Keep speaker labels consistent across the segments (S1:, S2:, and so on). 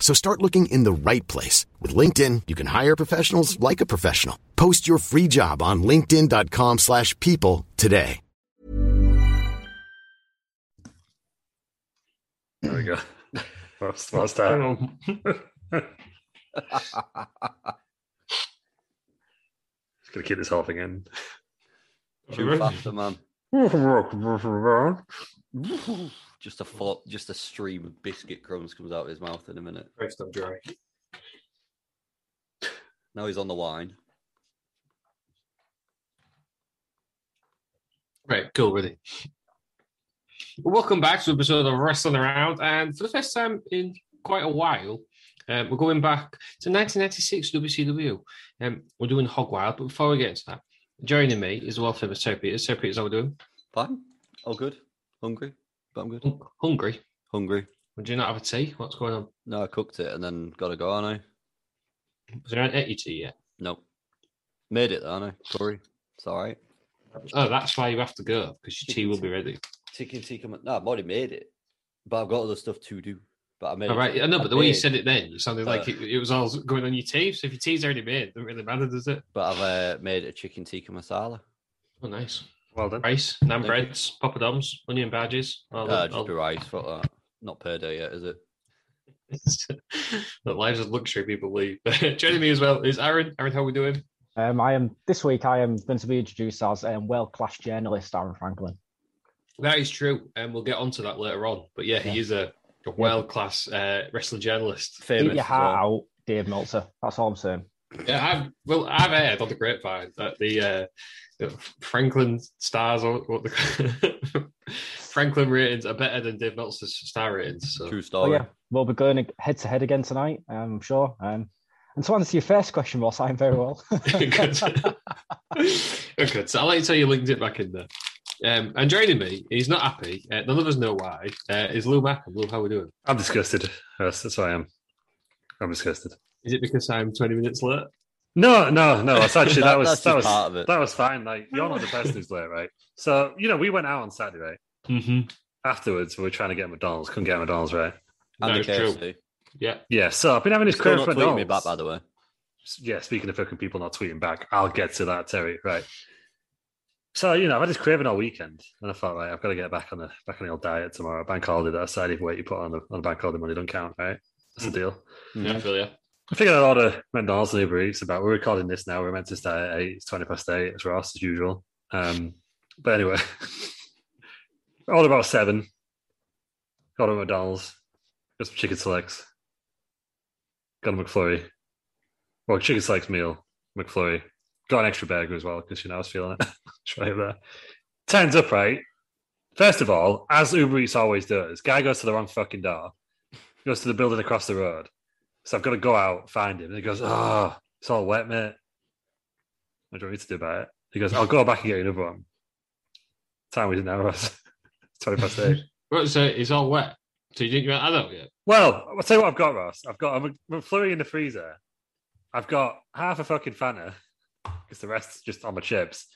S1: So start looking in the right place. With LinkedIn, you can hire professionals like a professional. Post your free job on linkedin.com slash people today.
S2: There we go. That's, that's that. Just gonna keep this whole thing in.
S3: Too faster, man. Just a fo- just a stream of biscuit crumbs comes out of his mouth in a minute.
S2: Christ, I'm dry.
S3: Now he's on the wine.
S4: Right, cool, really. Welcome back to episode of Wrestling Around, and for the first time in quite a while, um, we're going back to 1996 WCW. Um, we're doing Hog Wild, but before we get into that, joining me is the world famous Terry Peters. Terry Peters, how we doing?
S3: Fine. All good. Hungry. But I'm good.
S4: Hung- Hungry?
S3: Hungry.
S4: Would you not have a tea? What's going on?
S3: No, I cooked it and then got to go, aren't I?
S4: Is there an ate your tea yet?
S3: Nope. Made it, though, aren't I? Sorry. It's all right.
S4: Oh, that's why you have to go because your tea will be ready.
S3: Chicken tikka. ma- No, I've already made it, but I've got other stuff to do. But I made.
S4: All right, I know, but the
S3: I
S4: way you
S3: made-
S4: said it then, it sounded like
S3: Uh,
S4: it, it was all going on your tea. So if your tea's already made, it doesn't really matter, does it?
S3: But I've uh, made a chicken tikka masala.
S4: Oh, nice.
S2: Well done.
S4: Rice,
S3: Thank
S4: naan
S3: you.
S4: breads, poppadoms, onion badges. All,
S3: Uh,
S4: all-
S3: just be rice. Fuck that. Not per day yet, is it?
S4: that lives of luxury people lead. Joining me as well is Aaron. Aaron, how are we doing?
S5: Um, I am this week. I am going to be introduced as um, world class journalist Aaron Franklin.
S4: That is true, and we'll get onto that later on. But yeah, he
S5: Yeah.
S4: is a, a world class uh, wrestling journalist.
S3: Famous.
S5: Eat your
S3: as
S5: heart
S3: well.
S5: out, Dave Meltzer. That's all I'm saying.
S4: Yeah, I've well, I've heard on the grapevine that the uh, the Franklin stars or what the Franklin ratings are better than Dave Meltzer's star ratings. So
S3: True
S5: Oh
S3: story.
S5: yeah, we'll be going head to head again tonight. um, I'm sure. Um, and to answer your first question, Ross, I'm very well.
S4: good. good. So I'll let you tell you linked it back in there. Um, and joining me, he's not happy. Uh, none of us know why. Uh, is Lou Mackham. Lou, how we doing?
S2: I'm disgusted. That's, that's what I am. I'm disgusted.
S4: Is it because I'm 20 minutes late?
S2: No, no, no. Oh, That's actually
S3: That-
S2: that, was
S3: that's
S2: that
S3: just
S2: was
S3: part of it.
S2: that was fine. Like you're not the person who's late, right? So you know, we went out on Saturday.
S4: Mm-hmm.
S2: Afterwards, we were trying to get McDonald's. Couldn't get McDonald's, right?
S4: No,
S3: And the
S4: it's true.
S3: KFC.
S4: Yeah.
S2: Yeah. So I've been having
S3: You're
S2: this
S3: Still
S2: crash
S3: not
S2: for
S3: tweeting me back, by
S2: McDonald's.
S3: the way.
S2: yeah, speaking of fucking people not tweeting back, I'll get to that, Terry. Right. So you know, I had this craving all weekend, and I thought, right, I've got to get back on the back on the old diet tomorrow. Bank holiday, that side of weight you put on the on the bank holiday money don't count, right? That's the deal.
S4: Yeah, I feel you.
S2: I figured I'd order McDonald's and Uber Eats. About we're recording this now. We're meant to start at eight. It's twenty past eight. It's Ross as usual. Um, but anyway, I ordered about seven. Got a McDonald's. Got some chicken selects. Got a McFlurry. Well, chicken selects meal, McFlurry. Got an extra burger as well because you know I was feeling it. Try that. Turns up right. First of all, as Uber Eats always does, guy goes to the wrong fucking door. Goes to the building across the road. So I've got to go out, find him. And he goes, Oh, it's all wet, mate. What do you want me to do about it? He goes, I'll go back and get you another one. Time we didn't have us. It's 20 past eight.
S4: Right, so it's all wet. So you didn't get out of yet?
S2: well, I'll tell you what I've got, Ross. I've got a Mc- McFlurry in the freezer. I've got half a fucking Fanta because the rest is just on my chips.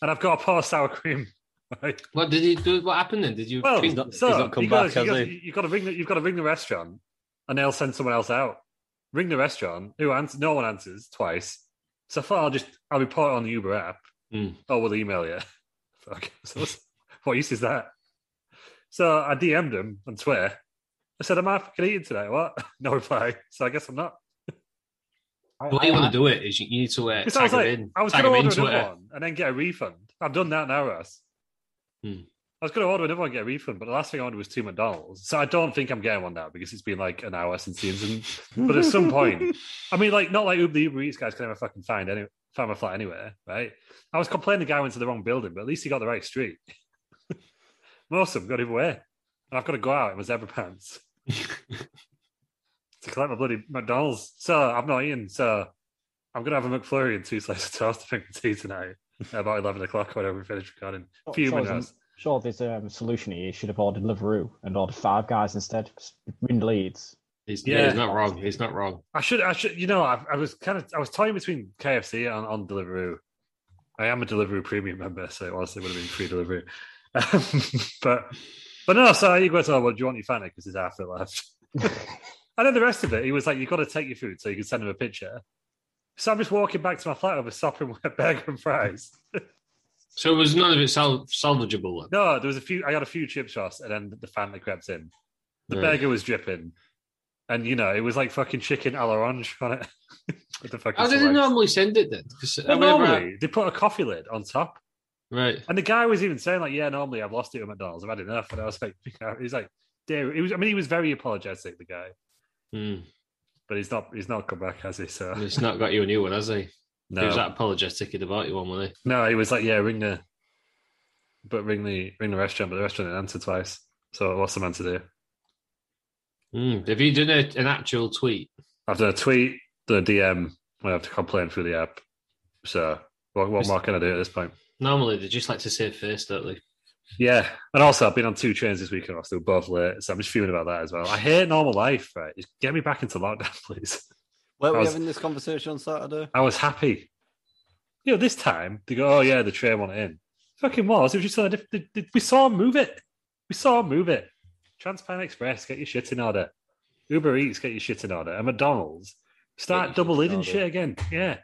S2: And I've got a pour of sour cream. Right?
S4: What did he do? What happened then? Did you?
S2: Well,
S4: think-
S3: not-
S2: so
S3: he's not come
S2: you gotta-
S3: back, has
S2: you gotta-
S3: he?
S2: You've got to ring. The, you've got to ring the restaurant, and they'll send someone else out. Ring the restaurant. Who answers? No one answers twice. So I thought I'll just I'll report on the Uber app,
S4: Hmm.
S2: or we'll email you. fuck. So what's- what use is that? So I DM'd him on Twitter. I said, Am I fucking eating today? What? No reply. So I guess I'm not.
S5: I,
S4: What
S5: I-
S4: you want
S5: I-
S4: to do it is you, you need to uh,
S2: Because I
S4: tag
S2: was
S4: them
S2: like,
S4: in.
S2: I was
S4: tag
S2: going to
S4: 'em in
S2: order another
S4: Twitter.
S2: one and then get a refund. I've done that now, Russ.
S4: Hmm.
S2: I was going to order another one and get a refund, but the last thing I ordered was two McDonald's. So I don't think I'm getting one now because it's been like an hour since the incident. But at some point, I mean, like, not like Uber, the Uber Eats guys can ever fucking find any find my flat anywhere, right? I was complaining the guy went to the wrong building, but at least he got the right street. Most of them got everywhere. And I've got to go out in my zebra pants to collect my bloody McDonald's. So I'm not eating. So I'm going to have a McFlurry and two slices of toast to drink tea tonight at about 11 o'clock, whenever we finish recording.
S5: Sure-
S2: Few
S5: sure, there's
S2: minutes.
S5: a- Sure, there's a um, solution here. You should have ordered Liveroo and ordered Five Guys instead. Just Win leads.
S4: It's,
S2: Yeah.
S4: yeah. it's not wrong. It's not wrong.
S2: I should, I should, you know, I, I was kind of, I was toying between KFC and on Deliveroo. I am a Deliveroo premium member, so it honestly would have been free delivery. Um, but, but no, so you go to, oh, well, do you want your fanny? Because there's half of it left. and then the rest of it, he was like, you've got to take your food so you can send him a picture. So I'm just walking back to my flat with a sopping wet burger and fries.
S4: So it was none of it sal- salvageable. Then.
S2: No, there was a few. I got a few chip shots, and then the Fanta crept in. The
S4: Right.
S2: burger was dripping, and you know it was like fucking chicken a l'orange on it. With the fucking
S4: How did they
S2: slice.
S4: normally send it then? 'Cause
S2: Well,
S4: I remember-
S2: normally they put a coffee lid on top,
S4: right.
S2: and the guy was even saying like, "Yeah, normally I've lost it at McDonald's. I've had enough." And I was like, "He's like, dear, he was. I mean, he was very apologetic, the guy,
S4: Hmm.
S2: but he's not. He's not come back, has he? So
S4: It's not got you a new one, has he? He was that
S2: no,
S4: apologetic he'd have bought you one, wasn't
S2: no, he was like, "Yeah, ring the, but ring the ring the restaurant, but the restaurant didn't answer twice. So what's the man to do?"
S4: he? Mm. Have you done a, an actual tweet?
S2: I've done a tweet, done a DM, I have to complain through the app. So what, what more can I do at this point?
S4: Normally they just like to say first, don't they?
S2: Yeah. And also I've been on two trains this weekend, I still both late. So I'm just fuming about that as well. I hate normal life, right? Just get me back into lockdown, please.
S3: Where were
S2: I
S3: we
S2: was-
S3: having this conversation on Saturday?
S2: I was happy. You know, this time they go, Oh yeah, the train went in. Fucking was. It was just on a diff- they- they- we saw 'em move it. We saw 'em move it. Transpan Express, get your shit in order. Uber Eats, get your shit in order. And McDonald's,
S3: Get
S2: start
S3: your
S2: double
S3: shit in
S2: lidding
S3: order.
S2: shit again. Yeah.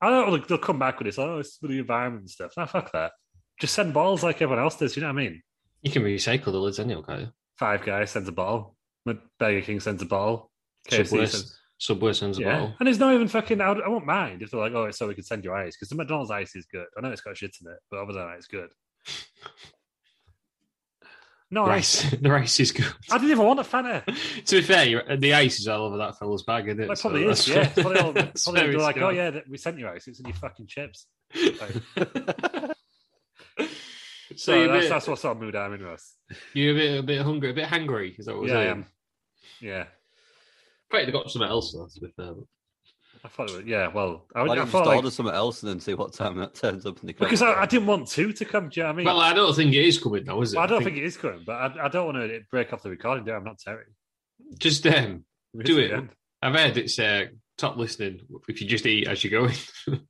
S2: I don't look, they'll come back with this. Oh, it's for the environment and stuff. No, fuck that. Just send balls like everyone else does. You know what I mean?
S4: You can recycle the lids anyway, can't you?
S2: Five Guys sends a ball. Mc- Burger King sends a ball. KFC
S4: Subway,
S2: sends,
S4: Subway sends a
S2: yeah.
S4: bottle.
S2: And it's not even fucking. I, would- I won't mind if they're like, oh, it's so we can send you ice because the McDonald's ice is good. I know it's got shit in it, but other than that, it's good. No ice.
S4: Rice. the rice is good.
S2: I didn't even want a Fanta.
S4: to be fair, you're, the ice is all over that fella's bag, isn't it?
S2: Well, it
S4: So
S2: probably
S4: uh, that's-
S2: is. Yeah. It's Probably all,
S4: that's
S2: probably
S4: where
S2: they're
S4: it's
S2: like, oh
S4: gone.
S2: yeah, th- we sent you ice. It's in your fucking chips.
S4: so
S2: So
S4: you're, a
S2: oh, that's,
S4: bit,
S2: that's what sort of mood I'm in, Russ.
S4: you're a bit, a bit hungry, a bit hangry. Is that what
S2: Yeah, I
S4: was it?
S2: am. Yeah.
S4: Right, they got something else though, to be fair. but-
S2: I thought. It was, yeah. Well, I, would,
S3: Why don't
S2: I
S3: you just
S2: thought like,
S3: order something else and then see what time that turns up in the
S2: because I, I didn't want two to come. Do you know what I mean?
S4: Well, I don't think it is coming now, is it?
S2: Well, I don't think, it is coming, but I, I don't want to break off the recording. Do I? I'm not Terry.
S4: just um,
S2: We're
S4: Do
S2: to
S4: it.
S2: the end.
S4: I've heard it's uh, top listening if you just eat as you're going.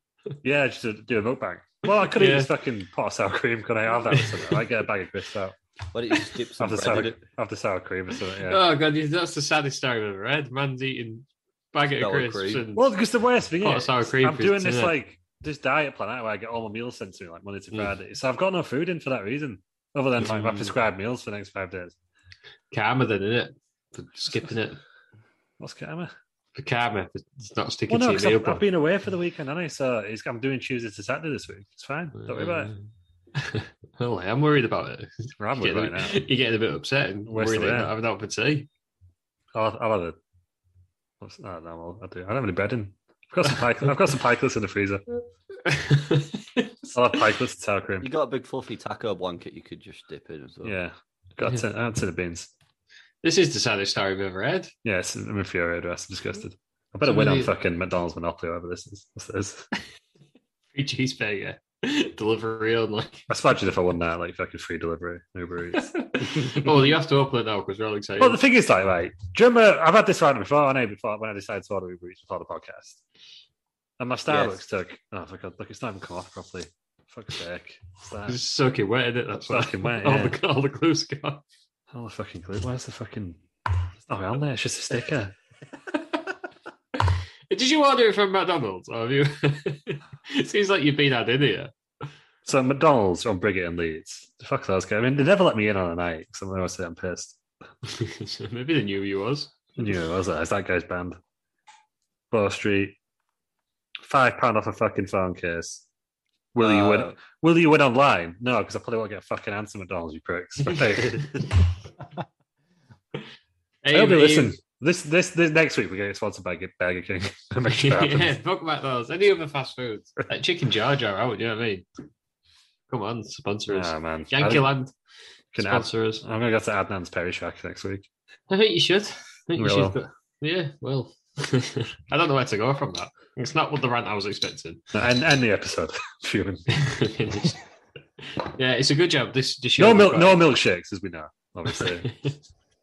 S2: Yeah, just to do a mukbang. Well, I could eat
S4: Yeah.
S2: this fucking pot of sour cream. Could I have that? Or something? I get a bag of crisps out.
S3: Why don't you just dip some
S2: Have the
S3: bread
S2: sour,
S3: in it?
S2: have the sour cream or something. Yeah.
S4: Oh god, that's the saddest story I've ever heard. Man's eating baguette
S3: Sour
S4: of crisps
S3: cream.
S4: and
S2: well, because the worst thing
S4: pot of
S2: is,
S4: sour cream.
S2: I'm
S4: for
S2: doing this
S4: dinner.
S2: like this diet plan out where I get all my meals sent to me like Monday to
S4: Mm.
S2: Friday. So I've got no food in for that reason, other than like my
S4: Mm.
S2: prescribed meals for the next five days.
S4: karma, then, isn't it? For skipping it.
S2: What's karma?
S4: For karma, for not sticking
S2: Well, no,
S4: to
S2: because
S4: your meal
S2: I've,
S4: plan.
S2: I've been away for the weekend, haven't I? So it's, I'm doing Tuesday to Saturday this week. It's fine. Don't worry
S4: Mm.
S2: about it.
S4: well, Oh, I'm worried about it.
S2: I'm
S4: You're
S2: worried
S4: getting,
S2: about it now.
S4: you're getting a bit upset and
S2: Worse
S4: worried that
S2: than that.
S4: you're not having that for tea.
S2: I'll, I'll have Oh, a. What's, oh, no, I'll, I'll do. I don't have any bread in. I've got some pike. I've got some pikelets in the freezer. I'll have pikelets and sour cream.
S3: You got a big fluffy taco blanket you could just dip in as well.
S2: Yeah, got
S4: Yeah.
S2: to out to the beans.
S4: this is the saddest story I've ever heard.
S2: Yes, I'm infuriated. I'm disgusted. I better win on
S4: Somebody-
S2: fucking McDonald's Monopoly. Whatever this is. What's this?
S4: Free cheeseburger, delivery only.
S2: I spudged it if I won that, like fucking free delivery, Uber Eats.
S4: well, you have to open it now because we're all excited.
S2: Well, the thing is, like, right, do you remember? I've had this right before, I know before when I decided to order Uber Eats before the podcast. And my Starbucks
S3: Yes.
S2: took, oh, for God, look, it's not even come off properly. Fuck's sake. It's that.
S4: it's soaking wet, isn't it? That's why.
S2: Soaking wet,
S4: All,
S2: yeah.
S4: the, all the glue's gone.
S2: Oh, the fucking glue. Where's the fucking. It's not on there. It's just a sticker.
S4: Did you order it from McDonald's? Or have you? it seems like you've been had in here.
S2: So McDonald's on Brighton and Leeds. Fuck those guys. I mean, they never let me in on a night because I'm always say I'm pissed.
S4: So Maybe they knew who you was.
S2: I knew it was that. It's that guy's band. Bow Street. Five pound off a fucking phone case. Will you win?
S3: Uh,
S2: Will you win online? No, because I probably won't get a fucking answer, McDonald's, you pricks. But hey, I hope
S4: Hey,
S2: they
S4: mate,
S2: listen. This, this this next week we're getting sponsored by Burger King. Make sure it happens.
S4: yeah, fuck McDonald's. Any other fast foods? Like chicken jar jar out. You know what I mean? Come on, sponsor us.
S2: Ah, man. I
S4: Yankee
S2: think
S4: Land
S2: we can add-
S4: sponsor us.
S2: I'm going to go to Adnan's Perry Shack next week.
S4: I think you should. I think you
S2: We will.
S4: should. But, yeah, well, I don't know where to go from that. It's not what the rant I was expecting.
S2: And end the episode. Fuming.
S4: yeah, it's a good job. This, this show
S2: No
S4: was
S2: milk,
S4: quite-
S2: no milkshakes, as we know, obviously.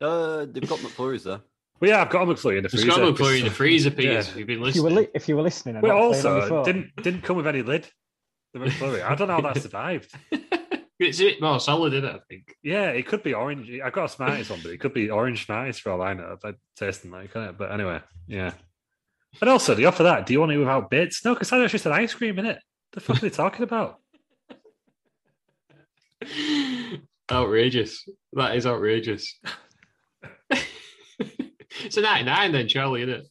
S3: uh, they've got McFlurries there.
S2: well, yeah, I've got a McFlurry in the
S4: It's
S2: freezer.
S4: got to put you in the freezer, Piers,
S2: Yeah.
S4: if you've been
S5: If you were,
S4: listening.
S5: li- if you were listening, and
S2: Well,
S5: not playing on your
S2: also
S5: phone.
S2: didn't didn't come with any lid. The McFlurry. I don't know how that survived.
S4: it's a bit more solid, isn't it, I think?
S2: Yeah, it could be orange. I've got a Smarties one, but it could be orange Smarties for all I know. If I tasting like it, but anyway, yeah. And also, the offer that, do you want it without bits? No, because that's just an ice cream in it. The fuck are they talking about?
S4: outrageous. That is outrageous. it's a 99 then, Charlie, isn't it?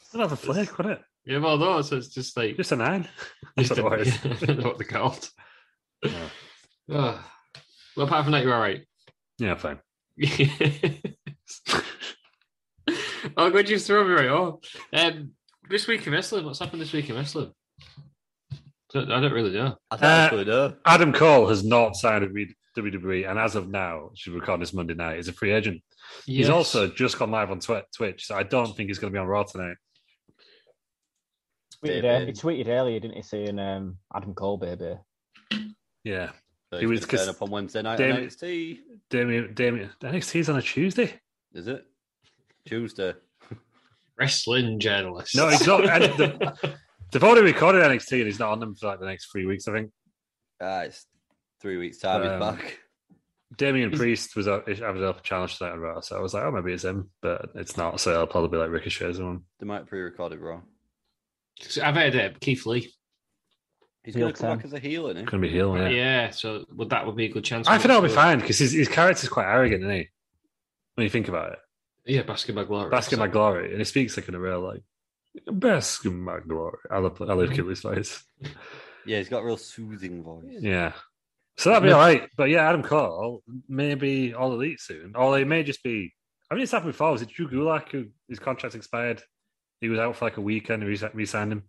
S2: It's another flake, wouldn't it?
S4: Yeah, well, no, so it's just like...
S2: Just a nine.
S4: I
S2: That's what it is.
S4: don't know what they're called.
S2: Yeah.
S4: Ah. well, apart from that, you're all right.
S2: Yeah, fine.
S4: oh, good, you've thrown me right off. Um, this week in wrestling, what's happened this week in wrestling? I don't I don't really know.
S3: I don't
S2: Uh,
S3: actually know.
S2: Adam Cole has not signed with WWE, and as of now, she's recording this Monday night, is a free agent. He's
S4: Yes.
S2: also just gone live on Twi- Twitch, so I don't think he's going to be on Raw tonight.
S5: Tweeted,
S4: eh?
S3: Baby.
S5: uh, he tweeted earlier, didn't he, saying um, Adam Cole, baby.
S2: Yeah,
S3: So
S2: he
S3: he
S2: was
S3: was turn
S2: cons-
S3: up on Wednesday night
S2: Damn
S3: on
S2: it.
S3: NXT.
S2: Damien, Damien, NXT's on a Tuesday.
S3: Is it Tuesday?
S4: Wrestling journalist.
S2: No, he's not. And the- They've already recorded NXT, and he's not on them for like the next three weeks. I think
S3: Ah, it's three weeks time.
S2: Um,
S3: He's back.
S2: Damien Priest was up, is- having a challenge tonight on Raw, so I was like, oh, maybe it's him, but it's not. So it'll probably be like Ricochet or someone.
S3: They might pre-record it wrong.
S4: I've heard uh, Keith Lee.
S3: He's
S5: Heel
S3: going to come back
S5: turn.
S3: as a heel, isn't he?
S2: Going to be healing.
S4: Yeah.
S2: Oh, Yeah.
S4: so well, that would be a good chance.
S2: I
S4: for
S2: think
S4: him
S2: that'll
S4: to-
S2: be fine because his, his character's quite arrogant, isn't he? When you think about it.
S4: Yeah, Basketball Glory.
S2: Bask in my glory, and he speaks like in a real like bask in my glory. I love I
S4: Mm.
S2: love Kimmy's voice.
S3: Yeah, he's got a real soothing voice.
S2: Yeah, so that'd be all right. But yeah, Adam Cole maybe all elite soon, or it may just be. I mean, it's happened before. Was it Drew Gulak who his contract expired? He was out for like a weekend. and We signed him.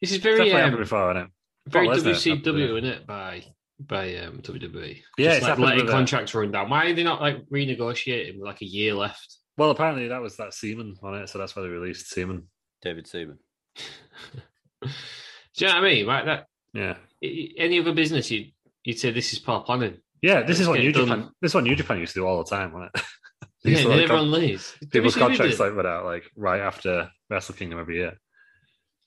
S4: This is
S2: It's
S4: very
S2: Definitely happened
S4: um,
S2: before, isn't it?
S4: very
S2: Well, isn't it?
S4: WCW, isn't it? By by um, WWE. Just,
S2: Yeah,
S4: like
S2: it's happened
S4: letting
S2: with, uh,
S4: contracts run down. Why are they not like renegotiating with like a year left?
S2: Well, apparently that was that Seaman on it, so that's why they released Seaman.
S3: David Seaman.
S4: Do you know what I mean? Like that.
S2: Yeah,
S4: i- i- Any other business, you'd you'd say this is poor planning.
S2: yeah. This is what
S4: Let's
S2: New
S4: get it done.
S2: Japan. This is what New Japan used to do all the time, wasn't it? They
S4: Yeah,
S2: used
S4: and
S2: to,
S4: then
S2: like,
S4: everyone leaves.
S2: people's
S4: WCW
S2: contracts
S4: did.
S2: like went out like right after Wrestle Kingdom every year.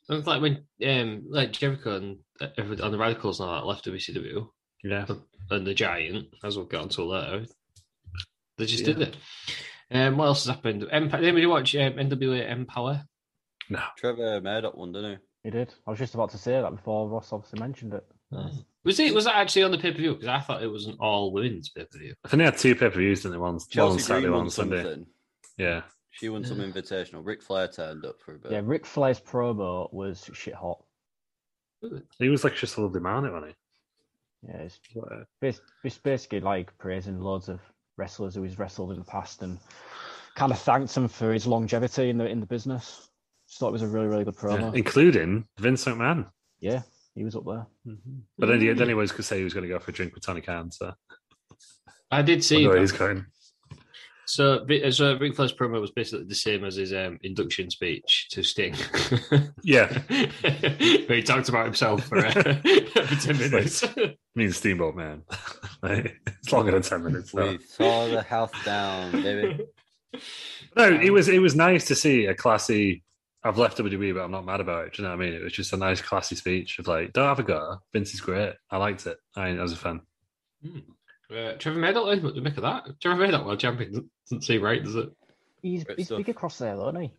S4: It was like when um like Jericho and uh, every- and the Radicals and all that left WCW
S2: Yeah.
S4: and the Giant, as we'll get onto later. They just
S2: Yeah.
S4: did it. Um, what else has happened? Emp- did anybody watch um, NWA Empower?
S3: Trevor Murdoch one, didn't
S5: He did. I was just about to say that before Ross obviously mentioned it.
S4: Was it was that actually on the pay per view? Because I thought it was an all women's pay per view.
S2: I think they had two pay per views, didn't they? One,
S3: he?
S2: one on Saturday,
S3: Green
S2: one
S3: won
S2: on Sunday.
S3: something.
S2: Yeah.
S3: She won some invitational. Ric Flair turned up for a bit.
S5: Yeah, Ric Flair's promo was shit hot.
S2: He was like just a lovely man, wasn't
S5: Yeah, it's
S2: he? uh, Like,
S5: bas- it's basically like praising loads of wrestlers who he's wrestled in the past and kind of thanked him for his longevity in the in the business. Just thought it was a really really good
S2: yeah.
S5: promo. Yeah,
S2: Including Vince McMahon.
S5: he was up there.
S2: But then, he- then he was going to say he was going to go for a drink with Tony Khan, so
S4: I did
S2: I
S4: see.
S2: know where
S4: that.
S2: Oh, he's going.
S4: So, vi- so Ric Flair's promo was basically the same as his um, induction speech to Sting,
S2: Yeah.
S4: where he talked about himself for, uh, for ten minutes.
S2: Me and Steamboat Man. Like, it's longer than 10 minutes.
S3: We
S2: No.
S3: saw the house down, baby.
S2: no, it was it was nice to see a classy. I've left WWE, but I'm not mad about it. Do you know what I mean? It was just a nice, classy speech of like, don't have a go. Vince is great. I liked it. I, I was a fan.
S4: Uh, Trevor Murdoch, then? what do you make of that? Trevor Murdoch, world champion, doesn't- doesn't seem right, does it?
S5: He's,
S3: Great
S5: he's
S3: stuff.
S5: big across there, though, isn't he?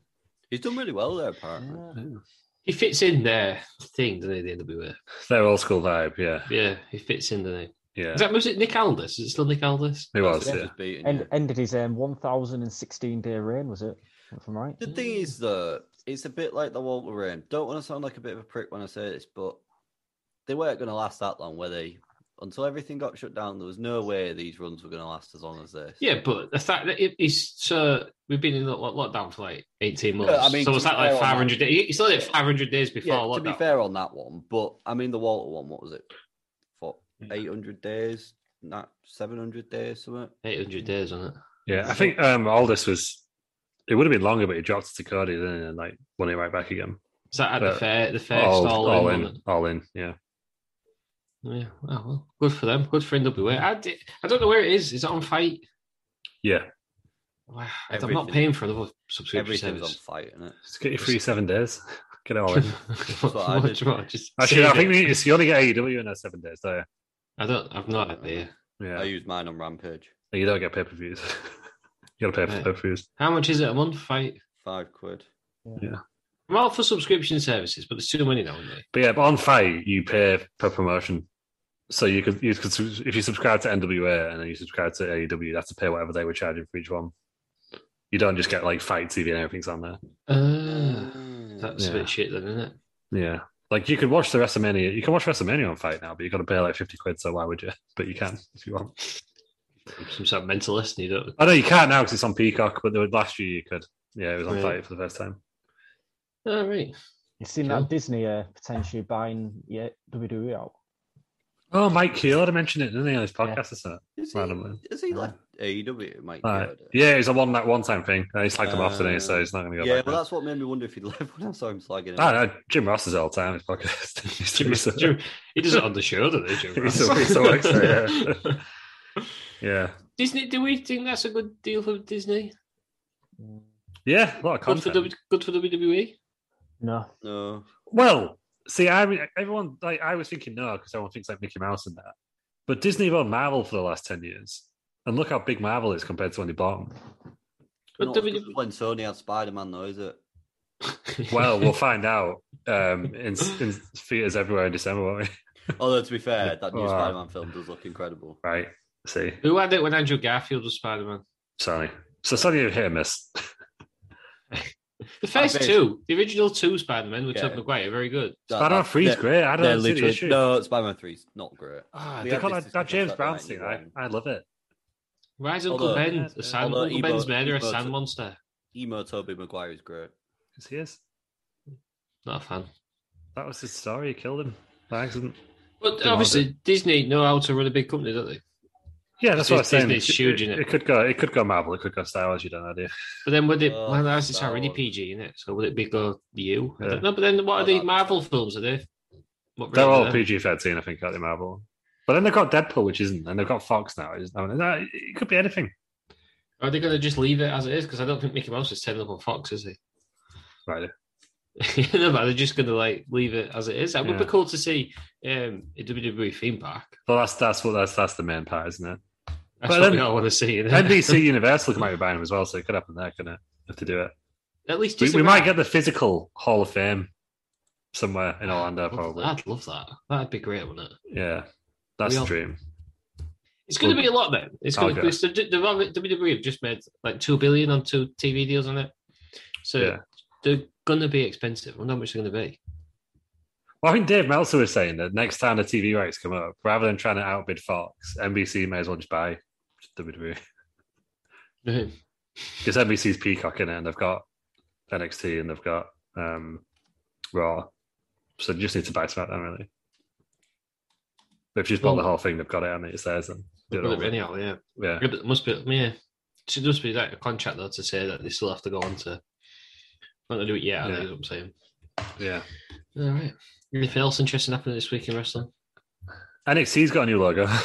S3: He's done really well there, apparently.
S2: Yeah.
S4: He fits in their thing, doesn't he? The NWA.
S2: Their old school vibe, yeah.
S4: Yeah, he fits in, doesn't he?
S2: Yeah.
S4: Is that was it Nick Aldis? Is it still Nick Aldis?
S2: It was,
S3: Just
S2: yeah.
S3: beating
S5: End,
S3: you.
S5: ended his um, 1,016 day reign, was it? If I'm right.
S3: The thing is, though, it's a bit like the Walter Reign. Don't want to sound like a bit of a prick when I say this, but they weren't going to last that long, were they? Until everything got shut down, there was no way these runs were going to last as long as this.
S4: Yeah, but the fact that it, he's so we've been in lo- lo- lockdown for like eighteen months.
S3: I mean,
S4: so was
S3: to be
S4: that like
S3: fair on
S4: five hundred
S3: that-
S4: days? It's only five hundred days before
S3: Yeah,
S4: lockdown.
S3: to be fair on that one, but I mean, the Walter one, what was it? For
S4: Yeah.
S3: 800 days, not 700 days, something?
S4: Eight hundred days, wasn't it?
S2: Yeah. I think um Aldis was it would have been longer, but he dropped to Cody then and like won it right back again.
S4: Is that at
S2: Uh,
S4: the fair? The fair
S2: All,
S4: stall in,
S2: all oh, in,
S4: wasn't it?
S2: all in, yeah.
S4: Yeah. Oh, well, good for them. Good for NWA. I, di- I don't know where it is. Is it on Fight?
S2: Yeah.
S4: Wow, I'm not
S3: Everything.
S4: paying for another subscription
S3: Everything's on
S4: service.
S3: fire, isn't it?
S2: Just get your free seven days. Get it all in.
S3: what I
S4: What
S3: did.
S4: do you want? Just
S2: Actually, I
S4: save
S2: think
S4: it.
S2: we, it's, you only get AEW in those seven days, don't
S4: I don't. I've no idea.
S2: you?
S3: I
S2: Yeah.
S3: used mine on Rampage.
S2: You don't get pay per views. you gotta pay for
S4: Right.
S2: pay per views.
S4: How much is it a month? Fight.
S3: Five quid.
S4: I'm all for subscription services, but there's too many now, isn't there?
S2: But yeah, but on Fight you pay per promotion. So you could you could subs- if you subscribe to NWA and then you subscribe to AEW, you have to pay whatever they were charging for each one. You don't just get like Fight TV and everything's on there.
S4: Uh, that's a
S2: Yeah.
S4: bit shit, then, isn't it?
S2: Yeah. Like you could watch the WrestleMania. You can watch WrestleMania on Fight now, but you got to pay like fifty quid. So why would you? But you can if you want.
S4: Some sort of mentalist, and you don't.
S2: I know you can't now because it's on Peacock, but there was, last year you could. Yeah, it was on
S4: Right.
S2: Fight for the first time.
S4: All Oh, right.
S5: You've seen
S4: Cool.
S5: that Disney uh, potentially buying yeah, WWE out.
S2: Oh, Mike Kyoto mentioned it, didn't he, on his podcast or something?
S3: Is
S2: Randomly.
S3: he, is he
S5: Yeah.
S3: left E AEW, Mike?
S2: Right.
S3: Yoder?
S2: Yeah, it's a one that one time thing. And he slagged him off today, so he's not going to go
S3: eh? Yeah,
S2: back.
S3: well,
S2: now.
S3: that's what made me wonder if he'd left when I saw him slagging him.
S2: I
S3: off.
S2: don't know. Jim Ross is all the time. His podcast. He's
S4: Jim,
S2: so-
S4: Jim, he does it on the show, doesn't he? Jim
S2: He
S4: Ross?
S2: so- he so works there, yeah. yeah,
S4: Disney, do we think that's a good deal for Disney?
S2: yeah, a lot of
S4: Good for,
S2: content.
S4: w, E? good for WWE?
S5: No.
S3: No.
S2: Well, see, I mean, everyone like I was thinking no because everyone thinks like Mickey Mouse and that, but Disney have owned Marvel for the last ten years, and look how big Marvel is compared to when they bought them.
S4: But
S3: Not
S4: WWE
S3: when Sony had Spider Man, though, is it?
S2: Well, we'll find out um, in, in theaters everywhere in December, won't we?
S3: Although, to be fair, that new
S2: Wow.
S3: Spider Man film does look incredible.
S2: Right? See,
S4: Who had it when Andrew Garfield was Spider Man?
S2: Sony. So Sony hit and miss.
S4: The first
S3: bet-
S4: two, the original two Spider Men with Tobey
S3: Yeah.
S4: Maguire, very good.
S3: That-
S2: Spider-Man
S3: that-
S2: 3 is
S3: they're-
S2: great. I don't
S3: they're
S2: see the
S3: literally-
S2: issue.
S3: No, Spider Man 3 is not great.
S2: Ah,
S3: We
S2: they
S3: had
S2: got that, that
S3: this discussion
S2: James
S3: about
S2: Brown
S3: that in
S2: thing.
S3: the
S2: I,
S3: one.
S2: I love it.
S4: Why is Uncle
S3: Although-
S4: Ben a sand?
S3: Although
S4: Uncle
S3: Ebo-
S4: Ben's murderer, a
S3: Ebo's
S4: sand
S3: a-
S4: monster?
S3: Emo Toby Maguire is great.
S2: 'Cause he is.
S4: Not a fan.
S2: That was his story. He killed him by accident.
S4: But
S2: Demand
S4: obviously, Disney know how to run a big company, don't they?
S2: Yeah, that's what I'm
S4: Disney-
S2: saying.
S4: Disney's huge,
S2: it,
S4: innit?
S2: it could go. It could go Marvel. It could go Star Wars. You don't know, do you?
S4: But then would it?
S3: Oh,
S4: well, that's it's
S3: Star
S4: already
S3: Wars.
S4: PG, isn't it? So would it be go you? I
S2: Yeah.
S4: don't know. But then what are
S3: Oh,
S4: the
S3: that-
S4: Marvel films? Are they? What
S2: They're
S4: rating
S2: all
S4: are they?
S2: PG thirteen, I think, aren't they, Marvel? But then they've got Deadpool, which isn't, and they've got Fox now. Isn't, I mean, that- it could be anything,
S4: Are they going to just leave it as it is? Because I don't think Mickey Mouse is turning up on Fox, is he?
S2: right?
S4: you know, but they're just going to like leave it as it is. That would be
S2: Yeah.
S4: cool to see um, a WWE theme park.
S2: But that's that's what that's that's the main part, isn't it?
S4: That's
S2: But
S4: what
S2: then-
S4: we all want to see. isn't it?
S2: NBC Universal might be buying them as well, so it could happen there, couldn't it? If they do it,
S4: At least
S2: we,
S4: just
S2: we
S4: a
S2: might
S4: wrap.
S2: get the physical Hall of Fame somewhere in Orlando,
S4: I'd love-
S2: probably.
S4: I'd love that. That'd be great, wouldn't it?
S2: Yeah, that's
S4: We
S2: the
S4: all-
S2: dream.
S4: It's going to be a lot, then. It's going
S2: Okay.
S4: to be. So the, the WWE E have just made like two billion on two TV deals on it, so
S2: Yeah.
S4: they're going to be expensive. I wonder how much they're going to be.
S2: Well, I think Dave Meltzer was saying that next time the TV rights come up, rather than trying to outbid Fox, NBC may as well just buy E. WWE
S4: Mhm.
S2: because NBC's Peacock in it, and they've got NXT and they've got um, Raw, so they just need to buy SmackDown really. They've just bought
S4: Well-
S2: the whole thing; they've got it, and it's theirs. And do it
S4: Well,
S2: all.
S4: anyhow, yeah.
S2: yeah,
S4: Yeah, but it must be, yeah. It must be like a contract though to say that they still have to go on to not to do it yet.
S2: Yeah.
S4: I think is what I'm saying.
S2: yeah.
S4: All right. Anything else interesting happening this week in wrestling?
S2: NXT's got a new logo.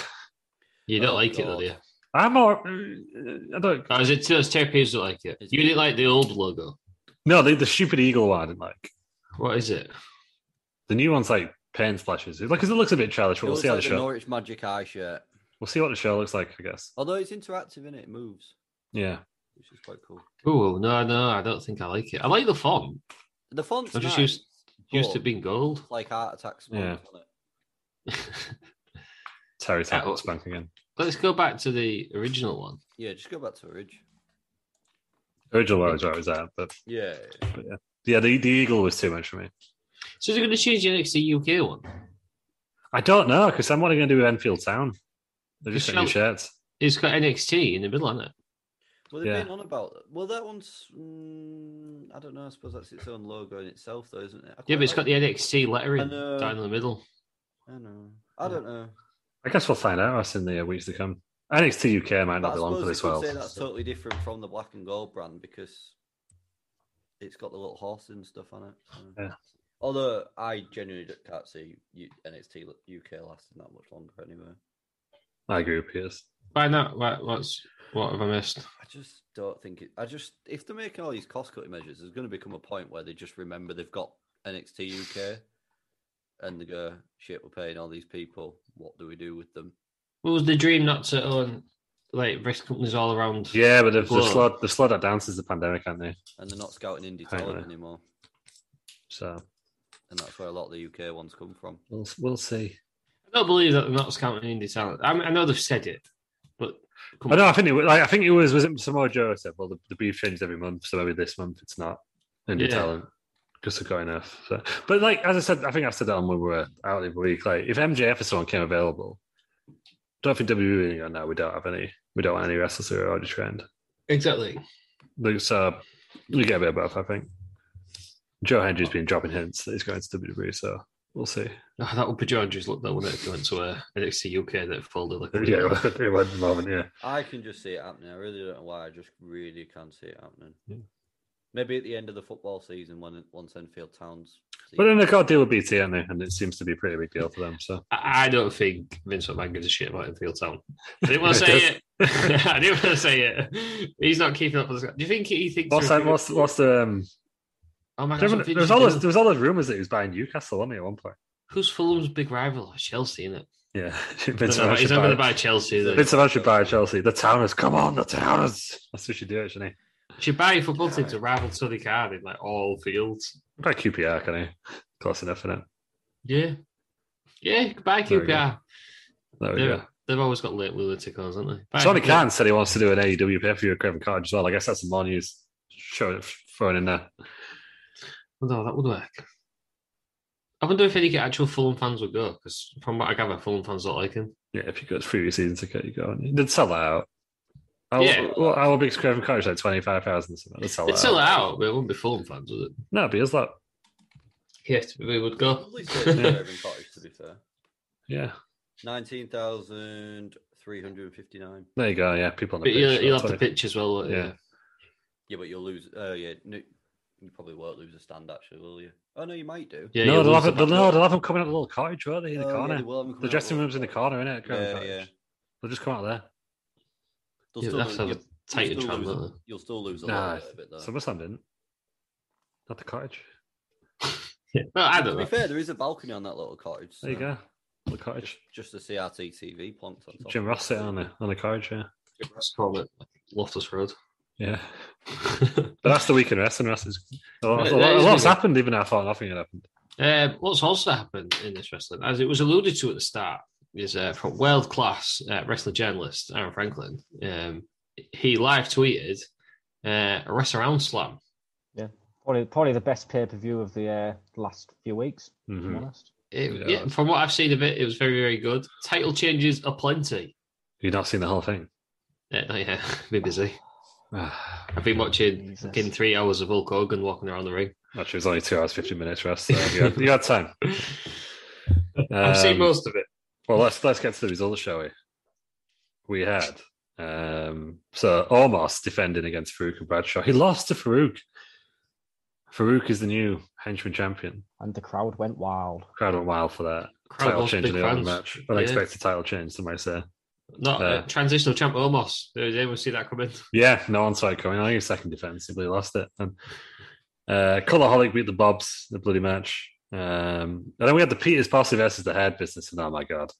S4: You don't
S3: Oh,
S4: like it,
S3: God.
S4: though, do you?
S2: I'm all. I don't.
S4: Or is it those terpenes don't like it?
S3: It's-
S4: You didn't like the old logo.
S2: No, the, the stupid eagle one I didn't like.
S4: What is it?
S2: The new one's like paint splashes. Like, 'cause it looks a bit childish,
S3: It
S2: but we'll
S3: looks
S2: see how
S3: like
S2: the
S3: the
S2: show.
S3: Norwich Magic Eye shirt.
S2: We'll see what the show looks like, I guess.
S3: Although it's interactive in it, it moves,
S2: Yeah.
S3: which is quite cool.
S4: Oh no, no, I don't think I like it. I like the font.
S3: The font's
S4: I'm just
S3: nice,
S4: used- Used to
S3: But
S4: be gold.
S3: It's like heart attacks.
S2: Yeah.
S3: wasn't it?
S2: Terry
S4: Yeah.
S2: tackle spank again.
S4: Let's go back to the original one.
S3: Yeah, just go back to Ridge.
S2: Original one was where I was at, but
S3: Yeah.
S2: yeah, the, the eagle was too much for me.
S4: So they're going to change the NXT UK one.
S2: I don't know because then what are they going to do with Enfield Town? They just
S4: Just
S2: got new
S4: shout-
S2: shirts.
S4: It's got NXT in the middle, hasn't it?
S3: Well, they've
S2: Yeah.
S3: been on about. Well, that one's. Mm, I don't know. I suppose that's its own logo in itself, though, isn't it? I
S4: Yeah,
S3: quite
S4: but it's got
S3: like-
S4: the NXT lettering
S3: And, uh,
S4: down in the middle.
S3: I know. I don't know.
S2: I guess we'll find out us in the uh, weeks to come. NXT UK might
S3: But
S2: not
S3: I
S2: be long for
S3: suppose you
S2: this
S3: could
S2: world.
S3: say that's totally different from the black and gold brand because it's got the little horse and stuff on it. so.
S2: Yeah.
S3: Although I genuinely can't see U- NXT UK lasting that much longer anyway.
S2: I agree with Piers.
S4: By now, what, what's what have I missed?
S3: I just don't think it. I just if they're making all these cost cutting measures, there's going to become a point where they just remember they've got NXT UK, and they go, "Shit, we're paying all these people. What do we do with them?"
S4: What was the dream not to own like risk companies all around?
S2: Yeah, but they've, they've,
S4: Whoa.
S2: slowed, they've slowed that down since the pandemic, haven't they?
S3: And they're not scouting indie
S2: Hang on.
S3: talent anymore,
S2: So
S3: and that's where a lot of the UK ones come from.
S2: we'll, we'll see.
S4: I don't believe that they're not scouting indie talent. I, mean, I know they've said it, but come
S2: I know.
S4: on.
S2: I think it was. Like, I think it was. Was it Samoa Joe said, "Well, the, the beef changed every month, so maybe this month it's not indie
S4: Yeah.
S2: talent because they've got enough." So, but like as I said, I think I said that on when we were out the other week. Like if MJF or someone came available, don't think WWE would go, "No, we don't have any. We don't want any wrestlers who are already trained."
S4: exactly.
S2: Like, So we get a bit of both. I think Joe Hendry's been dropping hints that he's going to WWE, so we'll see.
S4: Oh, that would be George's look though, wouldn't it? If you went to uh, NXT UK that folded like a
S2: Yeah, it went at the moment. Yeah,
S3: I can just see it happening. I really don't know why. I just really can see it happening.
S2: Yeah.
S3: Maybe at the end of the football season, when once Enfield Towns.
S2: but then they've got a deal with BT, haven't they? And it seems to be a pretty big deal for them. So.
S4: I I don't think Vince McMahon gives a shit about Enfield Town. I didn't want to say it. I didn't want to say it. He's not keeping up with the. Do you think he thinks?
S2: What's that? What's, what's the um,
S4: oh my
S2: Remember,
S4: god!
S2: there was all those, there was all those rumors that he was buying Newcastle, wasn't he, at one point?
S4: Who's Fulham's big rival? Oh, Chelsea, isn't it?
S2: Yeah,
S4: He's
S2: Vince
S4: not
S2: Vaughn should
S4: going to
S2: buy-
S4: buy Chelsea. Though.
S2: Vince Vaughn should buy Chelsea. The Towners, come on, the Towners. That's what you do, shouldn't he?
S4: Should buy a football team to rival Tony Card in like all fields.
S2: Buy QPR, can he? Close enough, isn't it?
S4: Yeah, yeah. Buy
S2: There we go.
S4: QPR.
S2: There we
S4: They're,
S2: go.
S4: they've always got late lunaticals, haven't they? Buy
S2: Tony
S4: QPR.
S2: Khan said he wants to do an AEW pay for you at Craven Cottage as well. I guess that's some more news show, thrown in there.
S4: No, that would work. I wonder if any actual Fulham fans would go because from what I gather, Fulham fans don't like him.
S2: Yeah, if you got three season ticket, you go on. They'd sell that out. How,
S4: Yeah.
S2: well, how big is Craven Cottage? Like 25,000 or something. They'd sell
S4: They'd
S2: that
S4: sell it
S2: out.
S4: out, but it wouldn't be Fulham fans, would it?
S2: No, but it's like,
S4: Yes, we would go.
S3: Probably still Irving Cottage, to be fair.
S2: yeah.
S3: Nineteen thousand three hundred fifty-nine.
S2: There you go. Yeah, people on the
S4: But
S2: pitch.
S4: you'll,
S2: that's
S4: you'll have
S2: what
S4: the
S2: it-
S4: pitch as well. won't you?
S2: Yeah.
S3: Yeah, but you'll lose. Oh, yeah. No, you probably won't lose a stand, actually, will you? Oh, no, you might do.
S4: yeah
S2: no,
S4: you'll
S2: they'll have,
S4: lose
S2: it,
S4: the
S2: they'll,
S4: back
S2: no,
S4: door.
S2: they'll have them coming out of the little cottage, won't they? In the
S3: Oh, yeah,
S2: corner.
S3: they will have 'em
S2: the
S3: coming out
S2: dressing
S3: of
S2: room's in the corner, isn't it?
S3: Yeah,
S2: Cottage.
S3: yeah.
S2: They'll just come out of there.
S3: They'll
S4: Yeah,
S3: still
S4: that's
S3: lose,
S4: how
S3: you'll,
S4: the Titan
S3: you'll, still
S4: fan,
S3: lose,
S4: won't
S3: you'll still lose a
S2: Nah,
S3: little bit of it, though.
S2: SummerSlam didn't. Not the cottage.
S4: they? Well, I
S3: to
S4: don't
S3: be
S4: know.
S3: fair, there is a balcony on that little cottage.
S2: There you
S3: so
S2: go. The cottage.
S3: Just, just a CRT TV plant on top.
S2: Jim Ross sitting on the, on the cottage, yeah.
S4: Let's call it Loftus Road.
S2: Yeah. But that's the weekend wrestling. Wrestling's a, lot,
S4: That-
S2: a,
S4: that
S2: lot, a
S4: is
S2: lot's
S4: weird.
S2: happened, even though I thought nothing had happened.
S4: Um, what's also happened in this wrestling, as it was alluded to at the start, is uh, from world class uh, wrestling journalist Aaron Franklin. Um, he live tweeted uh, a wrestle around slam.
S5: Probably, probably the best pay per view of the uh, last few weeks.
S3: Mm-hmm.
S5: To be
S2: Mhm.
S5: honest,
S4: It-
S2: Yeah.
S4: yeah, from what I've seen of it, it was very, very good. Title changes aplenty.
S2: You've not seen the whole thing.
S4: Yeah, no, yeah, been busy. I've
S2: I've
S4: been watching
S5: Jesus.
S4: fucking three hours of Hulk Hogan walking around the ring.
S2: Actually, it was only two hours, 15 minutes rest. So you, had, you had time.
S4: I've seen
S2: Um,
S4: most of it.
S2: Well, let's let's get to the results, shall we? We had um, so Ormos defending against Farouk and Bradshaw. He lost to Farouk. Farouk is the new henchman champion.
S5: and the crowd went wild.
S2: Crowd went wild for that
S4: Crowd
S2: title
S4: was
S2: change
S4: big
S2: in the opening
S4: fans.
S2: match.
S4: Yeah.
S2: Unexpected title change, some might say.
S4: Not
S2: Uh,
S4: uh, transitional champ Omos. Did anyone see that coming?
S2: Yeah, no one saw it coming. I think his second defense simply lost it. And uh, Colorholic beat the Bobs in the bloody match. Um, and then we had the Peters Posse versus the Head Business, and oh my god,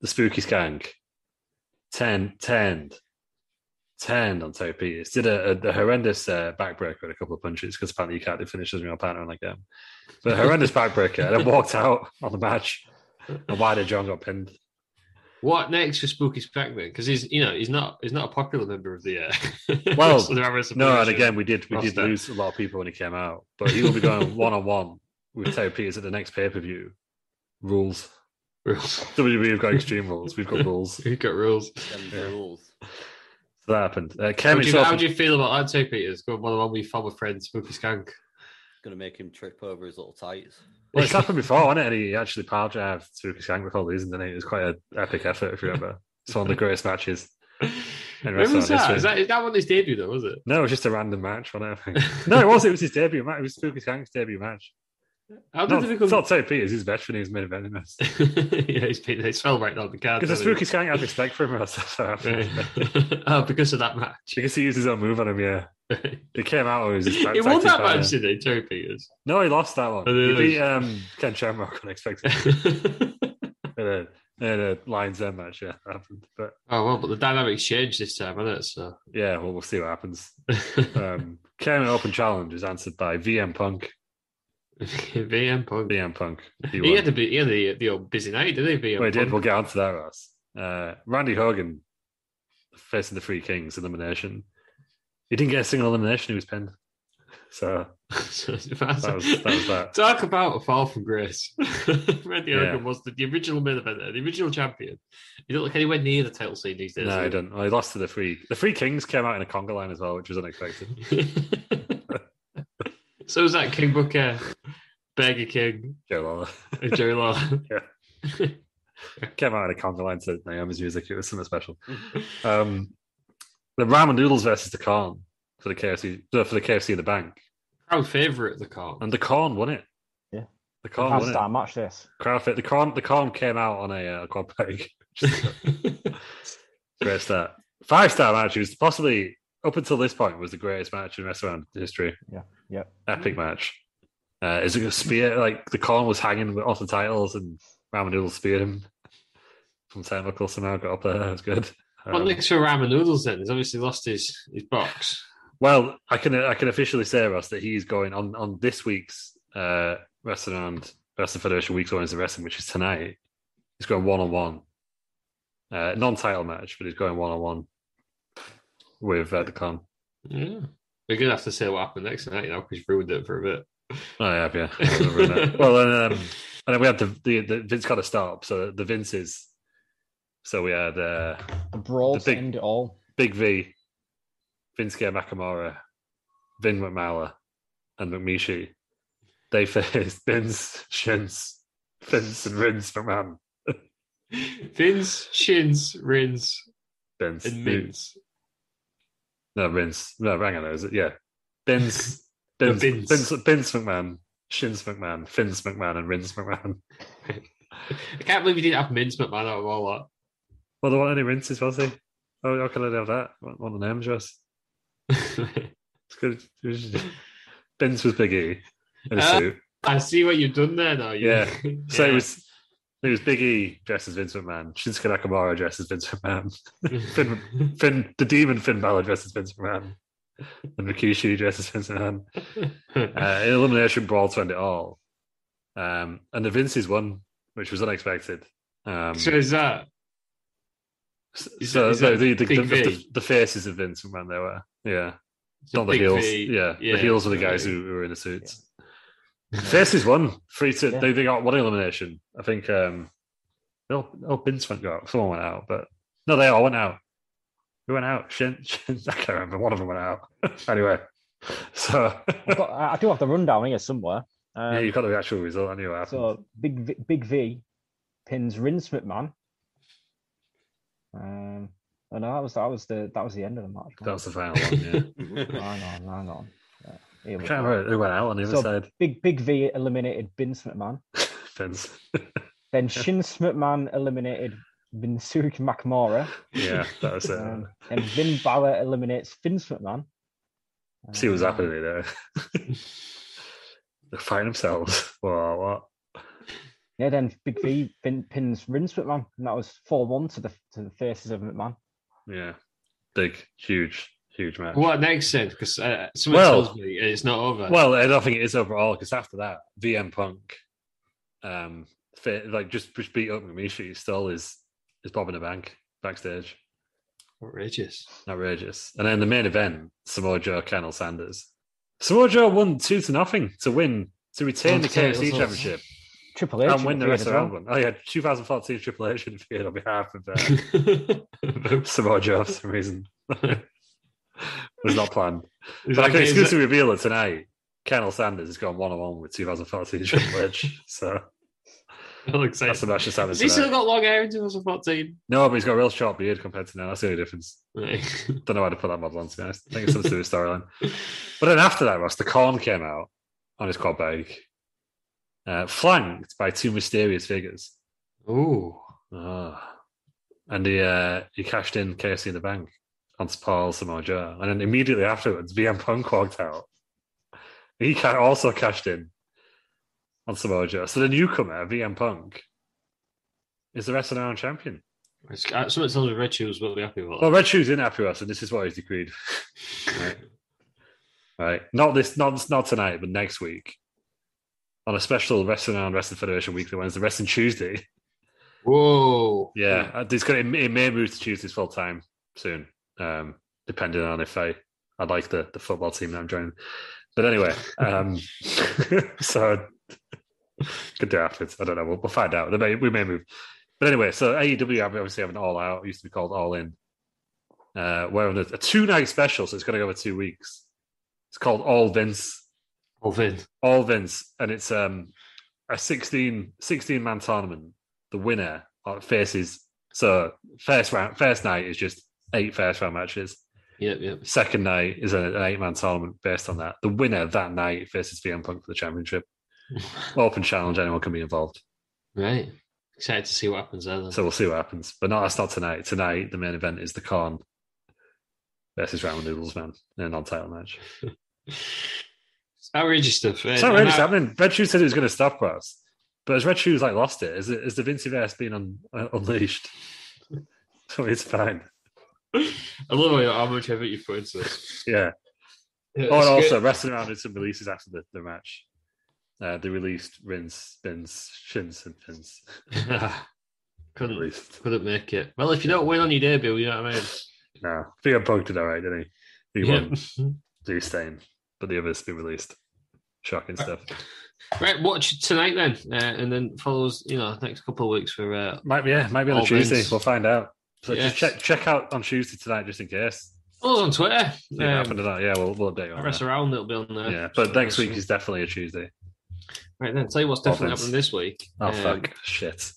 S2: the Spooky Skank, ten, ten, turned on Terry Peters, did a, a, a horrendous uh, backbreaker with a couple of punches because apparently you can't do finishes when you're partner like him. But a horrendous backbreaker and then walked out on the match. And why did John got pinned?
S4: What next for Spooky Spec then? Because he's you know he's not he's not a popular member of the uh,
S2: Well,
S4: Wrestling Amateurs
S2: No, and
S4: Association.
S2: again, we did we did
S4: roster.
S2: lose a lot of people when he came out, but he will be going one on one with Terry Peters at the next pay per view. Rules.
S4: rules.
S2: WWE have got extreme rules. We've got rules.
S4: We've got rules.
S3: Them
S2: Yeah.
S3: rules.
S2: So that happened. Uh,
S4: How
S2: Kevin
S4: do, you,
S2: Sullivan-
S4: how do you feel about Ante Peters going one on one with your former friend Spooky Skank?
S3: Gonna make him trip over his little tights.
S2: Well, it's happened before, hasn't it? And he actually power drive through Skank with all these, and then it was quite an epic effort, if you remember. It's one of the greatest matches.
S4: When was
S2: wrestling
S4: that?
S2: history.
S4: Is that? Is that when his debut though? Was it?
S2: No, it was just a random match, wasn't it? I think? no, it was. It was his debut match. It was Spooky Skank's debut match.
S4: How did
S2: Not,
S4: they
S2: it's
S4: become?
S2: not Terry Peters. He's veteran. He's made a venom. Because
S4: yeah, he's been, he's fell right down the card.
S2: the
S4: hasn't
S2: Spooky
S4: he?
S2: Skank had respect for him. That's what happened.
S4: Right. oh, because of that match.
S2: Because he used his own move on him, yeah. He came out with his
S4: he
S2: back-
S4: won
S2: tactic
S4: that
S2: by-
S4: match today, Terry Peters.
S2: No, he lost that one.
S4: Oh, did
S2: He
S4: he
S2: beat
S4: lose?
S2: um, Ken Shamrock unexpectedly in a, in a Lions Den match, yeah. That happened. But
S4: oh well, but the dynamics changed this time, hasn't it? So
S2: yeah, well, we'll see what happens. um, Kevin Open Challenge is answered by VM Punk.
S4: VM Punk.
S2: VM Punk. He,
S4: He
S2: won.
S4: had, the, he had the, the old busy night, didn't he? VM
S2: Well, he did.
S4: Punk?
S2: We'll get onto that, Ross. Uh, Randy Hogan facing the Three Kings elimination. He didn't get a single elimination. He was pinned. So
S4: So that's-
S2: That was- that was that.
S4: Talk about a fall from grace. Randy
S2: Yeah.
S4: Orton was the, the original main eventer, the original champion. You don't look anywhere near the title scene these days.
S2: no,
S4: do
S2: I
S4: you?
S2: don't. Well, he lost to the Three. The Three Kings came out in a conga line as well, which was unexpected.
S4: so was that King Booker, Burger King,
S2: Joe Lawler
S4: and Jerry Lawler.
S2: came out in a conga line to Naomi's music. It was something special. Um, the ramen noodles versus the corn for the KFC uh, for the KFC in the bank,
S4: Crowd favourite, the call.
S2: and the corn won it.
S5: Yeah.
S2: the corn
S5: Hands
S2: won it.
S5: down, match this.
S2: Crowd fit. The corn. The corn came out on a uh, quad peg. Great start. Five star match. It was possibly up until this point was the greatest match in wrestling history.
S5: Yeah, yep.
S2: Epic match. Uh, is it a spear? Like the corn was hanging off the titles, and Ramen Noodle speared him from turnbuckle somehow. Got up there. That was good.
S4: Well,
S2: Um,
S4: next for ramen noodles, then he's obviously lost his, his box.
S2: Well, I can I can officially say, Ross, that he's going on on this week's uh, wrestling and wrestling federation week's Owners of wrestling, which is tonight. He's going one on one, non-title match, but he's going one on one with uh, the con.
S4: Yeah, we're gonna have to say what happened next night now because you ruined it for a bit.
S2: Oh yeah, yeah. I remember that. well, and, um, and then we had the, the the Vince got to stop, so the Vinces. So we had uh,
S5: The brawl
S2: The
S5: to
S2: big-
S5: end it all.
S2: Big V, Vinsuke Nakamura, Vin McMahon, and McMishi. They faced Vince, Shins, Vince, and Vince McMahon.
S4: Fins, shins, rins,
S2: Vince.
S4: and mints.
S2: No, Vince. No, hang on, is it? Yeah. Vince,
S4: No,
S2: Vince,
S4: Vince.
S2: Vince, Vince McMahon, Shins McMahon, Vince McMahon, and Rins McMahon.
S4: I can't believe you didn't have mints, McMahon, out of all that.
S2: Well, there weren't any rinses, was there? Oh, how can I have that? What, what an names, Ross? It's good. It was just- Vince was Big E in a
S4: Uh,
S2: suit.
S4: I see what you've done there now. You,
S2: Yeah. So it was it was Big E dressed as Vince McMahon, Shinsuke Nakamura dressed as Vince McMahon, Finn, Finn the Demon Finn Balor dressed as Vince McMahon, and Rikishi dressed as Vince McMahon. Uh, an elimination brawl to end it all, um, and the Vinces won, which was unexpected. Um,
S4: so is that
S2: so
S4: is that- is
S2: so
S4: that
S2: the, the,
S4: Big
S2: the,
S4: V?
S2: the- the faces of Vince McMahon they were, yeah,
S4: so
S2: not the
S4: Big
S2: heels,
S4: V,
S2: yeah, the heels were the guys
S4: right.
S2: who, who were in the suits. Faces won three to
S5: Yeah.
S2: they, they got one elimination. I think um oh, oh Vince went out. Someone went out, but no, they all went out. Who went out? Shin, Shin, I can't remember. One of them went out. anyway, so
S5: I've got, I I do have the rundown here somewhere. Um,
S2: yeah, you got the actual result anyway. I think.
S5: So big v, big V pins Rince McMahon. Um, oh no, that was that was the that was the end of the match.
S2: that was the final one. Yeah.
S5: hang on, hang on. Yeah, here
S2: I
S5: we
S2: can't
S5: go.
S2: remember who went out on the other
S5: So-
S2: side.
S5: Big Big V eliminated Vince McMahon.
S2: Vince.
S5: Then Shinz McMahon eliminated Vinsuke Nakamura.
S2: yeah, that was uh, it.
S5: Um, and Vin Balor eliminates Vince McMahon.
S2: See what's
S5: Um,
S2: happening there. They're fighting themselves. Wow, what?
S5: Yeah, then Big V pin, pins Rince McMahon, and that was four one to the to the faces of McMahon.
S2: Yeah. big, huge, huge match.
S4: What next then? Because uh, someone
S2: Well-
S4: tells me it's not over.
S2: Well, I don't think it is overall because after that, VM Punk, um, fit, like just, just beat up Mishi still is is bobbing a bank backstage,
S4: outrageous.
S2: outrageous. And then the main event, Samoa Joe, Colonel Sanders. Samoa Joe won two to nothing to win to retain
S4: Oh,
S2: the
S4: sorry,
S2: KFC
S4: that's awesome.
S2: championship
S5: Triple H.
S2: and win the
S5: appeared
S2: rest
S5: as
S2: of
S5: well.
S2: round one. Oh yeah, 2014 Triple H interfered on behalf of uh, Samoa Joe for some reason. was not planned.
S4: Is
S2: But I
S4: that-
S2: can
S4: is
S2: exclusively
S4: that-
S2: reveal it tonight. Colonel Sanders has gone one on one with 2014 Triple H. So
S4: that looks
S2: that's the
S4: like-
S2: match of Sanders.
S4: Has he still
S2: tonight.
S4: got long hair in 2014?
S2: No, but he's got a real short beard compared to now. That's the only difference.
S4: Right.
S2: Don't know how to put that model on, to be honest. I think it's some sort of storyline. But then after that, Ross, the corn came out on his quad bike, uh, flanked by two mysterious figures.
S4: Ooh.
S2: Oh. And he uh, he cashed in KFC in the bank on Paul Samoa Joe. And then immediately afterwards, VM Punk walked out. He ca- also cashed in on Samoa Joe. So the newcomer, VM Punk, is the SNL champion.
S4: It's, uh, someone tells me Red Shoes will be happy about
S2: Well,
S4: that.
S2: Red Shoes in happy with us, and this is what he's decreed. right. right. Not this, not, not tonight, but next week. On a special Wrestling and Wrestling Federation Weekly Wednesday, Wrestling Tuesday.
S4: Whoa.
S2: Yeah, uh, it's going to, it may move to Tuesdays full time soon, um, depending on if I I like the the football team that I'm joining. But anyway, um, so could do afterwards. I don't know. We'll, we'll find out. They may, we may move. But anyway, so AEW obviously have an all out. It used to be called All In. Uh, we're on a, a two night special, so it's going to go over two weeks. It's called All Vince
S4: All Vin.
S2: all Oh, Vince, and it's um a 16, 16 man tournament. The winner uh, faces so first round, first night is just eight first round matches.
S4: Yep, yep.
S2: Second night is an eight man tournament based on that. The winner that night faces CM Punk for the championship. Open challenge, anyone can be involved.
S4: Right. Excited to see what happens there then.
S2: So we'll see what happens. But no, that's not tonight. Tonight the main event is the Corn versus Ramen Noodles Man in a non title match.
S4: outrageous stuff.
S2: It's
S4: And- and
S2: not really
S4: I-
S2: happening. Red Shoes said it was going to stop us, but has Red Shoes like lost it? Is it is the Vinciverse being un, uh, unleashed? so it's fine.
S4: I love how how much effort you put into this.
S2: Yeah.
S4: Yeah,
S2: Oh, and
S4: it's
S2: also
S4: good.
S2: wrestling around did some releases after the, the match. Uh, they released Rinse, Spins, Shins, and Pins.
S4: couldn't
S2: Released.
S4: couldn't make it. Well, if you don't win on your debut, you know what I mean.
S2: No, Theo Punk did all right, didn't he? He won.
S4: Yeah.
S2: Do stain, but the others been released. Shocking stuff.
S4: Right, watch tonight then, uh, and then follows you know next couple of weeks for uh,
S2: Might be, yeah, might be on a
S4: All
S2: Tuesday.
S4: Vince.
S2: We'll find out. So just
S4: Yes.
S2: check check out on Tuesday tonight, just in case.
S4: follows on Twitter.
S2: See what happened
S4: Um,
S2: or not. Yeah, we'll, we'll update you on that.
S4: rest around, it'll be on there.
S2: Yeah, but next week is definitely a Tuesday.
S4: right then. Tell you what's definitely
S2: Offense.
S4: happening this week.
S2: Oh
S4: Um,
S2: fuck, shit.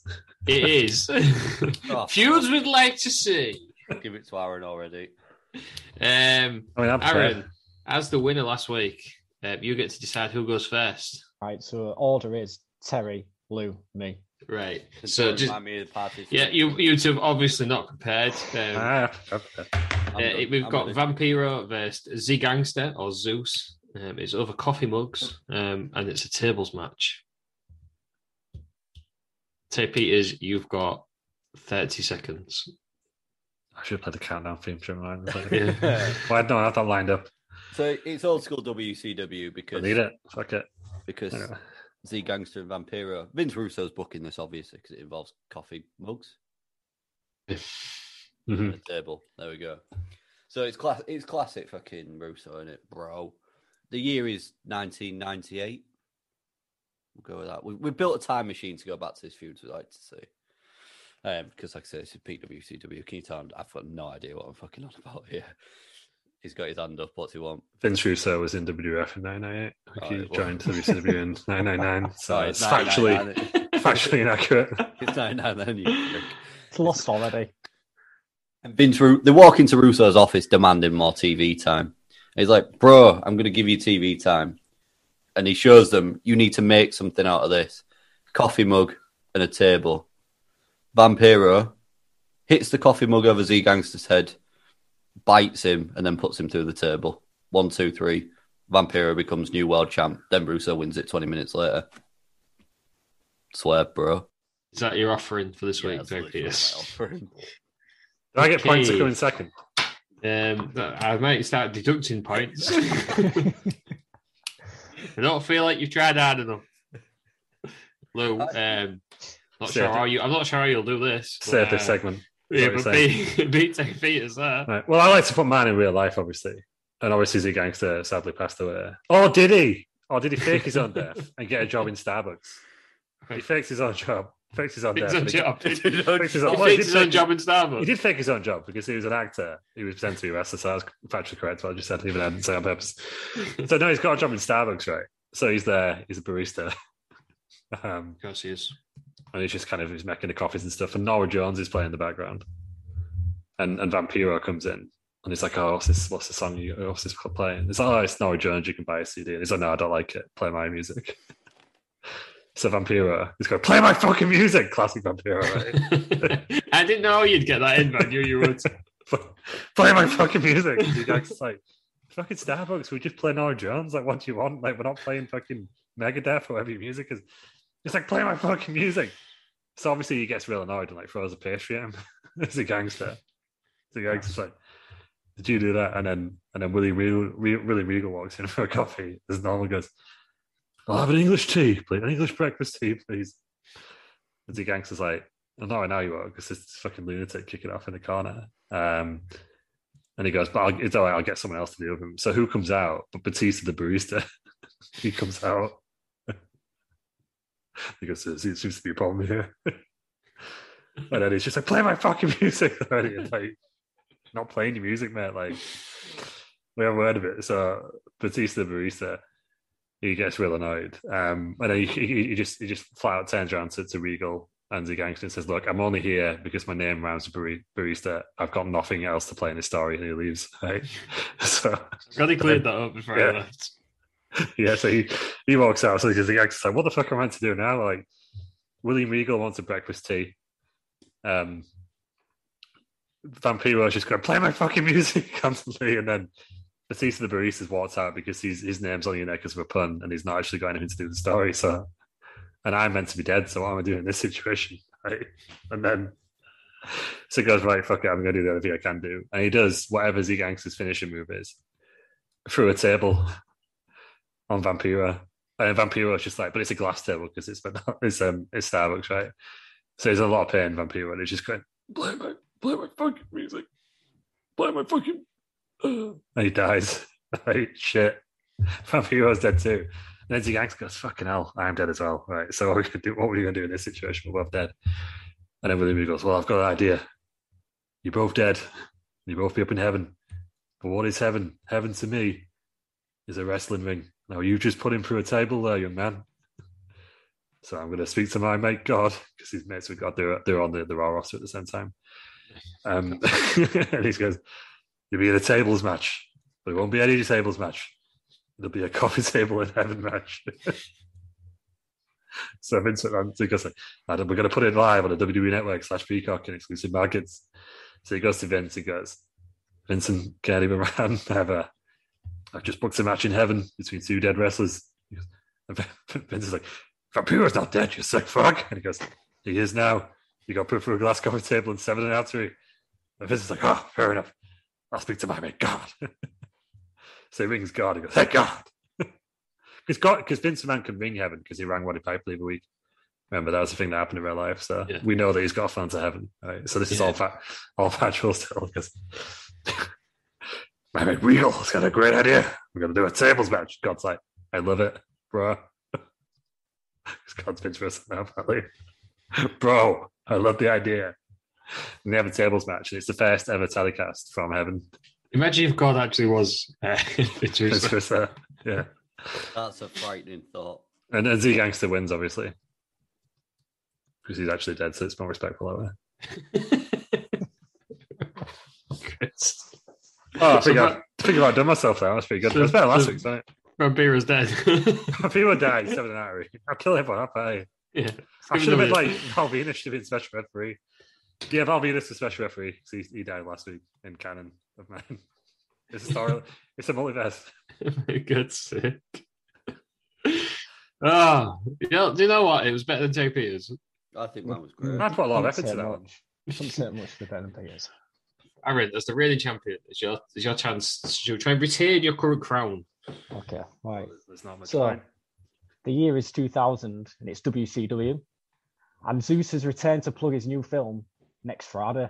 S4: It is
S3: Oh,
S4: feuds we'd like to see.
S3: Give it to Aaron already.
S4: Um,
S2: I mean, I'm
S4: Aaron,
S2: Aaron.
S4: as the winner last week, uh, you get to decide who goes first.
S5: Right, so order is Terry, Lou, me.
S4: Right. So
S3: Don't
S4: just
S3: remind me of the party.
S4: yeah, you you two have obviously not prepared. Um,
S2: Ah,
S3: I'm
S4: Uh,
S3: done.
S4: we've
S3: I'm
S4: got
S3: done.
S4: Vampiro versus Z Gangster or Zeus. Um, it's over coffee mugs, um, and it's a tables match. Tay Peters, you've got thirty seconds.
S2: I should play the countdown theme tune. Right?
S4: Yeah.
S2: Why don't I have that lined up?
S3: so it's old school WCW
S2: I
S3: because
S2: need it. Fuck it.
S3: because
S2: Anyway.
S3: Z Gangster and Vampiro. Vince Russo's booking this obviously because it involves coffee mugs
S2: Mhm.
S3: at a table. There we go. So it's class. It's classic fucking Russo, isn't it, bro? The year is 1998. We'll go with that. We, we built a time machine to go back to this feud. We'd like to see. Um, because like I said, it's a PWCW. Can you tell? I'm- I've got no idea what I'm fucking on about here. He's got his hand up. What's he want?
S2: Vince Russo was in WWF in 998.
S3: Oh,
S2: He
S3: it was.
S2: joined WCW in 999. So
S3: Sorry,
S2: it's
S3: it's
S2: factually
S3: 999.
S2: factually inaccurate.
S3: It's 99 you prick.
S5: It's lost already.
S3: And Vince, Ru- they walk into Russo's office demanding more TV time. And he's like, "Bro, I'm going to give you TV time," and he shows them, "You need to make something out of this: coffee mug and a table." Vampiro hits the coffee mug over Z Gangster's head, bites him, and then puts him through the table. One, two, three. Vampiro becomes new world champ. Then Russo wins it 20 minutes later. Swear, bro.
S4: Is that your offering for this
S3: Yeah,
S4: week,
S3: that's
S4: Tay
S3: literally
S4: Peters?
S3: my offering.
S2: Do I get points for
S4: Okay.
S2: coming second?
S4: Um, that- I might start deducting points. I don't feel like you've tried hard enough.
S3: Uh,
S4: Lou, um, not sure
S2: Seth.
S4: how you. I'm not sure how you'll do this. but,
S2: Save
S4: uh,
S2: this segment.
S4: Yeah,
S2: what
S4: but
S2: you're
S4: beat, beat ten feet is that?
S2: Right. Well, I like to put mine in real life, obviously. And obviously, the gangster sadly passed away. Or did he? Or did he fake his own death and get a job in Starbucks? He fakes his own job. Fakes his own
S4: Fakes
S2: death.
S4: his own
S2: and he-
S4: job.
S2: he did- fakes his own-
S4: He
S2: well, he
S4: faked
S2: did
S4: his own
S2: fake-
S4: job in Starbucks.
S2: He did fake his own job because he was an actor. He was pretending to be a wrestler, so that's factually correct. What I just said, even though I didn't say it on purpose. So no, he's got a job in Starbucks, right? So he's there. He's a barista. Um,
S4: Of course he is.
S2: and he's just kind of he's making the coffees and stuff. And Nora Jones is playing in the background, and and Vampiro comes in, and he's like, "Oh, what's this? What's the song? You, what's this playing?" It's like, "Oh, it's Nora Jones. You can buy a CD." And he's like, "No, I don't like it. Play my music." So Vampiro, he's going, "Play my fucking music!" Classic Vampiro, right?
S4: I didn't know you'd get that in, but I knew you would.
S2: play my fucking music. And the guy's just like, "Fucking Starbucks. We just play Nora Jones. Like, what do you want? Like, we're not playing fucking Megadeth or whatever your music is." It's like, play my fucking music. So obviously he gets real annoyed and like throws a pastry at him. He's a gangster. The gangster's like, did you do that? And then and then Willie Regal, Re- Willie Regal walks in for a coffee. As normal goes, I'll have an English tea, please. An English breakfast tea, please. And the gangster's like, oh, no, I know you are, because this fucking lunatic kicking off in the corner. Um, and he goes, but I'll, it's all right, I'll get someone else to deal with him. So who comes out? But Batista the barista. he comes out. Because there seems seems to be a problem here. and then he's just like, play my fucking music already. It's like, not playing your music, mate. Like, we haven't heard of it. So Batista the barista, he gets real annoyed. Um, and then he, he, he just he just flat out turns around to, to Regal and the gangster and says, look, I'm only here because my name rhymes with bari- barista. I've got nothing else to play in this story. And he leaves. Right? so
S4: God, he cleared that up before
S2: Yeah.
S4: I left.
S2: yeah, so he, he walks out. So he's the gangster's like, what the fuck am I meant to do now? Like, William Regal wants a breakfast tea. Um, Vampiro's just going, play my fucking music constantly. And then Batista the Barista's walked out because he's, his name's on your neck as a pun and he's not actually got anything to do with the story. So, and I'm meant to be dead. So what am I doing in this situation? Right? And then, so he goes, right, fuck it, I'm going to do the other thing I can do. And he does whatever Z Gangster's finishing move is through a table on Vampiro. And Vampiro is just like, but it's a glass table because it's but it's um it's Starbucks, right? So there's a lot of pain, Vampiro, and it's just going, play my play my fucking music, play my fucking, uh." and he dies. Like shit, Vampiro's dead too. And then Ziganx goes, fucking hell, I'm dead as well, right? So what are we gonna do? What are we gonna do in this situation? We're both dead. And then William goes, well, I've got an idea. You're both dead. You both be up in heaven. But what is heaven? Heaven to me is a wrestling ring. Now you just put him through a table there, young man. So I'm going to speak to my mate God because his mates with God they're they're on the the Raw roster at the same time. Um, and he goes, "You'll be in a tables match. There won't be any tables match. There'll be a coffee table in heaven match." so Vincent and he goes, like, "I don't- "We're going to put it live on the WWE Network slash Peacock in exclusive markets." So he goes to Vince. He goes, "Vincent, can't even run ever." I've just booked a match in heaven between two dead wrestlers. He goes, and Vince is like, Vampiro's not dead, you sick fuck. And he goes, he is now. You got put through a glass coffee table and seven an artery. And Vince is like, oh, fair enough. I'll speak to my mate, God. so he rings God and goes, thank God. Because God, because Vince McMahon can ring heaven because he rang Waddy Pipe the other week. Remember, that was the thing that happened in real life. So
S4: Yeah.
S2: we know that he's got a fan to heaven. Right? So this is
S4: Yeah.
S2: all, fa- all factual still because my mate Regal has got a great idea. We're going to do a tables match. God's like, I love it, bro. 'Cause God's been dressed now, apparently. Bro, I love the idea. And they have a tables match, and it's the first ever telecast from heaven.
S4: Imagine if God actually was uh, Vince
S2: Vince
S4: Russo.
S2: Russo. Yeah.
S3: That's a frightening thought.
S2: uh, And then Z Gangster wins, obviously. Because he's actually dead, so it's more respectful that way.
S4: Christ.
S2: Oh, I
S4: So
S2: think, I,
S4: Va-
S2: I think I've done myself there. That's pretty good.
S4: So-
S2: it was better last
S4: so-
S2: week, wasn't
S4: Vampiro's dead.
S2: it? People die, seven and out. I'll kill everyone up, eh?
S4: yeah.
S2: I should have been like Valvinus should have been special referee. Yeah, Valvinus is special referee 'cause he, he died last week in canon of mine. It's a story. it's a multiverse.
S4: Good sick. Oh, you know, do you know what? It was better than Jay Peters.
S3: I think mine was great.
S2: I put a lot of
S5: Couldn't
S2: effort
S5: say
S2: to that one.
S5: much. Couldn't say much for Ben and Peters.
S4: Aaron, as the reigning champion, it's your it's your chance to try and retain your current crown.
S5: Okay, right.
S2: There's- There's not much
S5: So-
S2: point.
S5: The year is 2000 and it's WCW. And Zeus has returned to plug his new film next Friday.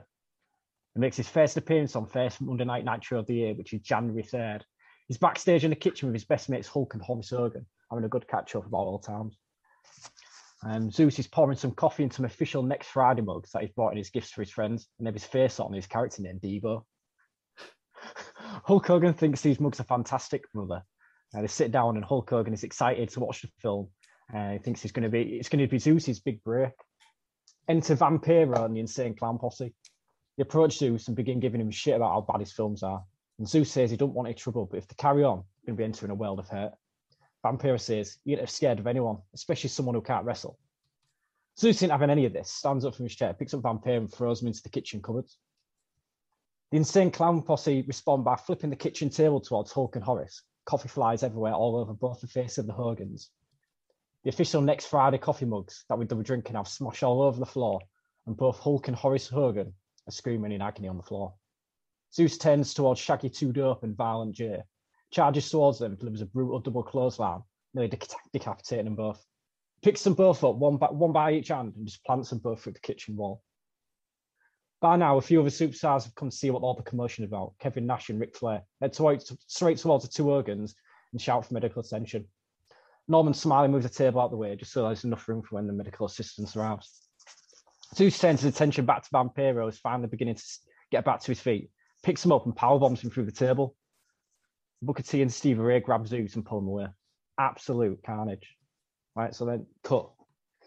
S5: He makes his first appearance on first Monday Night Nitro of the year, which is January 3rd. He's backstage in the kitchen with his best mates Hulk and Horace Hogan, having a good catch up about all times. Um, Zeus is pouring some coffee into some official next Friday mugs that he's bought in his gifts for his friends, and they have his face on and his character name, Devo. Hulk Hogan thinks these mugs are fantastic, brother. Uh, they sit down and Hulk Hogan is excited to watch the film. Uh, he thinks it's going to be it's going to be Zeus's big break. Enter Vampiro and the Insane Clown Posse. They approach Zeus and begin giving him shit about how bad his films are. And Zeus says he don't want any trouble, but if they carry on, they're going to be entering a world of hurt. Vampiro says he ain't scared of anyone, especially someone who can't wrestle. Zeus ain't having any of this. Stands up from his chair, picks up Vampiro and throws him into the kitchen cupboards. The insane clown posse respond by flipping the kitchen table towards Hulk and Horace. Coffee flies everywhere, all over both the face of the Hogans. The official next Friday coffee mugs that we were drinking have smashed all over the floor, and both Hulk and Horace Hogan are screaming in agony on the floor. Zeus turns towards Shaggy Two Dope and Violent J, charges towards them, delivers a brutal double clothesline, nearly deca- decapitating them both. Picks them both up, one by, one by each hand, and just plants them both through the kitchen wall. By now, a few other superstars have come to see what all the commotion is about. Kevin Nash and Ric Flair head towards, straight towards the two organs and shout for medical attention. Norman Smiley moves the table out the way just so there's enough room for when the medical assistants arrives. Zeus turns his attention back to Vampiro, is finally beginning to s- get back to his feet, picks him up and power bombs him through the table. Booker T and Stevie Ray grab Zeus and pull him away. Absolute carnage. Right, so then cut.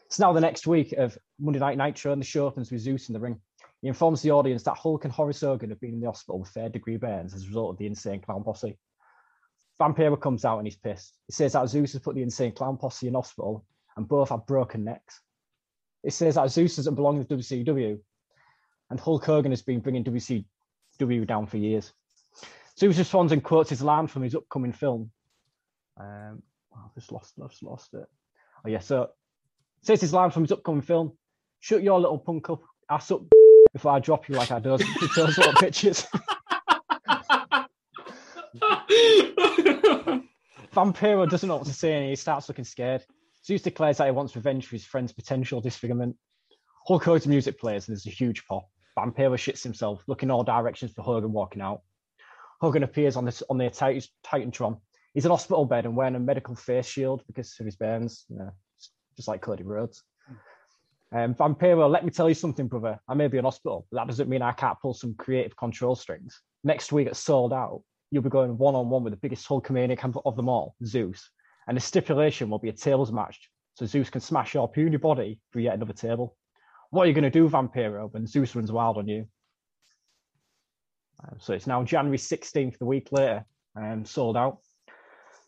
S5: It's now the next week of Monday Night Nitro, and the show opens with Zeus in the ring. He informs the audience that Hulk and Horace Hogan have been in the hospital with third degree burns as a result of the insane clown posse. Vampiro comes out and he's pissed. He says that Zeus has put the insane clown posse in hospital and both have broken necks. It says that Zeus doesn't belong to WCW and Hulk Hogan has been bringing WCW down for years. Zeus responds and quotes his line from his upcoming film. Um, I've just lost, I've just lost it. Oh, yeah, so says his line from his upcoming film Shut your little punk up, ass up, before I drop you like I does to those little pictures. Vampiro doesn't know what to say and he starts looking scared. Zeus declares that he wants revenge for his friend's potential disfigurement. Hulk Hogan's music plays and there's a huge pop. Vampiro shits himself, looking all directions for Hogan walking out. Hogan appears on this on the Titan Titantron. He's in hospital bed and wearing a medical face shield because of his burns, you know, just like Cody Rhodes. Um, Vampiro, let me tell you something, brother. I may be in hospital, but that doesn't mean I can't pull some creative control strings. Next week at Sold Out, you'll be going one on one with the biggest Hulkamaniac of- of them all, Zeus. And the stipulation will be a tables match, so Zeus can smash your puny body through yet another table. What are you going to do, Vampiro, when Zeus runs wild on you? Um, so it's now January 16th, the week later, um, Sold Out.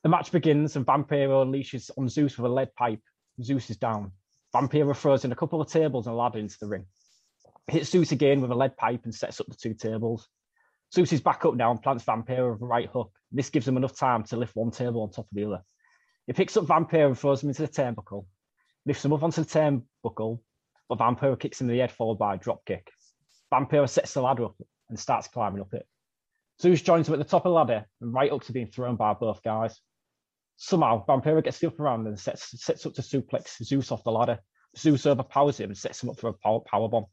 S5: The match begins, and Vampiro unleashes on Zeus with a lead pipe. Zeus is down. Vampiro throws in a couple of tables and a ladder into the ring. Hits Zeus again with a lead pipe and sets up the two tables. Zeus is back up now and plants Vampiro with a right hook. This gives him enough time to lift one table on top of the other. He picks up Vampiro and throws him into the turnbuckle, lifts him up onto the turnbuckle, but Vampiro kicks him in the head followed by a dropkick. Vampiro sets the ladder up and starts climbing up it. Zeus joins him at the top of the ladder and right up to being thrown by both guys. Somehow, Vampiro gets the upper hand and sets, sets up to suplex Zeus off the ladder. Zeus overpowers him and sets him up for a power, power bomb.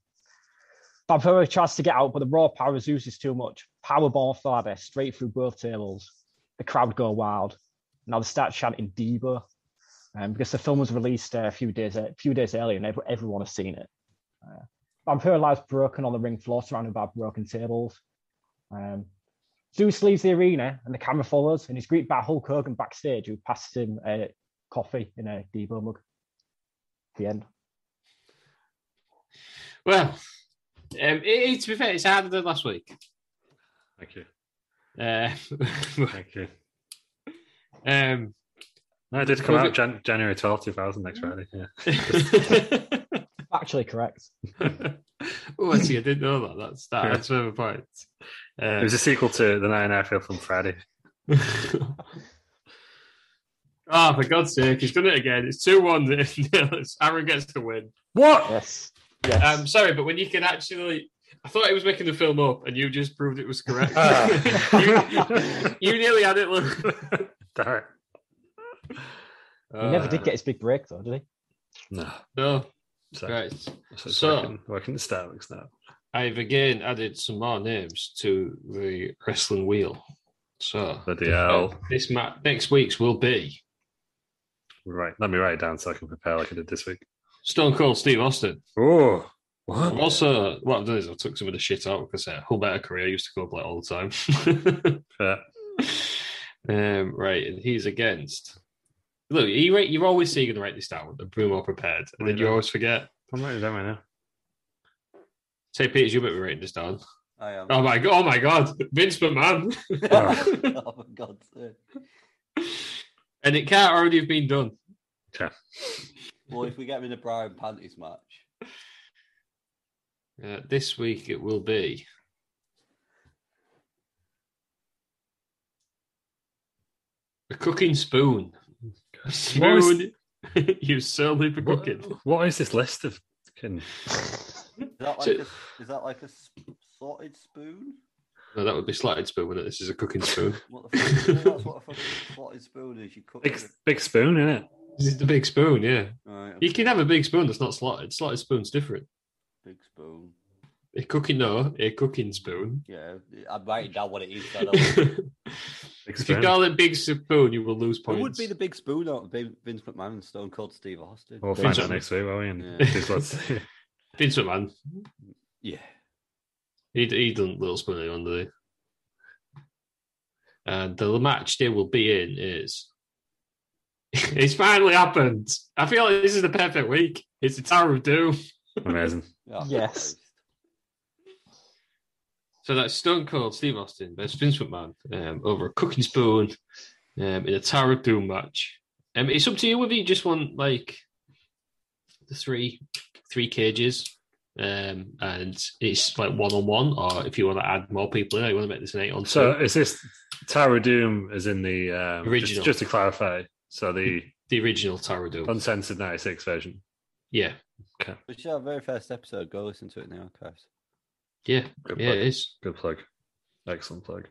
S5: Vampiro tries to get out, but the raw power of Zeus is too much. Power bomb off the ladder, straight through both tables. The crowd go wild. Now they start chanting Debo, um, because the film was released uh, a few days a few days earlier, and ev- everyone has seen it. Uh, Vampiro lies broken on the ring floor, surrounded by broken tables. Um, Zeus leaves the arena, and the camera follows, and he's greeted by Hulk Hogan backstage, who passes him uh, coffee in a Debo mug. The end.
S4: well, um, it, it- to be fair, it's harder than last week.
S2: Thank you.
S4: Uh,
S2: Thank you.
S4: um,
S2: No, it did come
S4: Was
S2: out
S4: it-
S2: Jan- January 12th, 2000, next Friday. Yeah.
S5: Actually, correct.
S4: oh, I see. I didn't know that. That's that.
S2: Yeah.
S4: That's another point. Uh,
S2: It was a sequel to the Nine Hour Film from Friday.
S4: oh, Ah, for God's sake, he's done it again. It's 2 1. Aaron gets the win.
S2: What?
S5: Yes. Yes.
S4: Um, sorry, but when you can actually. I thought he was making the film up, and you just proved it was correct.
S2: Ah.
S4: you, you nearly had it, Luke.
S2: Damn it.
S5: He
S4: Uh,
S5: never did get his big break, though, did he?
S2: No.
S4: No,
S2: So,
S4: right.
S2: so,
S4: So-
S2: working, working the Starbucks now.
S4: I've again added some more names to the wrestling wheel. So uh,
S2: Bloody hell.
S4: this ma- next week's will be
S2: Right. Let me write it down so I can prepare like I did this week.
S4: Stone Cold Steve Austin.
S2: Oh. What?
S4: I've also, uh, what I've done is I took some of the shit out because uh, whole better career used to go up like all the
S2: Yeah.
S4: time. um, right, and he's against. Look, you rate, you're always seeing to write this down. The be more prepared, and then
S2: Right
S4: you
S2: on.
S4: always forget.
S2: I'm writing it down right now.
S4: Say, Peter, you better be writing this down.
S3: I am.
S4: Oh my god! Oh my god! Vince McMahon,
S3: oh my god.
S4: and it can't already have been done.
S3: Well, if we get him in a bra and panties match,
S4: Uh, this week it will be. A cooking spoon. A spoon you solely for
S2: What,
S4: cooking.
S2: what is this list of fucking
S3: is that like
S4: So-
S3: a, is that like a s- sorted spoon?
S4: No, that would be slotted spoon, wouldn't it? This is a cooking spoon.
S3: What the fuck? no, that's what a fucking sorted spoon is. You cook
S2: big,
S3: it.
S2: big spoon in it?
S4: this is the big spoon, yeah.
S3: Right,
S4: You can
S3: okay,
S4: have a big spoon that's not slotted. Slotted spoon's different.
S3: big spoon.
S4: A cooking, no, a cooking spoon.
S3: Yeah, I'm writing down what it is. so I don't-
S2: Big
S4: if you
S2: spoon.
S4: call it big spoon, you will lose points.
S3: Who would be the big spoon out of Vin- Vince McMahon and Stone Cold Steve Austin?
S2: We'll find out
S4: Vincent.
S2: next week, won't we? And
S3: Yeah.
S2: just let's-
S4: Vince McMahon.
S3: Yeah.
S4: He he doesn't little spoon anyone, do he? And the match they will be in is. it's finally happened. I feel like this is the perfect week. It's the Tower of Doom.
S2: Amazing.
S3: Yeah,
S5: Yes.
S3: Oh, Christ.
S4: So that's Stone Cold Steve Austin versus Vince McMahon um, over a cooking spoon um, in a Tower of Doom match. Um, it's up to you whether you just want like the three three cages, um, and it's like one on one, or if you want to add more people in, or you want to make this an eight on
S2: So
S4: two.
S2: is this Tower of Doom is in the um, just-
S4: Original.
S2: Just, to clarify, so the
S4: the original Tower of Doom.
S2: uncensored '96 version.
S4: Yeah,
S3: Which is our very first episode. Go listen to it in the archives.
S4: yeah,
S2: Good
S4: yeah,
S2: plug.
S4: it is.
S2: Good plug. Excellent plug.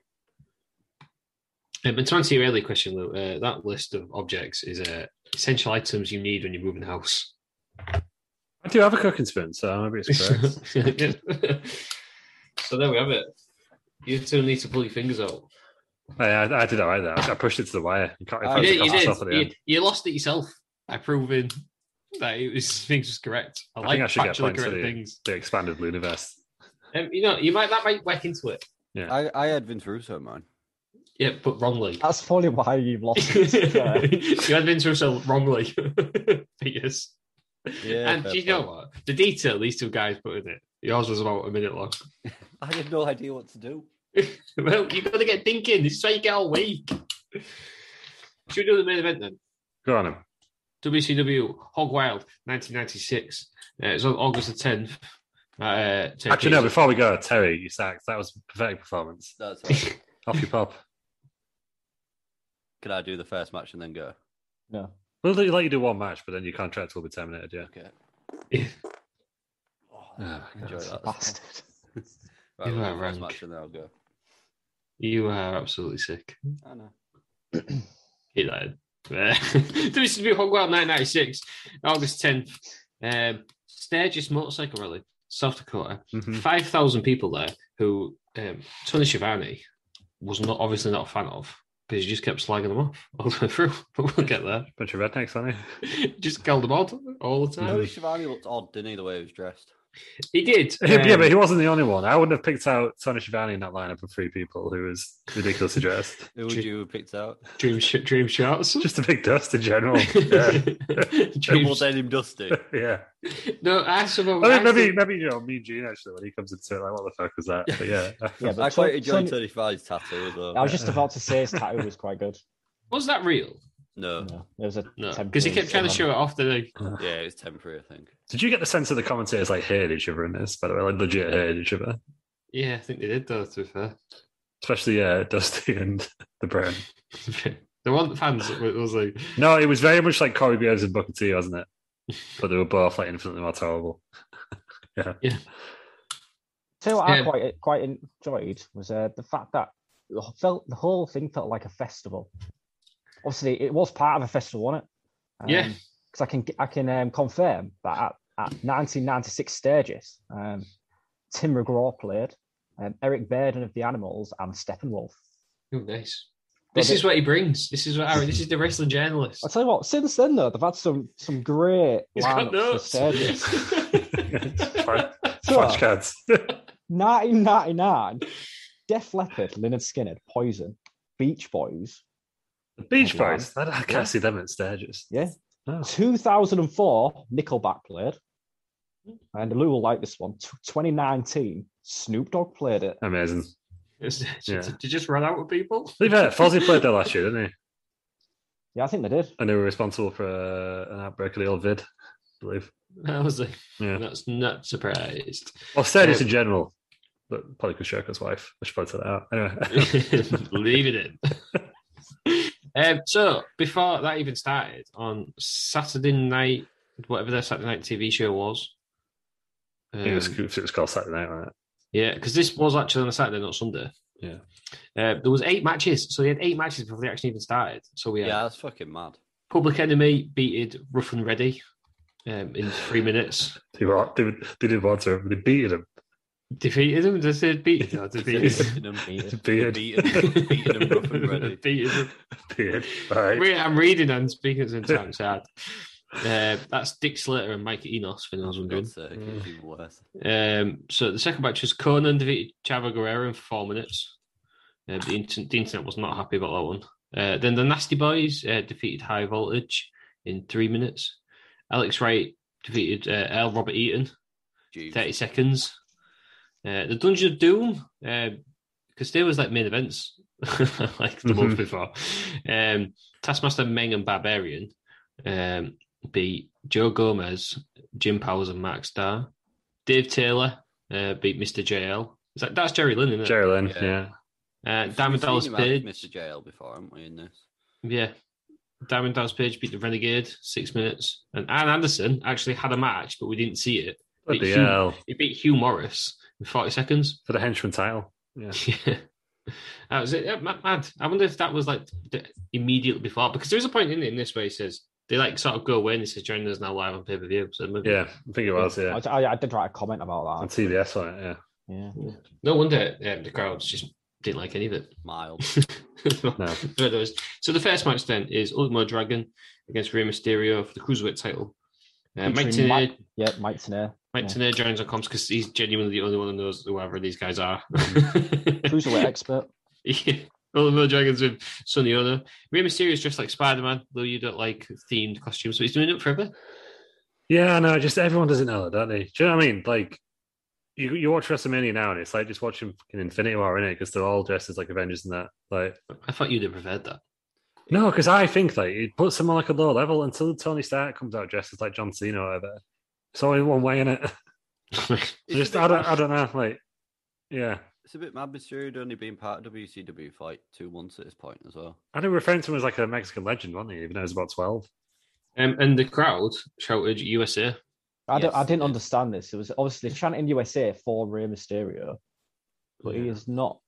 S4: Um, but to answer your earlier question, Lou, uh, that list of objects is uh, essential items you need when you're moving house.
S2: I do have a cooking spoon, so maybe it's correct.
S4: so there we have it. You two need to pull your fingers out.
S2: I, Oh, I, I did all right there. I pushed it to the wire. You can't, you
S3: I
S2: can't
S4: You
S3: was
S4: did, Ah, you,
S2: cut us
S4: did.
S2: off at the
S4: You,
S2: end.
S4: you lost it yourself by proving that it was things was correct. I,
S2: I
S4: like
S2: think I should get
S4: factually
S2: points for
S4: correct
S2: the-
S4: things.
S2: The expanded Luniverse.
S4: Um, you know, you might that might work into it.
S3: I, I had Vince Russo, man.
S4: Yeah, but wrongly.
S5: That's probably why you lost.
S4: you
S5: it, to be fair.
S4: had been to yourself wrongly. yes.
S3: Yeah,
S4: and
S3: fair
S4: you know
S3: point.
S4: what? The detail these two guys put in it. Yours was about a minute long.
S3: I had no idea what to do.
S4: well, you've got to get thinking. This is how you get all week. Should we do the main event then?
S2: Go on, him.
S4: WCW Hog Wild 1996. Uh, it's on August the 10th. Uh, take it
S2: Actually, no.
S4: easy.
S2: Before we go, Terry, you sacked. That was a pathetic performance.
S3: That's all right.
S2: Off you pop.
S3: Can I do the first match and then go?
S5: No.
S2: We'll let you- let you do one match, but then your contract will be terminated. Yeah.
S3: Okay. Oh,
S2: Oh, my
S3: enjoy
S2: God.
S3: that.
S5: Bastard.
S3: Right,
S4: You
S3: we'll
S4: are
S3: do the first
S4: rank.
S3: match and then I'll go.
S4: You are absolutely sick.
S3: I know.
S4: Hit that. in. Uh, WCW Hog Wild 1996, August 10th. Um, Sturgis Motorcycle Rally, South Dakota.
S5: Mm-hmm.
S2: Mhm.
S4: 5,000 people there who um, Tony Schiavone was not obviously not a fan of because he just kept slagging them off all the way through. But we'll get there.
S2: Bunch of rednecks, aren't you?
S4: just called them odd all the time.
S3: Tony
S5: Mm-hmm.
S3: Schiavone looked odd, didn't he, the way he was dressed?
S4: He did.
S2: yeah,
S4: um,
S2: but he wasn't the only one. I wouldn't have picked out Tony Schiavone in that lineup of three people who was ridiculously dressed.
S3: Who would
S4: Gee.
S3: you have picked out?
S4: dream, sh- dream shots.
S2: Just a big dust in general. Oh, Yeah.
S4: Dream-
S3: Double him Dusty.
S2: yeah.
S4: no, I suppose.
S2: I
S4: I
S2: mean, maybe,
S4: think-
S2: maybe you know, me, Gene, actually, when he comes into it, like, what the fuck was that? But yeah.
S5: Yeah, but
S3: I quite
S5: Tony-
S3: enjoyed
S5: Tony-
S3: Tony Schiavone's tattoo as well.
S5: I was just about to say his tattoo was quite good.
S4: was that real?
S3: No.
S5: No, there was a
S4: No,
S5: temporary
S4: because he kept trying to show
S5: thing
S4: it off. Didn't he?
S3: Yeah, it was temporary, I think.
S2: Did you get the sense of the commentators like hated each other in this, by the way? Like, legit hated each other.
S4: Yeah, I think they did though. To be fair,
S2: Especially uh, Dusty and the Brown.
S4: the one fans it was like,
S2: No, it was very much like Corey Graves and Booker T, wasn't it? But they were both like infinitely more terrible.
S4: yeah.
S5: Tell you what I
S4: Um,
S5: quite quite enjoyed was uh, the fact that it felt the whole thing felt like a festival. Obviously, it was part of a festival, wasn't it?
S4: Yeah.
S5: Because I can I can um, confirm that at, at 1996 stages, um, Tim McGraw played, um, Eric Burden of the Animals, and Steppenwolf.
S4: Oh, nice.
S5: But
S4: This
S5: it-
S4: is what he brings. This is what Aaron. This is the wrestling journalist.
S5: I tell you what, since then though, they've had some some great
S4: He's got
S5: lineups for
S4: notes.
S5: stages.
S2: Flash-
S5: Sure.
S2: Flashcards.
S5: 1999, Def Leppard, Leonard Skinner, Poison, Beach Boys.
S2: The Beach
S5: Oh, Wow.
S2: Boys. I, I can't see them at stages.
S5: Yeah.
S2: No.
S5: 2004, Nickelback played. And Lou will like this one. T- 2019, Snoop Dogg played it.
S2: Amazing.
S4: It's-
S2: Yeah.
S4: Did you just run out of people?
S2: Leave it. Fozzie played there last year, didn't he?
S5: Yeah, I think they did.
S2: And they were responsible for uh, an outbreak of the old vid, I believe.
S4: I was like,
S2: Yeah.
S4: that's not surprised.
S2: Well, stages in general, but probably Kushoko's wife. I should probably say that out. Anyway.
S4: Leave it in. um, so before that even started on Saturday night, whatever their Saturday night TV show was. Um,
S2: it, was, it was called Saturday Night, right?
S4: yeah, because this was actually on a Saturday, not Sunday.
S2: Yeah.
S4: Uh, there was eight matches, so they had eight matches before the action even started. So we
S3: Yeah,
S4: had
S3: that's fucking mad.
S4: Public Enemy beated Rough and Ready um, in three minutes.
S2: They, were, they, were- they didn't want to, but they beat him.
S4: Defeated them. They said beat. No, defeated.
S3: Beating them, beating
S2: Beard.
S3: them, beating them rough and ready.
S4: Beating them.
S2: Beard. All right.
S4: Re- I'm reading and speaking at the same time. It's hard. Uh, that's Dick Slater and Mike Enos for those
S3: For
S4: wondering.
S3: God's sake, it's even worse.
S4: Um, so the second match was Conan defeated Chavo Guerrero in four minutes. Uh, the, internet, the internet was not happy about that one. Uh, then the Nasty Boys uh, defeated High Voltage in three minutes. Alex Wright defeated uh, L. Robert Eaton
S3: Jeez.
S4: 30 seconds. Uh, the Dungeon of Doom, because there was like main events like the month
S2: Mhm.
S4: before. Um, Taskmaster Meng and Barbarian um, beat Joe Gomez, Jim Powers, and Max Starr. Dave Taylor uh, beat Mr. JL. Is that, that's Jerry Lynn, isn't it?
S2: Jerry Lynn,
S3: Yeah.
S2: yeah.
S4: Uh,
S3: We've
S4: Diamond
S3: seen
S4: Dallas
S3: him out of
S4: Page.
S3: Mr. Jail before, haven't we? In this,
S4: Yeah. Diamond Dallas Page beat the Renegade, six minutes. And Ann Anderson actually had a match, but we didn't see it.
S2: Bloody
S4: Beat Hugh-
S2: hell.
S4: He beat Hugh Morris in 40 seconds.
S2: For the henchman title. Yeah.
S4: Yeah. That was it. Yeah, ma- mad. I wonder if that was like the, immediately before, because there's a point in it in this where he says they like sort of go away and he says join us now live on pay per view. So maybe,
S2: Yeah. I think it was, yeah.
S5: I, I, I did write a comment about
S2: On
S5: that.
S2: TBS on it, yeah.
S5: Yeah.
S4: no wonder um, the crowds just didn't like any of it.
S3: mild.
S4: There it is. So the first match then is Ultimo Dragon against Rey Mysterio for the cruiserweight title. Uh, Mike
S5: Featuring
S4: Tenay, Mike,
S5: Mike- yeah, Mike Tenay. yeah.
S4: Tenay joins on comms because he's genuinely the only one who knows whoever these guys are.
S5: Mm-hmm. Cruiserweight expert.
S4: Yeah. All the Mill Dragons with Sonny Ono. Rey Mysterio's dressed like Spider Man, though you don't like themed costumes, but he's doing it forever.
S2: Yeah, no, just everyone doesn't know that, don't they? Do you know what I mean? Like, you you watch WrestleMania now, and it's like just watching fucking Infinity War in it because they're all dressed as like Avengers and that. Like,
S4: I thought you'd have preferred that.
S2: no, because I think like it puts them on like a low level until Tony Stark comes out dressed as like John Cena or whatever. It's only one way in it.
S3: It's
S2: just
S3: a bit
S2: I don't
S3: mad-
S2: I don't know. Like, yeah,
S3: It's a bit mad. Mysterio had only been part of WCW for like two months at this point as well.
S2: I know referring to him as like a Mexican legend, wasn't he? Even though he was about twelve.
S4: Um, and the crowd shouted USA.
S5: I, don't, I
S3: Yes,
S5: didn't
S3: yeah.
S5: understand this. It was obviously chanting USA for Rey Mysterio, but he
S2: Yeah.
S5: is not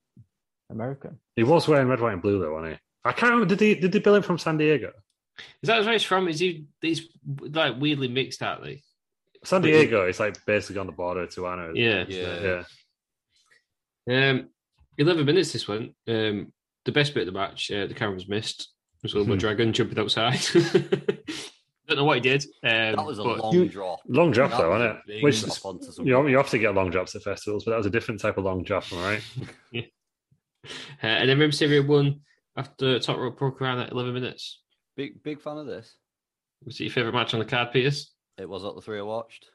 S5: American.
S2: He was wearing red, white, and blue though, wasn't he? I can't remember. Did he did they bill him from San Diego?
S4: Is that where he's from? Is he he's like weirdly mixed, aren't they?
S2: San
S4: Really?
S2: Diego is like basically on the border to Anna.
S4: Yeah.
S3: Yeah.
S2: uh, yeah.
S4: Um, 11 minutes this went. Um, the best bit of the match, uh, the cameras missed. It was Ultimo
S2: Hmm.
S4: Dragon jumping outside. don't know what he did. Um,
S3: That was a
S4: but-
S3: long
S5: You-
S3: drop.
S2: Long drop
S3: That
S2: though,
S3: was a
S2: wasn't it?
S3: big
S2: Which
S3: drop onto some-
S2: you, you often get long drops at festivals, but that was a different type of long drop, am I right?
S4: Uh, and then Rey Mysterio won after top rope broke around at 11 minutes.
S3: Big big fan of this.
S4: Was it your favourite match on the card, Piers?
S3: It was at the three I watched.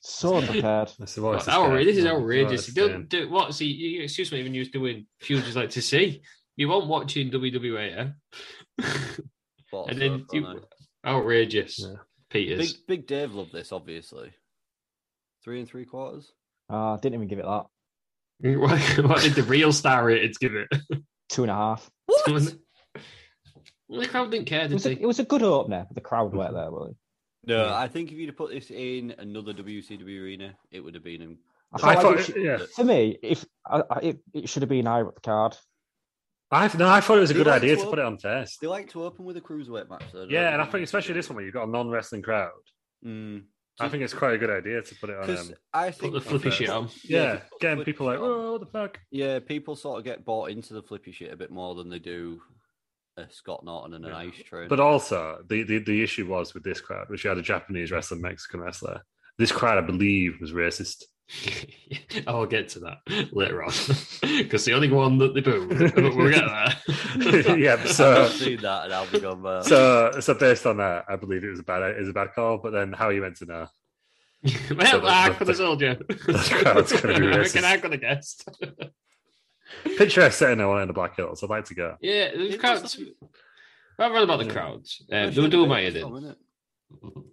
S5: So unprepared.
S2: That's the voice.
S4: outrageous. This is
S2: Yeah,
S4: outrageous.
S2: that's
S4: You
S2: what it's
S4: don't do what? See, you, excuse me, when you was doing feuds, like to see. You weren't watching WWE, eh?
S3: Bought a
S4: and then
S3: sofa, I
S4: you,
S3: know.
S4: outrageous,
S2: Yeah.
S4: Peters.
S3: big big Dave loved this, obviously. Three and three quarters.
S5: Uh, I didn't even give it that.
S4: what, what did the real star ratings give it?
S5: Two and a half.
S4: Someone- well, the crowd didn't care,
S5: It
S4: did
S5: was, a,
S4: they?
S5: it was a good opener, but the crowd weren't there, were
S3: No,
S2: Yeah.
S3: I think if you'd have put this in another WCW arena, it would have been
S5: I felt
S2: I
S5: like
S2: thought,
S5: it should,
S2: yeah,
S5: to me, if I, I, it, it should have been I with the card.
S2: I no, I thought it was a
S3: They
S2: good
S3: like
S2: idea
S3: to
S2: to put it on first.
S3: They like to open with a cruiserweight match. Though, don't
S2: Yeah, and I
S4: Um,
S3: they?
S2: think especially this one where you've got a non-wrestling crowd,
S3: Mm.
S2: I think it's quite a good idea to put it on.
S3: Because
S2: Um,
S3: I
S4: Put
S3: think
S4: the flippy shit on.
S2: yeah,
S3: if you put
S2: getting
S3: the
S2: people like,
S3: flippy shit on,
S2: oh, what the fuck?
S3: yeah, people sort of get bought into the flippy shit a bit more than they do a Scott Norton and an
S2: Yeah.
S3: Ice Train.
S2: But also, the, the the issue was with this crowd, which you had a Japanese wrestler, Mexican wrestler. This crowd, I believe, was racist.
S4: Oh, I'll get to that later on because the only one that they booed, but we'll get there.
S2: yeah,
S3: I've
S2: so
S3: seen that, and I'll be gone.
S4: Oh.
S3: mad.
S2: so so based on that, I believe it was a bad it was a bad call. But then, how are you meant to know?
S4: well, I could have told you.
S2: crowd's gonna be
S4: I
S2: racist.
S4: reckon I could have guessed.
S2: Picture us sitting there one in the Black Hills. I'd like to go.
S4: yeah, the
S3: It's
S4: crowds.
S3: just
S4: I've read about the
S2: Yeah.
S4: crowds. Um,
S3: Where
S4: they were
S3: should
S4: doing
S3: be
S4: my head
S3: from,
S4: in.
S3: innit?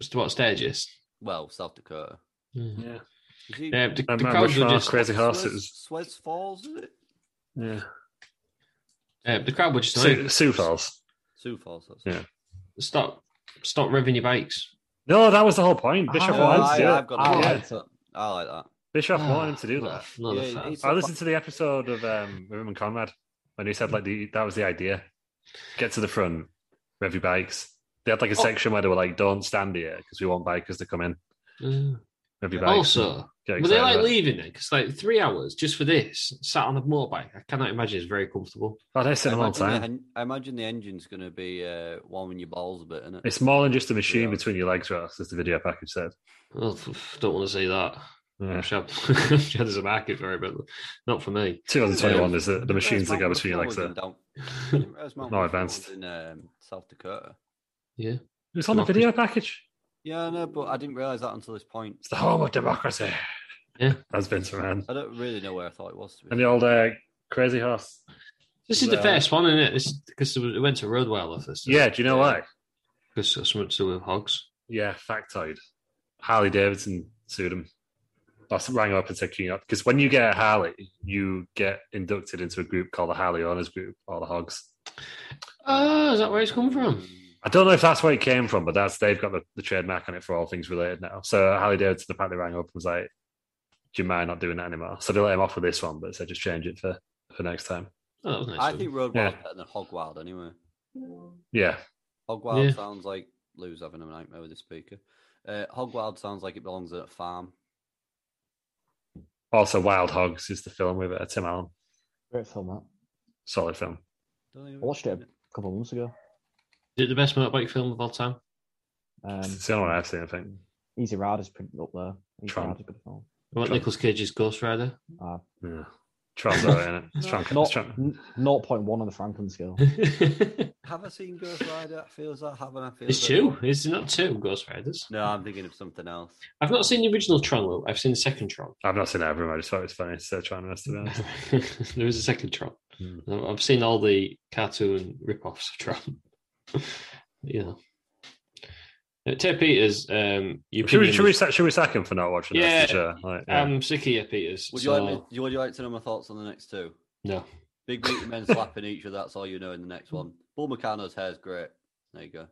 S4: Just about stages.
S3: Well, South Dakota.
S4: Yeah,
S2: Yeah,
S3: Is
S4: the,
S3: he-
S4: the
S2: and man,
S4: crowds were
S2: Rushmore,
S4: just
S2: crazy horse.
S3: Suez,
S2: It was
S3: Suez Falls, is it?
S2: yeah,
S4: uh, the crowd were just
S2: Sioux,
S4: like,
S2: Sioux Falls.
S3: Sioux Falls. That's
S2: Yeah.
S4: stop, stop revving your bikes.
S2: No, that was the whole point. Bishop
S5: Oh,
S3: No,
S2: wanted
S3: I,
S2: to do
S3: I've
S2: it.
S3: got.
S5: I
S3: I
S5: liked
S3: like
S5: it.
S3: that. I like that.
S2: Bishop
S4: Ah,
S2: wanted him to do
S4: not a-
S2: that.
S4: not a
S3: Yeah,
S4: fan.
S3: it's
S2: I listened to the episode of um, with him and Conrad when he said like the, that was the idea. Get to the front, rev your bikes. They had like a
S4: Oh.
S2: section where they were like, "Don't stand here because we want bikers to come in."
S4: Mm.
S2: Rev your bikes.
S4: Also,
S2: Get
S4: were they
S2: excited
S4: like
S2: about it.
S4: leaving it? Because like three hours just for this, sat on a motorbike. I cannot imagine it's very comfortable.
S2: Oh, they sit
S3: I
S2: a long
S3: imagine, the,
S2: time.
S3: en- I imagine the engine's going to be uh, warming your balls a bit, isn't it?
S2: It's more than just a machine
S3: Yeah.
S2: between your legs, Ross, as the video package said.
S4: Oh, f- don't want to say that. I'm
S2: Yeah.
S4: sure, I'm sure there's a market for it, but not for me.
S2: 2021 is the, the
S3: Where's
S2: machines that
S3: Mount
S2: go between your
S3: Rushmore
S2: legs.
S3: was
S2: There.
S3: in Down, where's Mount
S2: More
S3: Rushmore
S2: advanced.
S3: was in um, South Dakota.
S4: yeah.
S2: It was on the
S4: Democracy.
S2: video package.
S3: Yeah, I know, but I didn't realize that until this point.
S2: It's the home of democracy.
S4: Yeah.
S2: that's Vince McMahon
S3: I don't really know where I thought it was. To be
S2: and the old uh, crazy horse.
S4: This is the
S2: Well-
S4: first one, isn't it? This because it went to Roadwell first.
S2: Yeah, do you know why?
S4: because something to do with hogs.
S2: Yeah, factoid. Harley Davidson sued him. That's rang up and said, "Can you?" Because when you get a Harley, you get inducted into a group called the Harley Owners Group or the Hogs.
S4: Oh, is that where it's come from?
S2: I don't know if that's where it came from, but that's they've got the, the trademark on it for all things related now. So Harley Davidson apparently rang up and was like, "Do you mind not doing that anymore?" So they let him off with this one, but said just change it for for next time.
S4: Oh, that was nice.
S3: I
S4: of
S3: think
S4: them.
S3: Roadwild
S2: Yeah.
S3: better than Hogwild anyway.
S2: Yeah,
S3: Hogwild
S4: Yeah.
S3: sounds like Lou's having a nightmare with the speaker. Uh, Hogwild sounds like it belongs at a farm.
S2: Also, Wild Hogs is the film with uh, Tim Allen.
S5: Great film, that. A
S2: Solid film.
S3: Don't
S5: I watched it. couple of months ago.
S4: Is it the best motorbike film of all time?
S5: Um,
S2: it's the only one I've seen, I think.
S5: Easy Rider's pretty up there. Easy
S2: Tron.
S5: Rider's a good film.
S4: I want
S2: Sure.
S4: Nicolas Cage's Ghost Rider.
S5: Uh,
S2: Yeah. Tron's all right, innit? It's Tron. It's
S5: not,
S2: Tron.
S5: n- 0.1 on the Franklin scale.
S3: Have I seen Ghost Rider? Feels that haven't I? Feels
S4: it's
S3: that-
S4: two. It's not two Ghost Riders.
S3: No, I'm thinking of something else.
S4: I've not seen the original Tron. Though. I've seen the second Tron.
S2: I've not seen it ever. I just thought it was funny. So trying to be honest.
S4: there is a second Tron.
S2: Hmm.
S4: I've- I've seen all the cartoon rip-offs of Tron. you know. Uh, Ted Peters, um, your
S2: Should we,
S4: opinion
S2: should, we,
S4: is-
S2: sa- should we sack him for not watching
S4: Yeah. um,
S2: this? Sure. Like, yeah.
S4: I'm sick of you, Peters.
S3: Would
S4: so-
S3: you like me, would you like to know my thoughts on the next two?
S4: No.
S3: Big meaty men slapping each other. That's all you know in the next one. Paul McCann's hair's great. There you go.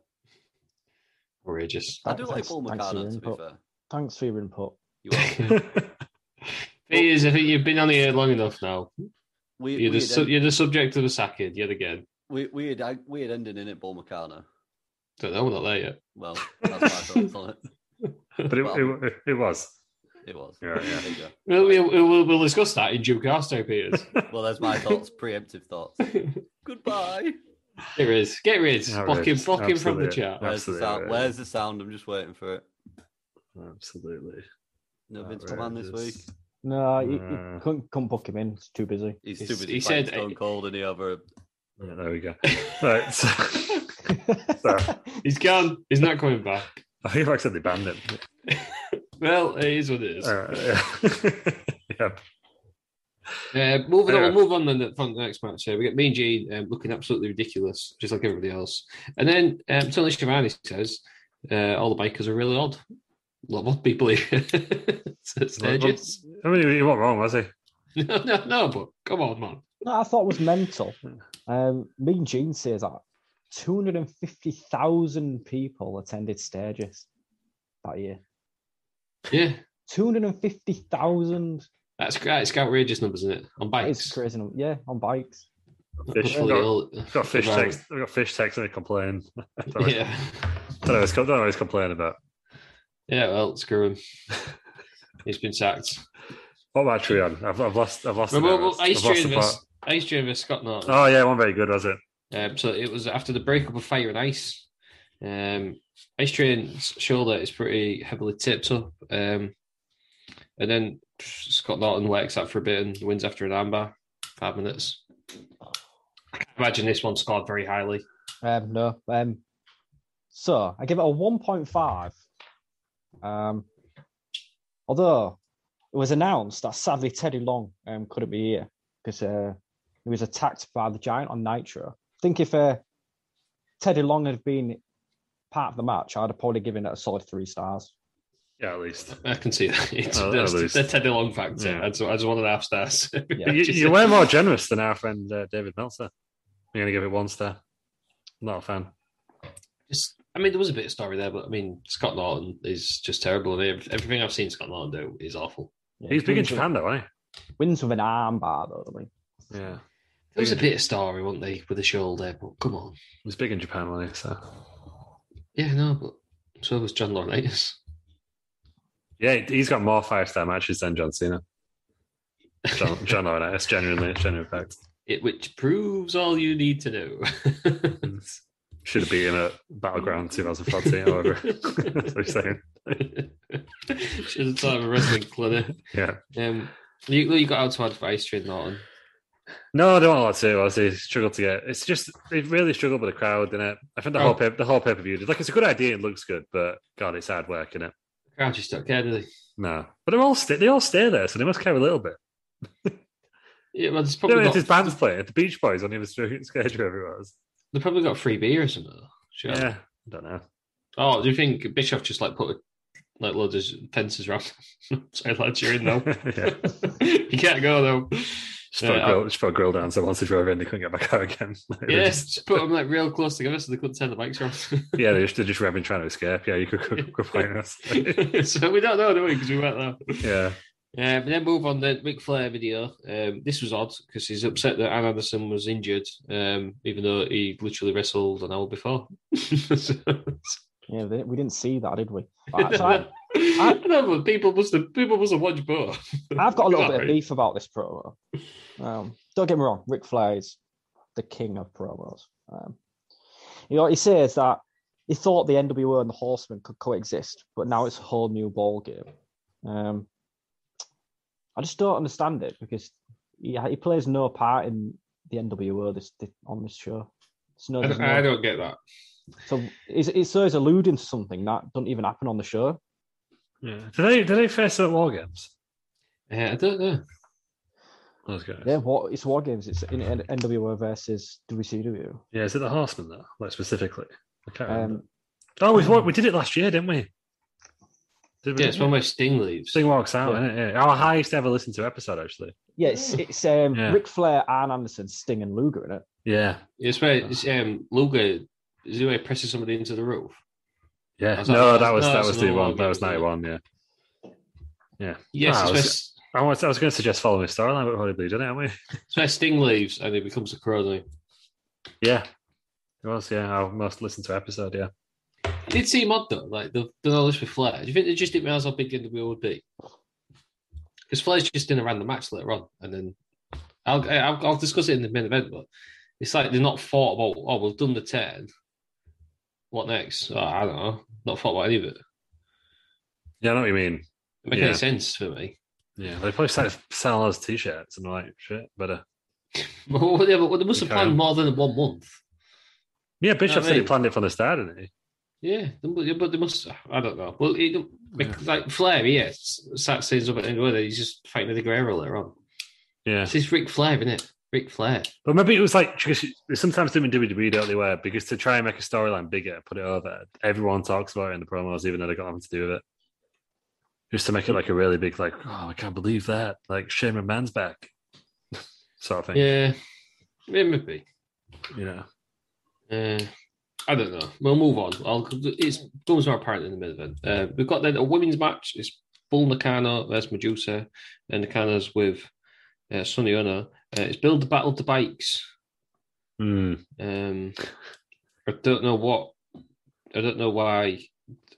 S4: Outrageous.
S3: I do like
S5: Thanks-
S3: Paul
S5: thanks for your
S3: McCann to be
S5: input.
S3: fair.
S5: Thanks for your input.
S3: You are.
S4: Peters, I think you've been on here long enough now.
S3: We,
S4: You're the,
S3: weird,
S4: su-
S3: end-
S4: you're the subject of a sacking yet again.
S3: we, weird, ag- weird ending in it, Paul McCann.
S4: Don't know, we're not there yet.
S3: Well, that's my thoughts on it.
S2: but it, it, it, it was.
S3: It was.
S2: Yeah, yeah.
S3: There you go.
S4: We'll, we'll, we'll, we'll discuss that in due course, Ted Peters.
S3: Well, there's my thoughts, preemptive thoughts. Goodbye.
S4: There is. Get rid.
S2: Outrageous.
S4: Block him, block him from the
S2: Absolutely.
S4: chat.
S3: Where's the
S2: Absolutely.
S3: sound? Where's the sound? I'm just waiting for it.
S2: Absolutely.
S3: No Vince McMahon this week.
S2: Outrageous.
S5: No, you,
S2: Uh.
S5: you couldn't, couldn't book him in. It's too busy.
S3: He's
S4: He's-
S3: stupid.
S4: he
S3: He
S4: said- uh,
S3: said Stone Cold and he over.
S2: Yeah, there we go. Right. So,
S4: He's gone. He's not coming back.
S2: I think I accidentally banned him.
S4: Well, it is what it is.
S2: All right, yeah. yeah.
S4: Uh, moving on,
S2: Yeah.
S4: we'll move on then from the next match. Uh, we get me and Gene um, looking absolutely ridiculous, just like everybody else. And then um, Tony Schiavone says, uh, all the bikers are really odd. A lot of odd people here. So Stages.
S2: I mean, he wasn't wrong, was he?
S4: No, no, no, but come on, man.
S5: No, I thought it was mental. Um, Mean Gene says that 250,000 people attended Sturgis that year.
S4: Yeah.
S5: 250,000.
S4: That's great. It's outrageous numbers, isn't it? On
S5: That is
S4: bikes.
S5: crazy. number. Yeah, on bikes.
S2: Fish.
S4: Fully
S2: Got-
S4: ill-
S2: I've got fish
S4: Right.
S2: text. I've got fish text and I complain. don't, know,
S4: Yeah.
S2: don't, know, what it's- don't know what he's complaining about.
S4: Yeah, well, screw him. He's been sacked.
S2: What about Trion? I've, I've lost. I've lost. the
S4: Well, well,
S2: nervous.
S4: Ice
S2: I've lost
S4: Train
S2: the
S4: versus Ice Train versus Scott Norton.
S2: plot. Oh yeah, one very good was it?
S4: Um, so it was after the breakup of Fire and Ice. Um, Ice Train's shoulder is pretty heavily tipped up. Um, and then Scott Norton works out for a bit and wins after an armbar, five minutes. I can't imagine this one scored very highly.
S5: Um, no. Um, so I give it a 1.5. Um, although it was announced that sadly Teddy Long um, couldn't be here because uh, he was attacked by the Giant on Nitro. I think if uh, Teddy Long had been part of the match, I'd have probably given it a solid three stars.
S2: Yeah, at least.
S4: I can see that. It's,
S2: Oh,
S4: that's,
S2: at least.
S4: the Teddy Long factor.
S2: Yeah.
S4: That's, that's one and a half stars.
S5: Yeah.
S2: But you, you were more generous than our friend uh, David Meltzer. I'm going to give it one star. Not a fan.
S4: Just- I mean, there was a bit of story there, but I mean, Scott Norton is just terrible. I mean, ev- everything I've seen Scott Norton do is awful.
S5: Yeah,
S2: He's big in
S5: wins with-
S2: Japan, though, isn't
S5: Wins with an armbar though. doesn't he?
S2: he? Yeah,
S4: There
S2: Mm.
S4: was a bit of story, wasn't they, with the shoulder? But come on.
S2: he's big in Japan, wasn't he? So
S4: Yeah, no, but so was John Laurinaitis.
S2: yeah, he's got more five star matches than John Cena. John, John Laurinaitis, genuinely, it's genuine fact.
S4: It, which proves all you need to know.
S2: Should have been at Battleground 2014, however. That's what he's saying.
S4: Should have started a wrestling clinic.
S2: Yeah.
S4: Um, you, you got out to advice, Trade Norton.
S2: No, I don't want to. Honestly, struggled to get. It's just they really struggled with the crowd, innit? I think the
S4: Oh.
S2: whole pay, the whole pay per view. Like, it's a good idea. It looks good, but God, it's hard work, innit?
S4: The crowd just don't care, do they?
S2: No, but they're all sta- they all stay there, so they must care a little bit.
S4: Yeah, well, it's
S2: Probably
S4: probably got,
S2: his band's playing. The Beach Boys on the other street schedule everywhere. else.
S4: they probably got free beer or something. though, Sure.
S2: Yeah, I don't know.
S4: Oh, do you think Bischoff just like put like loads of fences around? Sorry, lads, you're in now.
S2: yeah.
S4: you can't go though. Uh,
S2: Just put,
S4: Yeah,
S2: a grill, just put a grill down so once they drove in, they couldn't get back out again. Like, they were
S4: Yes,
S2: just-
S4: just put them like real close together so they couldn't turn the bikes around.
S2: yeah, they're just, they're just rabid trying to escape. Yeah, you could could- could find us.
S4: so we don't know, do we? Because we weren't there.
S2: yeah,
S4: Um, and then move on the Ric Flair video. Um, this was odd because he's upset that Ann Anderson was injured, um, even though he literally wrestled an hour before. so,
S5: Yeah, they- we didn't see that, did we? Right, so I,
S4: I don't know, but people must have people must have watched both.
S5: I've got a little bit of
S4: Sorry.
S5: beef about this promo. Um, don't get me wrong, Ric Flair is the king of promos. Um, you know, he says that he thought the NWO and the Horsemen could coexist, but now it's a whole new ball game. Um, I just don't understand it because he, he plays no part in the NWO this, thi- on this show. It's no,
S4: I
S5: there's
S4: don't,
S5: no-
S4: I don't get that.
S5: so it's, it's, so he's alluding to something that doesn't even happen on the show.
S2: yeah. Do they do they face at war games?
S4: Uh, I don't know.
S2: Those guys.
S5: Yeah, war, it's war games. It's in N- NWO versus WCW.
S2: Yeah, is it the Horsemen though? Like specifically? I can't remember.
S5: Um,
S2: oh, we we did it last year, didn't we? Did we?
S4: Yeah, it's when my Sting leaves.
S2: Sting walks out,
S5: Yeah.
S2: isn't it? Yeah. Our highest ever listened to episode, actually.
S5: Yeah, it's, it's um,
S2: Yeah.
S5: Ric Flair, Arn Anderson, Sting, and Luger in it.
S2: Yeah,
S4: It's where it's, um, Luger is he where he presses somebody into the roof.
S2: yeah.
S4: Was that-
S2: no, that,
S4: that's-
S2: was
S4: no,
S2: that
S4: that's
S2: was
S4: the
S2: the
S4: war
S2: one. That
S4: game,
S2: was
S4: wasn't it?
S2: ninety one. Yeah, yeah.
S4: Yes,
S2: Ah,
S4: it's,
S2: I
S4: where,
S2: was-
S4: S-
S2: I was, I was going to suggest following his storyline, but probably didn't, aren't we?
S4: it's where Sting leaves and he becomes a crow. doesn't
S2: Yeah, it was. Yeah, our most listened to episode. Yeah,
S4: he? It did seem odd though, like they've done all this with Flair. Do you think they just didn't realize how big NWO would be? Because Flair's just in a random match later on, and then I'll, I'll I'll discuss it in the main event. But it's like they're not thought about. Oh, we've done the ten. What next? Oh, I don't know. Not thought about any of it.
S2: yeah. I know what you mean.
S4: It make
S2: Yeah.
S4: any sense for me.
S2: Yeah, they probably started selling those t-shirts and like shit. But uh,
S4: Well, yeah, but they must have
S2: Okay.
S4: planned more than one month.
S2: yeah, Bishop
S4: I
S2: said he
S4: mean-
S2: planned it from the start, didn't he?
S4: Yeah, they mu- yeah, but they must. I don't know. Well, it, like Flair, yeah, s- sat scenes up at the end of the weather. He's just fighting with the Guerrero later on.
S2: Yeah,
S4: This is Ric Flair, isn't it? Ric Flair.
S2: But maybe it was like because sometimes doing WWE don't they where because to try and make a storyline bigger, put it over. Everyone talks about it in the promos, even though they got nothing to do with it. Just to make it like a really big, like, oh, I can't believe that, like Shane McMahon's back, sort of thing.
S4: Yeah, yeah, maybe.
S2: You know,
S4: Uh, I don't know. We'll move on. I'll, it becomes more apparent in the main event. Uh, we've got then a women's match. It's Bull Nakano versus Medusa, and Nakano's with uh, Sonny Ono. Uh, it's build the battle of the bikes.
S2: Hmm.
S4: Um, I don't know what, I don't know why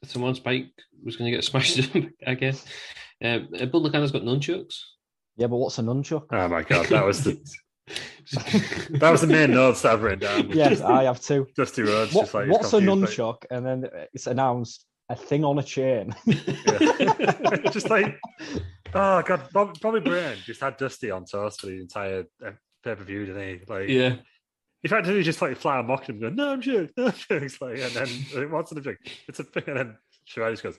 S4: someone's bike was going to get smashed up, I guess. Um, uh, Bull Nakano's got nunchucks.
S5: Yeah, but what's a nunchuck?
S2: Oh my god, that was the that was the main notes that I've written down.
S5: yes, I have two.
S2: Dusty Rhodes,
S5: What-
S2: just like he's
S5: what's a
S2: confused,
S5: nunchuck? And then it's announced a thing on a chain.
S2: like- Yeah. just like, oh god, Bob, Bobby Brain just had Dusty on toast for the entire pay per view, didn't he? Like,
S4: yeah.
S2: In fact, did he just like fly and mock him, going, "No, I'm joking, no, I'm joking." It's Like, and then I think, what's an object? It's a thing, and then Shirai just goes,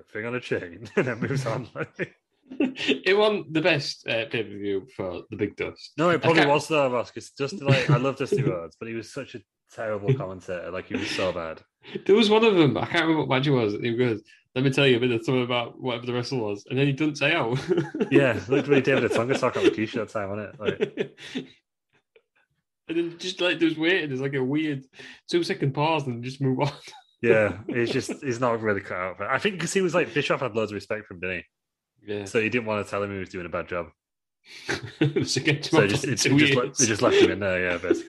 S2: "A thing on a chain," and then moves on. Like,
S4: it wasn't the best uh, pay per view for the Big Dust.
S2: no, it probably
S4: Okay.
S2: was though, Ross, because Dusty, like, I love Dusty Rhodes, but he was such a terrible commentator. Like, he was so bad.
S4: There was one of them, I can't remember what match it was. and He goes, Let me tell you a bit of something about whatever the wrestle was. And then he doesn't say how.
S2: Yeah, literally David Otunga talking on the Keisha that time, wasn't it? Like,
S4: and then just like there's waiting, there's like a weird two second pause and just move on.
S2: Yeah, he's just he's not really cut out for it. I think because he was like Bischoff had loads of respect for him, didn't
S4: Yeah.
S2: he? So he didn't want to tell him he was doing a bad job.
S4: It's against
S2: So
S4: my
S2: he just, he
S4: point,
S2: just,
S4: two
S2: le-
S4: years.
S2: he just left him in there. Yeah, basically.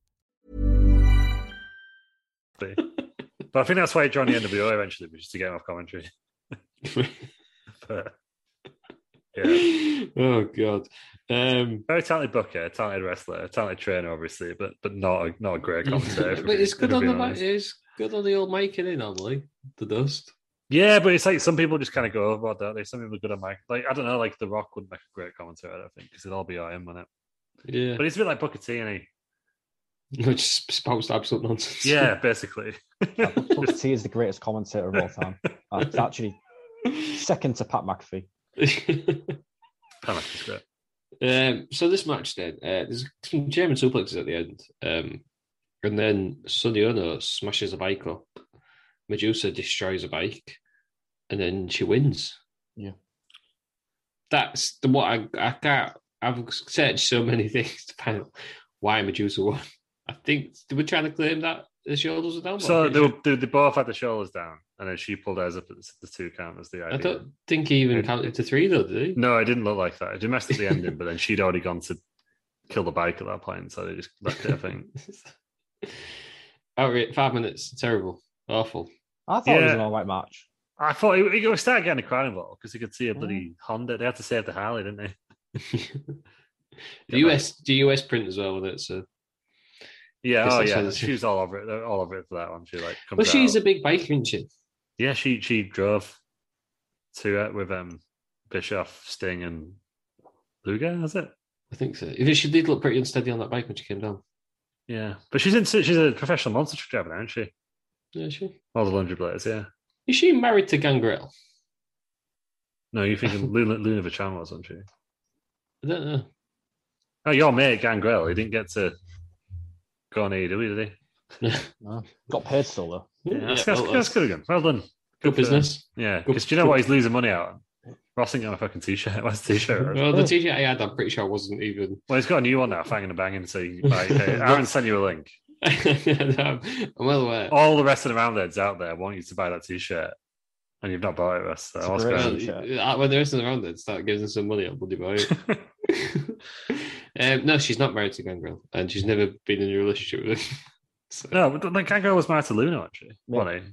S2: But I think that's why he joined the NWO eventually, was just to get him off commentary. But yeah,
S4: oh god. Um
S2: very talented booker, talented wrestler, talented trainer, obviously, but but not a, not a great commentator. if
S4: but
S2: we-
S4: it's good
S2: if
S4: on
S2: we're
S4: the
S2: being
S4: mic.
S2: honest.
S4: It's good on the old mic, innit? Normally, the dust.
S2: Yeah, but it's like some people just kind of go overboard, don't they? Some people are good on mic. Like I don't know, like The Rock would make a great commentator, I don't think, because it'd all be him on it.
S4: Yeah,
S2: But it's a bit like Booker T, and he
S4: which spouts absolute nonsense.
S2: Yeah, basically.
S5: Booker T is the greatest commentator of all time. Uh, It's actually second to Pat McAfee.
S2: Panic is great.
S4: um, so this match then, uh, there's some German suplexes at the end, um, and then Sonny Ono smashes a bike up. Medusa destroys a bike, and then she wins.
S5: Yeah.
S4: that's the what I I can't. I've searched so many things to find out why Medusa won. I think they were trying to claim that the shoulders were down. but
S2: So
S4: I'm
S2: they,
S4: pretty
S2: were, they, they both had the shoulders down, and then she pulled hers up at the, the two count as the
S4: sure- I
S2: idea.
S4: don't think he even counted to three though, did he?
S2: No, it didn't look like that. It messed up the ending, but then she'd already gone to kill the bike at that point, so they just left it. I think.
S4: Oh, right, five minutes. Terrible. Awful.
S5: I thought it was an
S2: Yeah.
S5: all right match.
S2: I thought it, it started getting a crowd involved because you could see a bloody Honda. They had to save the Harley, didn't they?
S4: the
S2: Yeah,
S4: US the US print as well with it, so
S2: Yeah,
S4: Yes,
S2: oh
S4: that's
S2: yeah.
S4: what it is.
S2: uh, She was all over it. All over it for that one. She like. Comes
S4: well she's a
S2: out.
S4: big bike, isn't she?
S2: Yeah, she she drove to it with um Bischoff, Sting, and Luger. Has it?
S4: I think so. If she did look pretty unsteady on that bike when she came down.
S2: Yeah, but she's in. She's a professional monster truck driver, now, isn't she?
S4: Yeah, is she.
S2: All the laundry players. Yeah.
S4: Is she married to Gangrel?
S2: No, you're thinking Luna, Luna Vachon was, wasn't she?
S4: I don't know.
S2: Oh, your mate Gangrel. He didn't get to go on AEW, did he?
S5: No. Got paid still though.
S2: Yeah,
S4: Yeah,
S2: that's,
S4: well,
S2: that's, that's good again. Well done. Good,
S4: Good
S2: for-
S4: business.
S2: Yeah,
S4: Good-
S2: because do you know what he's losing money out on? Ross ain't got a fucking t-shirt. What's a t-shirt?
S4: Well, the TJ I had, I'm pretty sure, wasn't even.
S2: well, he's got a new one now, fanging and banging, so you can buy it. Aaron sent you a link.
S4: I'm well aware.
S2: All the rest of the roundheads out there want you to buy that t-shirt, and you've not bought it, Russ. So
S5: It's
S2: what's
S5: great.
S2: going
S4: Well,
S2: on?
S5: T-shirt.
S4: uh, when the rest of the round, then start giving us some money. I'll bloody buy it. um, no, she's not married to Gangrel, and she's never been in a relationship with him. so,
S2: No, but the Kangaroo was married to Luna, actually.
S5: Yeah.
S2: Wasn't he?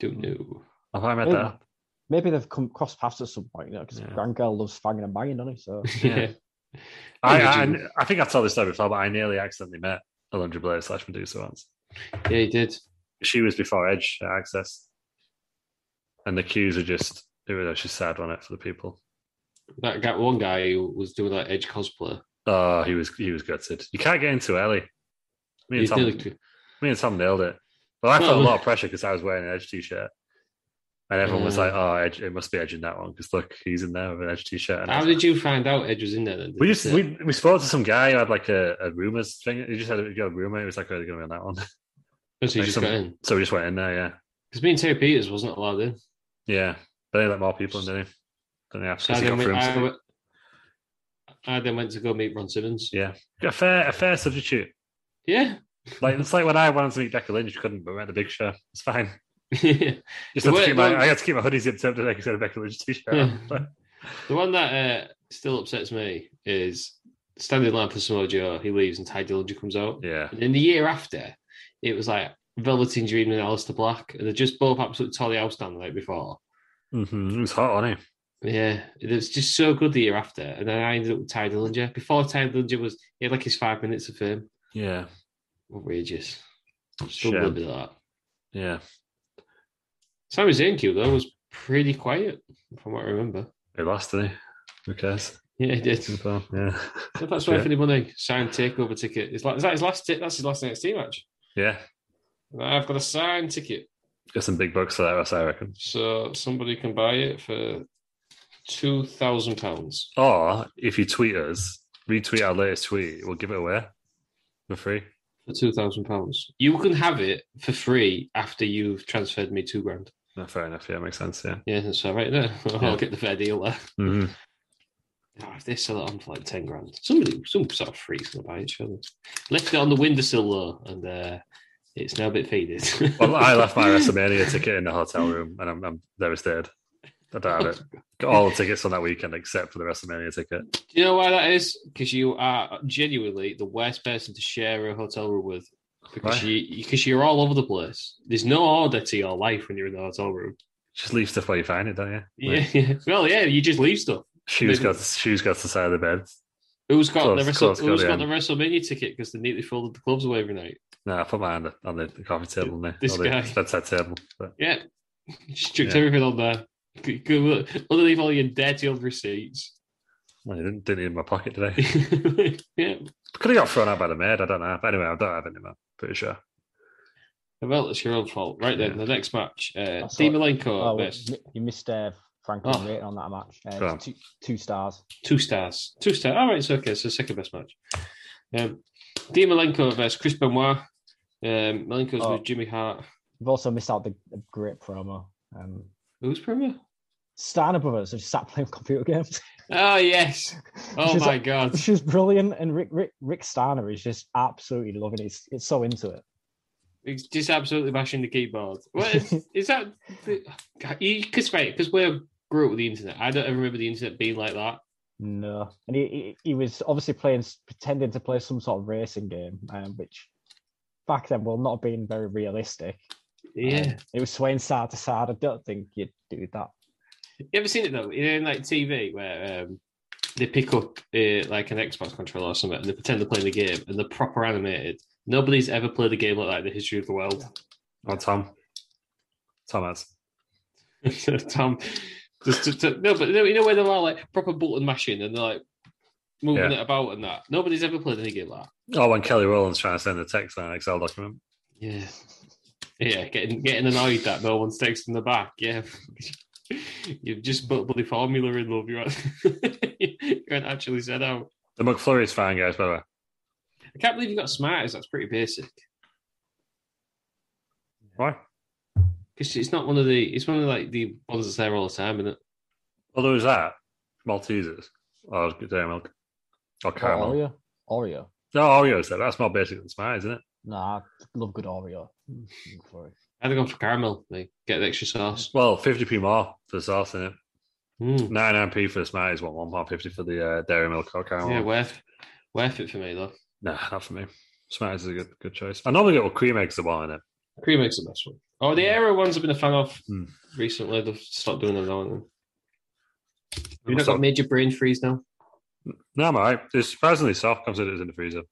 S4: don't know.
S2: Have I read
S5: Yeah.
S2: that?
S5: Maybe they've come cross paths at some point, you know, because
S2: Yeah.
S5: Girl loves fanging and banging, doesn't he? So
S2: Yeah. I, I, I think I told this story before, but I nearly accidentally met Alundra Blair slash Medusa once.
S4: yeah, he did.
S2: She was before Edge at Access, and the queues are just it was actually sad on it for the people.
S4: That guy, one guy who was doing like Edge cosplay.
S2: Oh, he was he was gutted. You can't get into early. Me and
S4: He's
S2: Tom,
S4: nearly tw-
S2: me and Tom nailed it. Well, I felt a
S4: Well-
S2: lot of pressure because I was wearing an Edge t-shirt, and everyone was
S4: Uh.
S2: like, "Oh, Edge, it must be Edge in that one because look, he's in there with an Edge t-shirt." And I
S4: How
S2: was
S4: did you find out Edge was in there? Then Did
S2: We
S4: you
S2: just
S4: say-
S2: we, we spoke to some guy who had like a, a rumors thing. He just had a, he got a rumor. He was like, "Oh, they're going to be on that one."
S4: Oh, so you
S2: like
S4: just
S2: some-
S4: got in
S2: So we just went in there. Yeah,
S4: because me and Terry Peters wasn't allowed in.
S2: yeah. But they let more people in, didn't they? Then they
S4: So
S2: after
S4: I
S2: he
S4: then,
S2: got
S4: went,
S2: through.
S4: I,
S2: himself.
S4: went- I then went to go meet Ron Simmons.
S2: Yeah, a fair a fair substitute.
S4: Yeah,
S2: Like it's like when I wanted to meet Becca Lynch, couldn't, but we had the big show. It's fine.
S4: yeah.
S2: Just had to
S4: Wait,
S2: keep my,
S4: no.
S2: I had to keep my hoodie zipped up today because I had a Becky Lynch t-shirt. on.
S4: Yeah. The one that uh, still upsets me is standing in line for Samoa Joe. He leaves and Ty Dillinger comes out.
S2: yeah,
S4: And then the year after, it was like Velveteen Dream and Alistair Black, and they just both absolutely tore the house down the night before.
S2: hmm it was hot on him.
S4: Yeah, it was just so good the year after. And then I ended up with Ty Dillinger. Before Ty Dillinger was, he had like his five minutes of fame.
S2: Yeah,
S4: Outrageous. Still
S2: Shame.
S4: with that.
S2: yeah.
S4: Sami Zayn Q, though, was pretty quiet, from what I remember.
S2: He lost, didn't he? Who cares?
S4: Yeah, he did.
S2: Well, yeah,
S4: If that's worth
S2: Yeah.
S4: any money, signed takeover ticket. Is, that his last? T- that's his last NXT match.
S2: yeah.
S4: I've got a signed ticket,
S2: Got some big bucks for that, Russ, I reckon.
S4: so somebody can buy it for two thousand pounds.
S2: Or if you tweet us, retweet our latest tweet, we'll give it away for free.
S4: For two thousand pounds, you can have it for free after you've transferred me two grand.
S2: No, fair enough. Yeah, makes sense. Yeah.
S4: Yeah, that's all right. No, I'll
S2: Yeah.
S4: get the fair deal there.
S2: hmm
S4: Oh, if they sell it on for like ten grand, somebody, some sort of freak's gonna buy it. Surely, left it on the windowsill though, and uh, it's now a bit faded.
S2: Well, I left my WrestleMania ticket in the hotel room, and I'm, I'm devastated. I don't have it. Got all the tickets on that weekend except for the WrestleMania ticket.
S4: Do you know why that is? Because you are genuinely the worst person to share a hotel room with. Because
S2: Why?
S4: you because you're all over the place. There's no order to your life when you're in the hotel room.
S2: Just leave stuff where you find it, don't you?
S4: Yeah, yeah. Well, yeah, you just leave stuff.
S2: Shoes
S4: Maybe-
S2: got shoes got to the side of the bed.
S4: Who's got
S2: Close-
S4: the Wrestle,
S2: close,
S4: who's
S2: yeah.
S4: got the WrestleMania ticket? Because they neatly folded the clubs away every night.
S2: No, I put mine on the, on the coffee table, didn't I?
S4: This
S2: Or the
S4: guy.
S2: bedside table. But
S4: Yeah, stripped
S2: Yeah.
S4: everything on there. Good- good look. Underneath all your dirty old receipts.
S2: well, I didn't, didn't need it in my pocket today.
S4: yeah.
S2: Could have got thrown out by the maid. I don't know. But anyway, I don't have it anymore. Pretty sure.
S4: Well, it's your own fault. Right then, the next match. Uh,
S5: That's
S4: Dean
S5: all
S4: Malenko
S5: Oh, well,
S4: versus-
S5: mi- you missed uh, Franklin
S4: Oh.
S5: rating on that match. Uh,
S2: Go on.
S5: it's two, two stars.
S4: Two stars. Two stars. All right, it's okay. It's the second best match. Um, Dean Malenko versus Chris Benoit. Um, Malenko's
S5: Oh.
S4: with Jimmy Hart.
S5: You've also missed out the, the great promo. Um,
S4: Who's promo?
S5: Steiner Brothers have just sat playing computer games.
S4: Oh, yes. Oh,
S5: Which is-
S4: my God.
S5: Which is brilliant, and Rick Rick Rick Steiner is just absolutely loving it. It's, it's so into it.
S4: He's just absolutely bashing the keyboard. What is, is that? Because, right, because we grew up with the internet. I don't ever remember the internet being like that.
S5: No, and he, he he was obviously playing pretending to play some sort of racing game, um, which back then will not have been very realistic.
S4: Yeah.
S5: Um, it was swaying side to side. I don't think you'd do that.
S4: You ever seen it, though? In, like, TV where um, they pick up, uh, like, an Xbox controller or something and they pretend they're playing the game and they're proper animated. Nobody's ever played a game like that in the history of the world.
S2: Well, Oh, Tom, Thomas.
S4: Tom, just, just, just- no, but you know, you know where they're all like proper button mashing and they're like moving
S2: Yeah.
S4: it about and that. Nobody's ever played any game like that.
S2: Oh, when Kelly Rowland's trying to send a text on an Excel document.
S4: Yeah. Yeah, getting getting annoyed that no one's texting the back. Yeah. You've just put bloody formula in love. You're, you haven't actually said out.
S2: The McFlurry's fine, guys, by the way.
S4: I can't believe you got smarties. That's pretty basic.
S2: Why?
S4: Because it's not one of the. It's one of like the ones that's there all the time, isn't it?
S2: Well, there was that. Maltesers. Oh, Or dairy milk. Or caramel.
S5: Oreo. Oreo.
S2: No, Oreos, though. That's more basic than Smart, isn't it?
S5: Nah, I love good Oreo. Sorry.
S4: I'd have gone for caramel. Like get the extra sauce.
S2: Well, 50p more for the sauce in it.
S4: Mm.
S2: 99p for the Smarties, one one pound fifty for the uh, dairy milk or caramel.
S4: Yeah, worth worth it for me though.
S2: Nah, not for me. Smarties is a good good choice. I normally get with cream eggs the one in it.
S4: Cream eggs the best one. Oh, the Aero ones I've been a fan of
S2: Hmm.
S4: recently. They've stopped doing them now. and then. You've not
S2: So-
S4: got major brain freeze now.
S2: No, I'm all right. It's surprisingly soft considering it's in the freezer.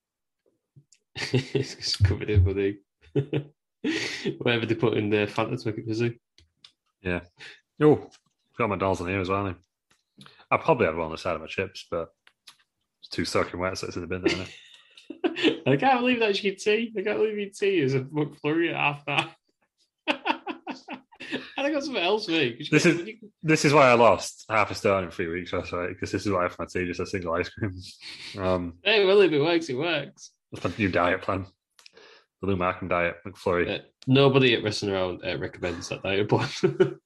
S4: it's covered in bloody whatever they put in the Fanta to make it fizzy.
S2: Yeah. Oh, got my dolls in here as well. haven't I I probably had one on the side of my chips, but it's too soaking wet, so it's in the bin there. isn't it?
S4: I can't believe that's your tea. I can't believe your tea is a McFlurry at half that. and I got something else, mate. 'cause you
S2: this
S4: got-
S2: is this is why I lost half a stone in three weeks. That's right, because this is why I have my tea just a single ice cream. Um,
S4: Hey, well, if it works, it works.
S2: that's my new diet plan. The Lou Markham diet, McFlurry.
S4: Uh, nobody at Wrestling Around uh, recommends that diet plan.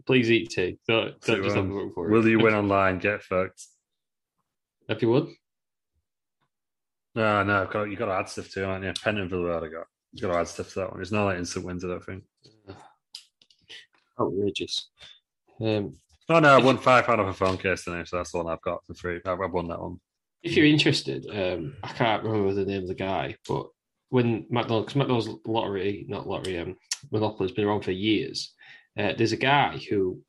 S4: Please eat tea. Don't, don't
S2: So,
S4: just have
S2: um,
S4: a look for it.
S2: Will you win online? Get fucked.
S4: If you would.
S2: No, Ah, no, I've got, you got to add stuff to it, aren't you? Pentonville Road, I got. you got to add stuff to that one. It's not like instant wins, I don't think.
S4: Outrageous. Um,
S2: Oh, no, I won £5 off a phone case today, so that's the one I've got for free. I- I've won that one.
S4: If you're interested, um, I can't remember the name of the guy, but when McDonald's, cause McDonald's lottery, not lottery, um, Monopoly has been around for years, uh, there's a guy who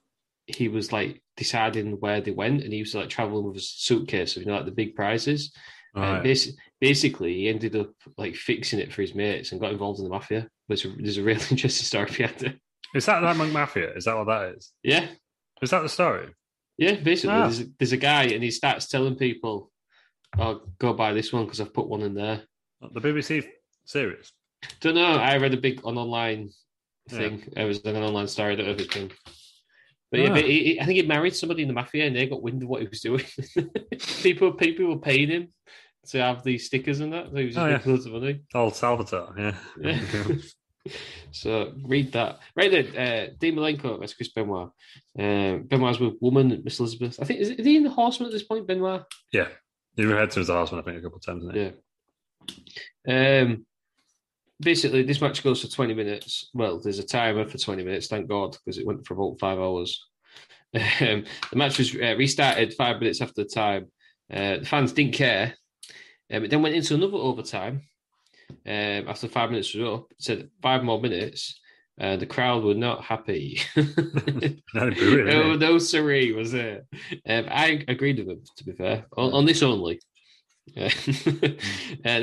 S4: he was like deciding where they went and he was like traveling with a suitcase of you know, like the big prizes.
S2: Right.
S4: And basi- basically, he ended up like fixing it for his mates and got involved in the mafia. There's a, there's a really interesting story behind it.
S2: Is that that Monk Mafia? Is that what that is?
S4: Yeah.
S2: Is that the story?
S4: Yeah, basically,
S2: Ah.
S4: there's, there's a guy and he starts telling people, "Oh, go buy this one because I've put one in there."
S2: The BBC series.
S4: Don't know. I read a big on online
S2: Yeah.
S4: thing. It was an online story. I don't know if it's been. But yeah,
S2: Ah.
S4: but he, he- I think he married somebody in the mafia, and they got wind of what he was doing. people, people were paying him to have these stickers and that. So he was just
S2: Oh, yeah.
S4: making loads of money.
S2: Old Salvatore, yeah.
S4: Yeah. so read that. Right then, uh, Dean Malenko, that's Chris Benoit. Um, Benoit's with woman, Miss Elizabeth. I think is, is he in the Horseman at this point, Benoit?
S2: yeah. You've heard to his last one, I think, a couple of times, hasn't
S4: Yeah. Um, basically, this match goes for 20 minutes. Well, there's a timer for 20 minutes, thank God, because it went for about five hours. Um, the match was uh, restarted five minutes after the time. Uh, the fans didn't care. Um, it then went into another overtime. Um, after five minutes was up, it said five more minutes. Uh, the crowd were not happy.
S2: No, they booed it, didn't
S4: no,
S2: they?
S4: no, sorry, was it? Um, I agreed with him, to be fair, on, on this only. Uh, and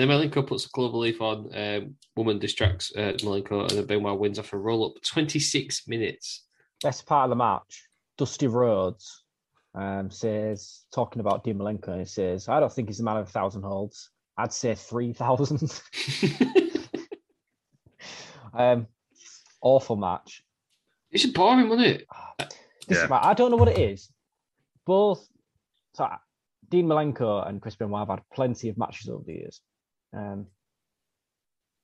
S4: then Malenko puts a clover leaf on. Um, woman distracts uh, Malenko, and then Benoit wins off a roll up. Twenty six minutes.
S5: Best part of the match, Dusty Rhodes um, says, talking about Dean Malenko, and he says, I don't think he's a man of a thousand holds. I'd say 3,000. um, awful match.
S4: It's boring, wasn't it?
S5: This
S4: Yeah.
S5: match, I don't know what it is. Both so I- Dean Malenko and Chris Benoit have had plenty of matches over the years. Um,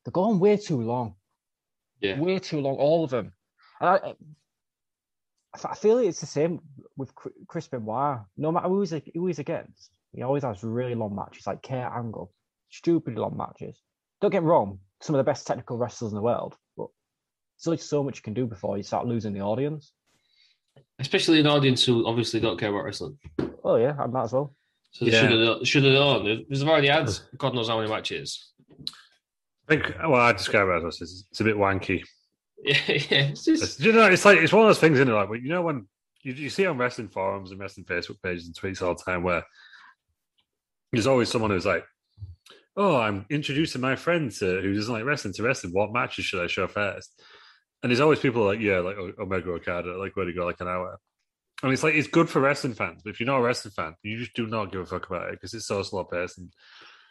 S5: they're going way too long.
S4: Yeah.
S5: Way too long, all of them. And I, I f- I feel it's the same with Cr- Chris Benoit. No matter who he's, ag- who he's against, he always has really long matches, like Kurt Angle, stupidly long matches. Don't get me wrong, some of the best technical wrestlers in the world, but there's only so much you can do before you start losing the audience.
S4: Especially an audience who obviously don't care about wrestling.
S5: Oh yeah, I might as well.
S4: So they
S2: Yeah.
S4: should have should have known. They've- They've already had God knows how many matches.
S2: they? I think, well, I describe it as it's, it's a bit wanky.
S4: Yeah, yeah. It's just,
S2: It's, you know, it's like it's one of those things in it, like, but you know, when you, you see on wrestling forums and wrestling Facebook pages and tweets all the time, where there's always someone who's like, "Oh, I'm introducing my friend to who doesn't like wrestling to wrestling. What matches should I show first? And there's always people like, yeah, like O- Omega Okada, like where to go, like an hour. And it's like it's good for wrestling fans, but if you're not a wrestling fan, you just do not give a fuck about it because it's so slow paced and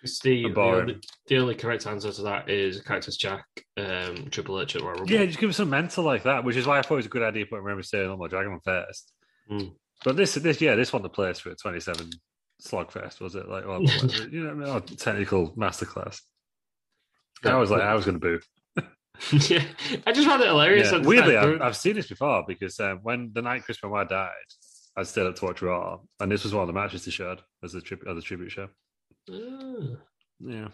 S4: It's the,
S2: and
S4: the,
S2: boring.
S4: only, the only correct answer to that is Cactus Jack, um, Triple H at Royal Rumble.
S2: Yeah, just give us some mental like that, which is why I thought it was a good idea putting Remy Sterling on my Dragon first.
S4: Mm.
S2: But this, this, yeah, this won the place for a 27 slogfest, was it? Like, well, was it? you know, what I mean? oh, technical masterclass. I was like, I was going to boo.
S4: yeah, I just found it hilarious.
S2: Yeah,
S4: at the
S2: Weirdly,
S4: time.
S2: I've, I've seen this before because um, when the night Chris Benoit died, I stayed up to watch Raw, and this was one of the matches they showed as a tribute, as a tribute show.
S4: Ah.
S2: Yeah.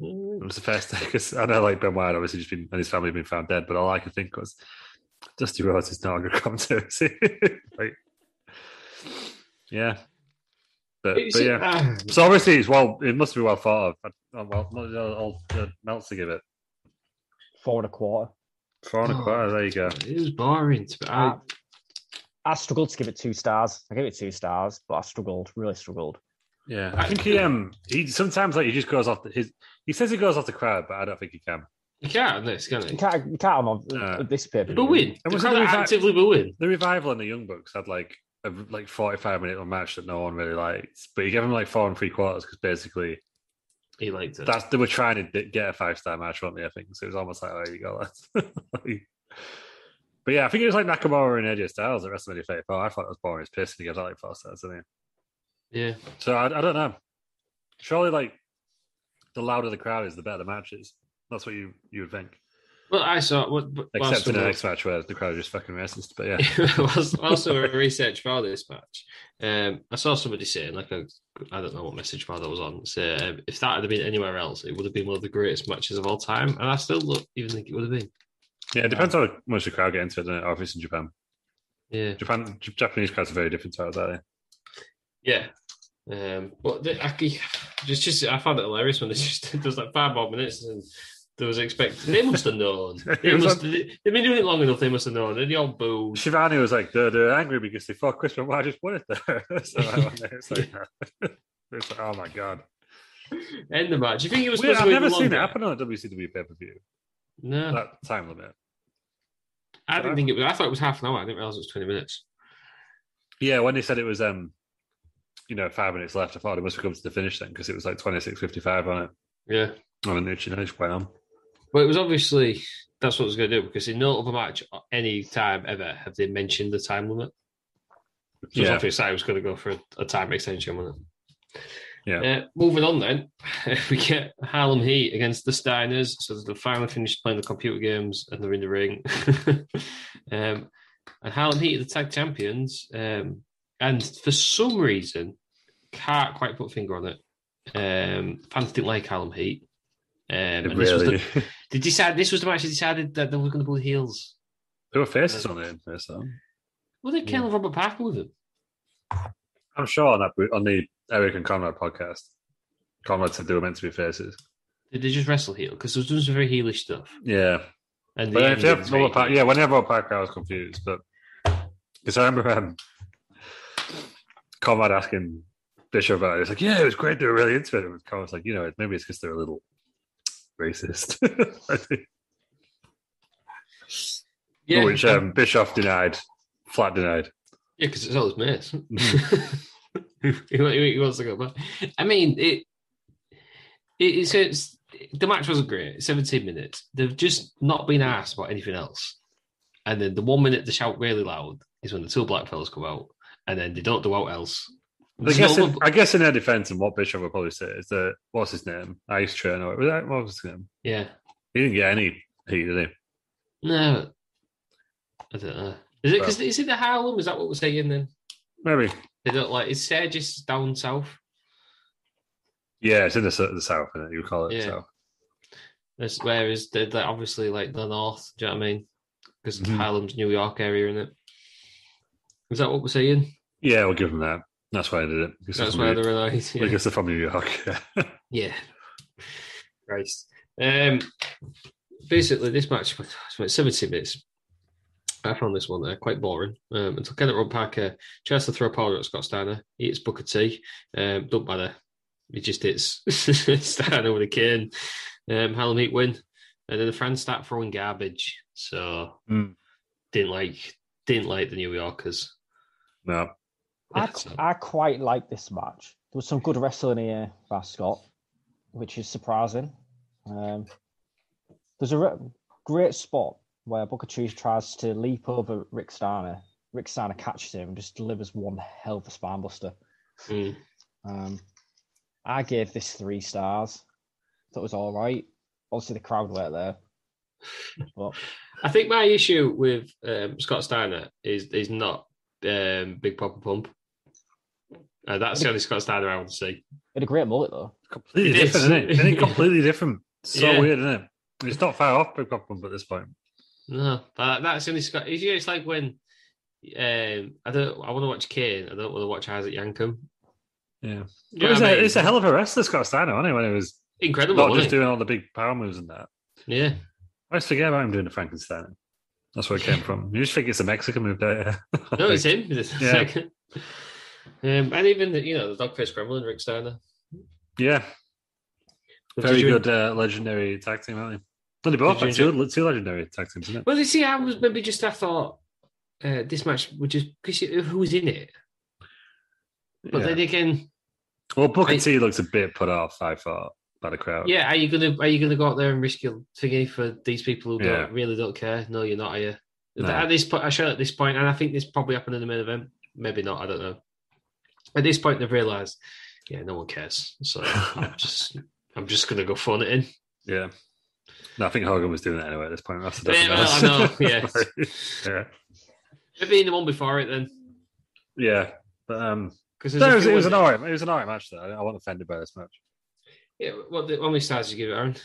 S4: Mm.
S2: It was the first day because I know like Ben Wyatt obviously just been and his family have been found dead, but all I could think was Dusty Rhodes is not a good commentary. like, yeah, but,
S4: It's-
S2: but yeah.
S4: ah.
S2: so obviously it's well, it must be well thought of. I, I'm well, not- I'll, uh, Melts to give it
S5: Four and a quarter.
S2: four and a quarter. There you go.
S4: It was boring. To, I,
S5: I, I struggled to give it two stars. I gave it two stars, but I struggled, really struggled.
S2: Yeah, I think he um he sometimes like he just goes off the, his. He says he goes off the crowd, but I don't think he can.
S4: you can't on this, can
S5: You
S4: you?
S5: can't, you can't on
S2: Uh,
S5: this paper.
S4: But win.
S2: And
S4: The
S2: was
S4: crowd
S2: it
S4: were
S2: that-
S4: actively booing.
S2: The revival and the Young Bucks had like a like forty five minute match that no one really likes, but he gave him like four and three quarters because basically
S4: He liked it.
S2: that's they were trying to di- get a five star match, weren't they? I think so. It was almost like, oh, you got that. Like- but yeah, I think it was like Nakamura and AJ Styles at WrestleMania 34. I thought it was boring as piss, and he gave that like four stars, didn't
S4: yeah.
S2: he? So I, I don't know. Surely, like the louder the crowd is, the better the match is. That's what you you would think.
S4: Well, I saw. What, what-
S2: Except
S4: whilst
S2: in
S4: we
S2: the
S4: were-
S2: next match where the crowd are just fucking racist. But yeah,
S4: whilst, whilst we were research for this match, um, I saw somebody saying, like, a, I don't know what message bar that was on. Say, um, if that had been anywhere else, it would have been one of the greatest matches of all time. And I still don't even think it would have been.
S2: yeah, it depends how much the crowd get into it. doesn't it? Or if it's in Japan,
S4: Yeah.
S2: Japan J- Japanese crowds are very different to ours, aren't
S4: Yeah. Um, but the, I, c- just, just, I found it hilarious when they just does like five more minutes and there was expected. They must have known. They
S2: It was
S4: must, they, they've been doing it long enough. They must have known. And they all
S2: they?
S4: booed.
S2: Shivani was like, they're, they're angry because they fought Chris Benoit just won it there. so I went there. It's like, it's like, oh my god.
S4: End the match. You think it was
S2: Weird,
S4: supposed
S2: I've
S4: to be
S2: never
S4: longer?
S2: seen it happen on a WCW pay per view.
S4: No,
S2: That time limit.
S4: I didn't think it was. I thought it was half an hour. I didn't realize it was twenty minutes.
S2: Yeah, when they said it was, um, you know, five minutes left, I thought it must have come to the finish then because it was like twenty six fifty five on it.
S4: Yeah,
S2: On a Nucci, and it's quite on.
S4: but it was obviously that's what it was going to do because in no other match at any time ever have they mentioned the time limit. So it's
S2: Yeah.
S4: obvious I was going to go for a, a time extension, wasn't it?
S2: Yeah.
S4: Uh, moving on then, we get Harlem Heat against the Steiners. So they've finally finished playing the computer games and they're in the ring. um, and Harlem Heat are the tag champions. Um, and for some reason, can't quite put a finger on it. Um, fans didn't like Harlem Heat. Um, and this was
S2: really,
S4: the, they decided this was the match they decided that they were going to pull the heels.
S2: there were faces on it in this. though.
S4: Well, they killed Robert Parker with them.
S2: I'm sure on that on the Eric and Conrad podcast, Conrad said they were meant to be faces.
S4: Did they just wrestle heel? Because they was doing some very heelish stuff.
S2: Yeah,
S4: And
S2: but
S4: the
S2: if they
S4: ending
S2: have
S4: was
S2: Robert
S4: very
S2: Park,
S4: heelish.
S2: yeah, whenever Robert Parker, I was confused, but because I remember um, Conrad asking Bishop about it. It's like, yeah, it was great. They were really into it. And Conrad's like, you know, maybe it's because they're a little racist.
S4: yeah,
S2: Which um, Bischoff denied, flat denied.
S4: Yeah, because it's all his mates.
S2: Hmm.
S4: he, wa- he wants to go back. I mean, it. it it's, it's the match wasn't great. Seventeen minutes. They've just not been asked about anything else. And then the one minute they shout really loud is when the two black fellas come out, and then they don't do what else.
S2: I
S4: There's
S2: guess,
S4: no
S2: in,
S4: other-
S2: I guess in their defense, and what Bishop would probably say is that what's his name? Ice Train or was that- what was his name?
S4: yeah.
S2: He didn't get any heat, did he?
S4: No. I don't know. Is it 'cause- is it the Harlem? Is that what we're saying then?
S2: Maybe.
S4: They don't like. Is Sarah just down south?
S2: Yeah, it's in the, s- the south, isn't it? You would call it
S4: Yeah.
S2: so.
S4: That's whereas they're, they're obviously like the north. Do you know what I mean? Because
S2: Mhm.
S4: Harlem's New York area, isn't it? Is that what we're saying?
S2: Yeah, we'll give them that. That's why I did it. Because
S4: That's
S2: they're from
S4: where
S2: New-
S4: they're related. Yeah.
S2: Because they're from New York. Yeah.
S4: yeah. Christ. Um, basically, this match was was about 70 minutes. I found this one uh, quite boring um, until Kenneth Ron Parker tries to throw a powder at Scott Steiner. He hits Booker T. Um, don't matter. He just hits Steiner with a cane. Um, Harlem Heat win. And then the fans start throwing garbage. So
S2: Mm.
S4: didn't like didn't like the New Yorkers.
S2: No.
S5: I, qu- I quite like this match. There was some good wrestling here by Scott, which is surprising. Um, there's a re- great spot where Booker T tries to leap over Rick Steiner. Rick Steiner catches him and just delivers one hell of a spinebuster.
S4: Mm.
S5: Um, I gave this three stars. Thought it was all right. Obviously, the crowd weren't there. But
S4: I think my issue with um, Scott Steiner is is not um, Big Papa Pump. Uh, that's the only Scott Steiner I want to see.
S5: he had a great mullet, though.
S2: Completely
S4: It is.
S2: different, isn't it? Isn't it completely different? So
S4: Yeah.
S2: weird, isn't it? It's not far off Big Papa Pump at this point.
S4: No, but that's the only Scott. It's, it's like when um, I don't. I want to watch Kane. I don't want to watch Isaac Yankum.
S2: Yeah.
S4: You
S2: But
S4: know
S2: it's,
S4: what I
S2: a,
S4: mean?
S2: it's a hell of a wrestler, Scott Steiner, wasn't he, when he was
S4: incredible.
S2: not
S4: wasn't
S2: just
S4: it?
S2: doing all the big power moves and that.
S4: Yeah.
S2: I just forget about him doing the Frankenstein. That's where it came from. You just think it's a Mexican move, don't you?
S4: No, it's him.
S2: Yeah.
S4: Um, and even the, you know the dogfish gremlin, Rick Steiner.
S2: Yeah.
S4: Did
S2: Very
S4: you-
S2: good uh, legendary tag team, aren't they? Well, they both
S4: Did you
S2: had two, two legendary tag teams, isn't it?
S4: Well, you see, I was maybe just I thought uh, this match would just because who was in it, but
S2: Yeah.
S4: then again,
S2: Well, Booker
S4: I-
S2: T looks a bit put off, I thought, by the crowd.
S4: yeah, are you gonna are you gonna go out there and risk your thingy for these people who
S2: Yeah.
S4: don't, really don't care? No, you're not. Are you?
S2: No.
S4: At this point, I show at this point, and I think this probably happened in the main event. Maybe not. I don't know. At this point, they've realised, yeah, no one cares. So I'm just I'm just gonna go phone it in.
S2: Yeah. No, I think Hogan was doing it anyway at this point. That's the
S4: Yeah,
S2: difference.
S4: well, I know, yeah.
S2: yeah.
S4: Maybe in the one before it then.
S2: Yeah. But um,
S4: Because
S2: no, it was, it was an alright, it was an alright match though. I, I wasn't offended by this match.
S4: Yeah, what the, how many stars did you give it, Aaron?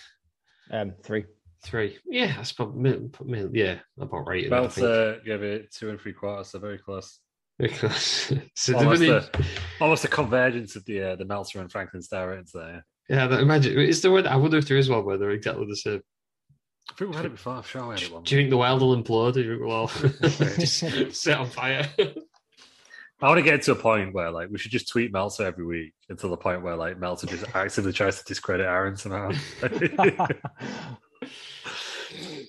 S5: Um, three.
S4: Three. Yeah, that's probably mi- mi- yeah about right. isn't it, I
S2: Belts
S4: think.
S2: uh, gave it two and three quarters, so very close.
S4: Because so
S2: Almost
S4: the-
S2: a, almost a convergence of the uh, the Meltzer and Franklin Star ratings there.
S4: yeah, that, imagine is there one? I wonder if there is one where they're exactly the same.
S2: I think we had it before. I'm sure we had it one.
S4: Do you think the wild will implode? Do you think well just set on fire?
S2: I want to get to a point where like we should just tweet Meltzer every week until the point where like Meltzer just actively tries to discredit Aaron somehow.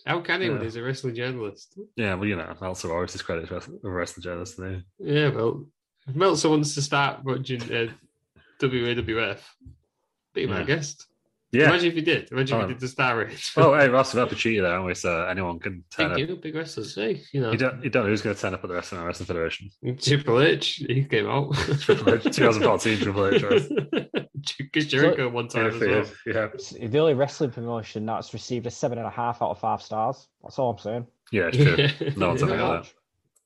S4: How can he when
S2: Yeah.
S4: he's a wrestling journalist?
S2: yeah, well, you know, Meltzer always discredits wrest- wrestling journalists. doesn't he?
S4: Yeah, well, if Meltzer wants to start watching uh, WAWF, be my
S2: Yeah.
S4: guest.
S2: Yeah.
S4: Imagine if he did. Imagine if
S2: Oh.
S4: he did the star rates.
S2: Oh, hey, Ross, we're up a cheater, aren't we? So anyone can turn
S4: Thank you,
S2: up.
S4: big wrestlers. Hey, you know,
S2: You don't, you don't know who's going to turn up at the Wrestling Wrestling Federation.
S4: Triple H, he came out.
S2: Triple H, 2014 Triple H,
S4: Because Jericho one time as well.
S2: Interfered, Yeah,
S5: It's the only wrestling promotion that's received a seven and a half out of five stars. That's all I'm saying.
S2: yeah, it's true.
S4: Yeah.
S2: No one's
S4: Yeah.
S2: having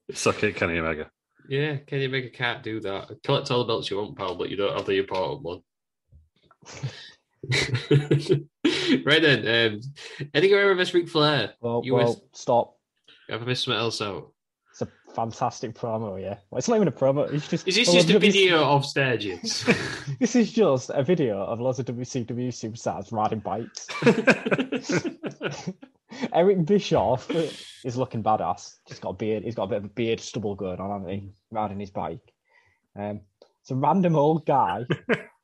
S2: that. Suck it, Kenny Omega.
S4: Yeah, can you make a cat do that? Collect all the belts you want, pal, but you don't have the important one. right then, um, Eddie Guerrero vs Ric Flair.
S5: Well,
S4: You
S5: well,
S4: was-
S5: stop.
S4: Have I missed something else out?
S5: It's a fantastic promo, yeah. Well, it's not even a promo. It's just. oh,
S4: Is this
S2: Oh,
S5: well,
S4: just a
S5: WC
S4: video of stages?
S5: This is just a video of lots of WCW superstars riding bikes. Eric Bischoff is looking badass. He's got a beard. He's got a bit of a beard stubble going on, hasn't he? Riding his bike. Um, it's a random old guy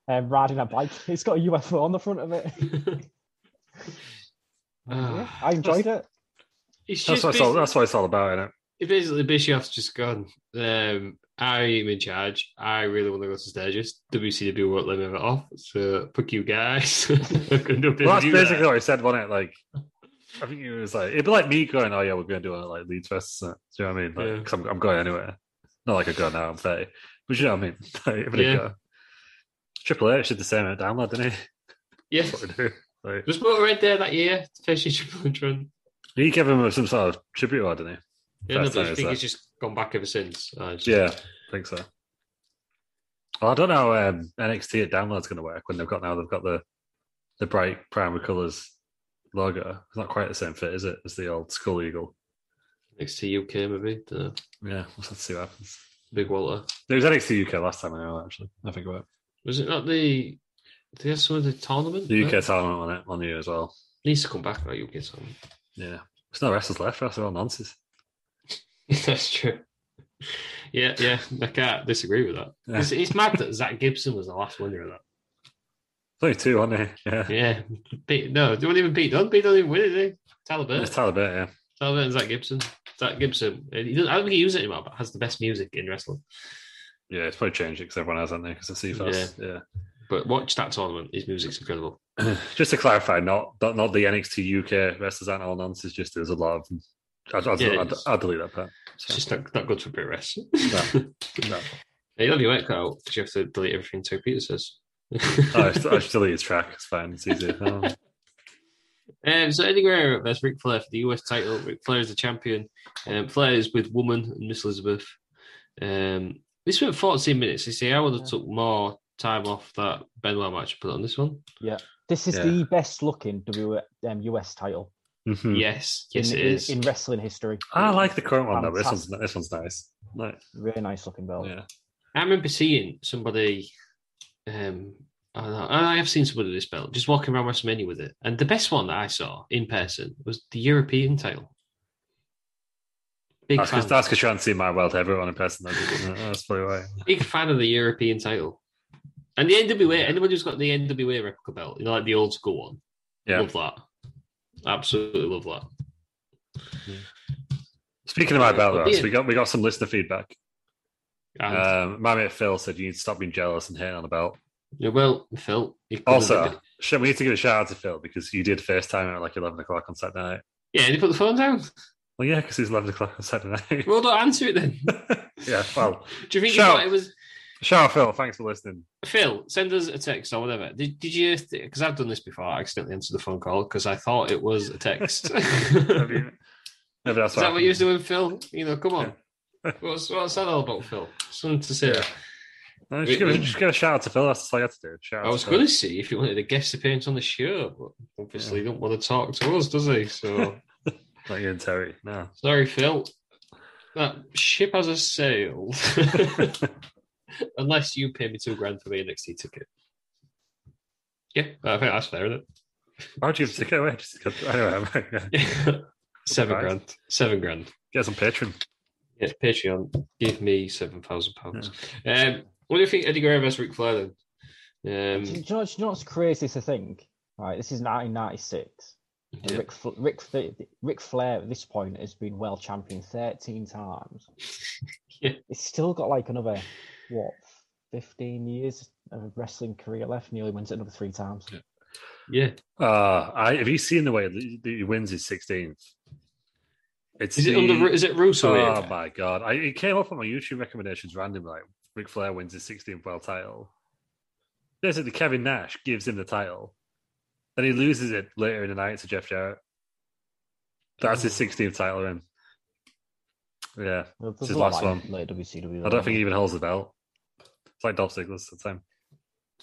S5: um, riding a bike. It's got a UFO on the front of it. Yeah,
S4: Ah,
S5: I enjoyed it.
S4: it's
S2: That's
S4: just
S2: what, it's all,
S4: basi-
S2: that's what it's all about, isn't it?
S4: it's basically Bischoff's just gone. Um, I am in charge. I really want to go to stages. WCW won't let me have it off. So fuck you guys. I'm gonna do a bit of
S2: Well, that's
S4: you there.
S2: basically what I said, wasn't it? Like, I think it was like, it'd be like me going, oh, yeah, we're going to do it at, like Leeds Fest. isn't it? Do you know what I mean? Like,
S4: Yeah.
S2: 'cause I'm, I'm going anywhere. Not like I go now, I'm 30. But you know what I mean? Like, if I
S4: Yeah.
S2: did go. Triple H did the same at Download, didn't he?
S4: Yeah.
S2: That's what we do. Like,
S4: Was Motorhead there that year? Fishing Triple and Run.
S2: he gave him some sort of tribute award, didn't
S4: Yeah, no,
S2: That's
S4: but I
S2: nice,
S4: think
S2: that.
S4: it's just gone back ever since. Uh, just-
S2: he? Yeah, I think so. Well, I don't know how um, NXT at Download's going to work when they've got now, they've got the, the bright primary colours logo. It's not quite the same fit, is it, as the old Skull Eagle?
S4: Next to UK, maybe. Dunno.
S2: Yeah, let's have to see what happens.
S4: Big Walter.
S2: There was NXT UK last time I know, actually. I think about
S4: Was it not the. Did they have some of the tournament?
S2: the UK
S4: No?
S2: tournament on it on you as well.
S4: Needs to come back, that UK tournament.
S2: Yeah, there's no wrestlers left. That's all nonsense.
S4: That's true. Yeah, yeah. I can't disagree with that.
S2: Yeah.
S4: It's, it's mad that Zach Gibson was the last winner of that.
S2: only two, aren't they? Yeah.
S4: Yeah. Pete, no, they weren't even Pete Dunne. Pete Dunne didn't win it, did he? Talbot.
S2: It's Talbot, yeah.
S4: Talbot and Zach Gibson. Zach Gibson. uh, He doesn't, I don't think he uses it anymore, but has the best music in wrestling.
S2: Yeah, it's probably changed because everyone has, hasn't they? Because of CFAS. Yeah.
S4: But watch that tournament. His music's incredible.
S2: just to clarify, not not, not the NXT UK wrestlers aren't all nonsense. Just there's a lot of them. I'd, I'd,
S4: Yeah, it
S2: I'd,
S4: is.
S2: I'd delete that part.
S4: It's just not, not good for Brit Rest.
S2: No. no.
S4: You'll have your work cut out because you have to delete everything Toe Peter says.
S2: Oh, I, just, I just delete his track. It's fine. It's easy. Oh.
S4: Um, so Eddie Guerrero versus Ric Flair for the US title. Ric Flair is the champion. Um, Flair is with Woman and Miss Elizabeth. Um, this went 14 minutes. You see, I would have took more time off that Benoit match to put on this one.
S5: Yeah. This is
S4: Yeah.
S5: the best looking W um, US title.
S4: Yes, yes,
S5: Hmm. in,
S4: it
S5: in-
S4: is.
S5: in, wrestling history.
S2: I like the current one though. This one's
S5: Fantastic.
S2: this one's nice. Nice.
S5: Really nice looking
S4: Oh.
S5: belt.
S2: Yeah.
S4: I remember seeing somebody. Um, I, don't know, and I have seen somebody with this belt just walking around WrestleMania with it. And the best one that I saw in person was the European title. Big
S2: That's
S4: fan,
S2: because that's because you haven't seen my world everyone in person. Though, isn't it? that's probably why.
S4: big fan of the European title. And the NWA, anybody who's got the NWA replica belt, you know, like the old school one.
S2: Yeah.
S4: Love that. Absolutely love that.
S2: Speaking of my belt,
S4: But
S2: Ross,
S4: Ian-
S2: we got we got some listener feedback.
S4: And-
S2: Um, my mate Phil said you need to stop being jealous and hating on the belt.
S4: Yeah, well, Phil. you could've-
S2: Also, sh- we need to give a shout out to Phil because you did first time at like eleven o'clock on Saturday night.
S4: yeah, and you put the phone down.
S2: Well, yeah, because it's eleven o'clock on Saturday night.
S4: Well, don't answer it then.
S2: yeah, well,
S4: Do you think you
S2: Shout-
S4: thought it was
S2: shout out Phil. Thanks for listening.
S4: Phil, send us a text or whatever. Did, did you? Because I've done this before. I accidentally answered the phone call because I thought it was a text.
S2: I mean, maybe that's
S4: Is that what
S2: happened.
S4: you was doing, Phil? You know, come on. what's, what's that all about, Phil? Something to say.
S2: No, just, give a, just give a shout out to Phil. That's all I had to do. Shout out
S4: I was
S2: to Phil.
S4: going to see if he wanted a guest appearance on the show, but obviously he don't want to talk to us, does he? So
S2: Not you and Terry. No.
S4: sorry, Phil. That ship has a sail. Unless you pay me two grand for the NXT ticket. Yeah, I think that's fair, isn't
S2: Why'd you take it away? Just, anyway, I'm-
S4: it? Seven
S2: Right.
S4: grand. Seven grand.
S2: get some patron.
S4: Yeah, Patreon, give me seven thousand pounds. Um, what do you think, Eddie Guerrero versus Ric Flair? Then,
S5: Do
S4: um,
S5: you know, do you know what's crazy to think? Right, this is 1996. and
S4: Yeah.
S5: Rick, Fl- Rick, F- Rick Flair at this point has been world champion 13 times.
S4: Yeah.
S5: It's still got like another, what, 15 years of wrestling career left. Nearly wins it another three times.
S4: yeah,
S2: Uh, I, have you seen the way that he wins his 16th? It's
S4: is it
S2: the-
S4: under? Is it Russo?
S2: Oh
S4: era?
S2: my god! I, it came up on my YouTube recommendations randomly. Like Ric Flair wins his 16th world title. Basically, Kevin Nash gives him the title, then he loses it later in the night to Jeff Jarrett. That's his 16th title win. Yeah,
S5: There's
S2: it's
S5: a
S2: his
S5: lot
S2: last
S5: like
S2: one.
S5: later WCW.
S2: I don't think he even holds the belt. It's like Dolph Ziggler's at the time.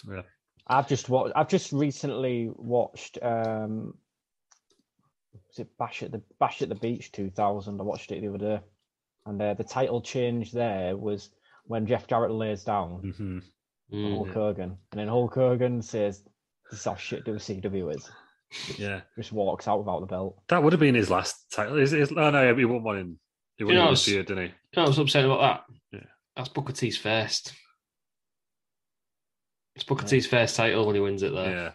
S2: Yeah.
S5: I've just watched. I've just recently watched. um Was it Bash at the Bash at the Beach 2000? I watched it the other day, and uh, the title change there was when Jeff Jarrett lays down
S2: hmm
S5: on
S4: Mm.
S5: Hulk Hogan, and then Hulk Hogan says, "This is how shit WCW is."
S2: Yeah,
S5: Just walks out without the belt.
S2: that would have been his last title. Is is oh no, he won one in. He won
S4: You know,
S2: one
S4: it's-
S2: this year, didn't he?
S4: You know, I was upset about that.
S2: Yeah.
S4: That's Booker T's first. It's Booker T's first title when he wins it there.
S2: Yeah.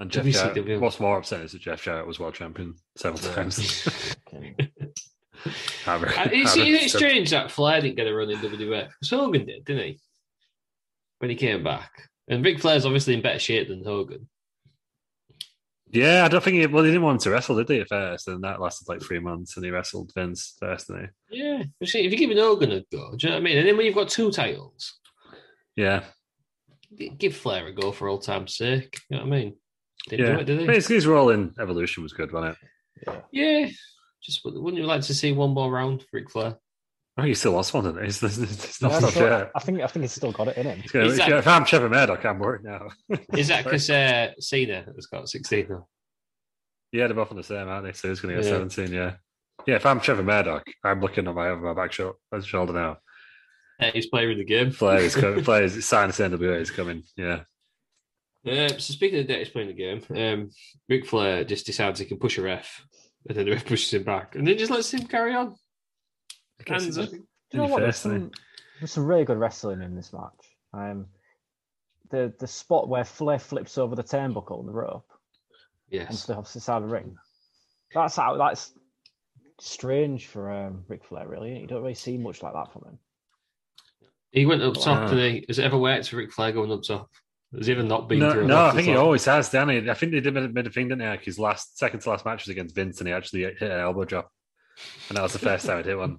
S2: And Jeff
S4: WCW.
S2: Jarrett, what's more upsetting is that Jeff Jarrett was world champion several times.
S5: Fucking-
S2: However-
S4: And it's,
S2: however-
S4: isn't it strange that Flair didn't get a run in WWF? Because Hogan did, didn't he? When he came back. And Ric Flair's obviously in better shape than Hogan.
S2: Yeah, I don't think he, well, they didn't want him to wrestle, did they, at first? And that lasted like three months, and he wrestled Vince first, didn't
S4: Yeah. You see, If you're giving Hogan a go, do you know what I mean? And then when you've got two titles,
S2: he? Yeah.
S4: gi- give Flair a go for old time's sake. You know what I mean? Didn't
S2: yeah.
S4: do it, did
S2: I
S4: he?
S2: mean, his, his role in Evolution was good, wasn't it?
S4: Yeah. Just w- wouldn't you like to see one more round for Ric Flair?
S2: I think he still lost one, didn't he? It's, it's, it's
S5: Yeah,
S2: not stopped
S5: so
S2: yet.
S5: I think I think he's still got it in him.
S2: It's gonna-
S4: Is that-
S2: If I'm Trevor Murdoch, I'm worried now.
S4: Is that because uh, Cena has got 16 now?
S2: Yeah, they're both on the same, aren't they? So he's going to get
S4: Yeah.
S2: 17, yeah. Yeah, if I'm Trevor Murdoch, I'm looking on my over my back sho- shoulder now.
S4: Yeah, Uh, he's playing in the game.
S2: Flair is coming. Flair is signed to NWA. He's coming. Yeah.
S4: Uh, so speaking of the he's playing the game, um, Ric Flair just decides he can push a ref, and then the ref pushes him back, and then just lets him carry on. uh, Hands up.
S5: Do you know
S2: Any
S5: what? There's
S2: first, innit?
S5: some, there's some really good wrestling in this match. Um, the the spot where Flair flips over the turnbuckle and the rope
S4: Yes.
S5: onto the opposite side of the ring. That's how that's strange for um, Ric Flair, really. isn't it? You don't really see much like that from him.
S4: He went up top
S2: Wow.
S4: today. Has it ever worked for Ric Flair going up top? Has he ever not been
S2: No,
S4: through?
S2: no,
S4: up
S2: I
S4: to
S2: think he
S4: top?
S2: always has, Danny. I think they did made, made a thing, didn't they? Like his last, second to last match was against Vince, and he actually hit an elbow drop, and that was the first time he hit one.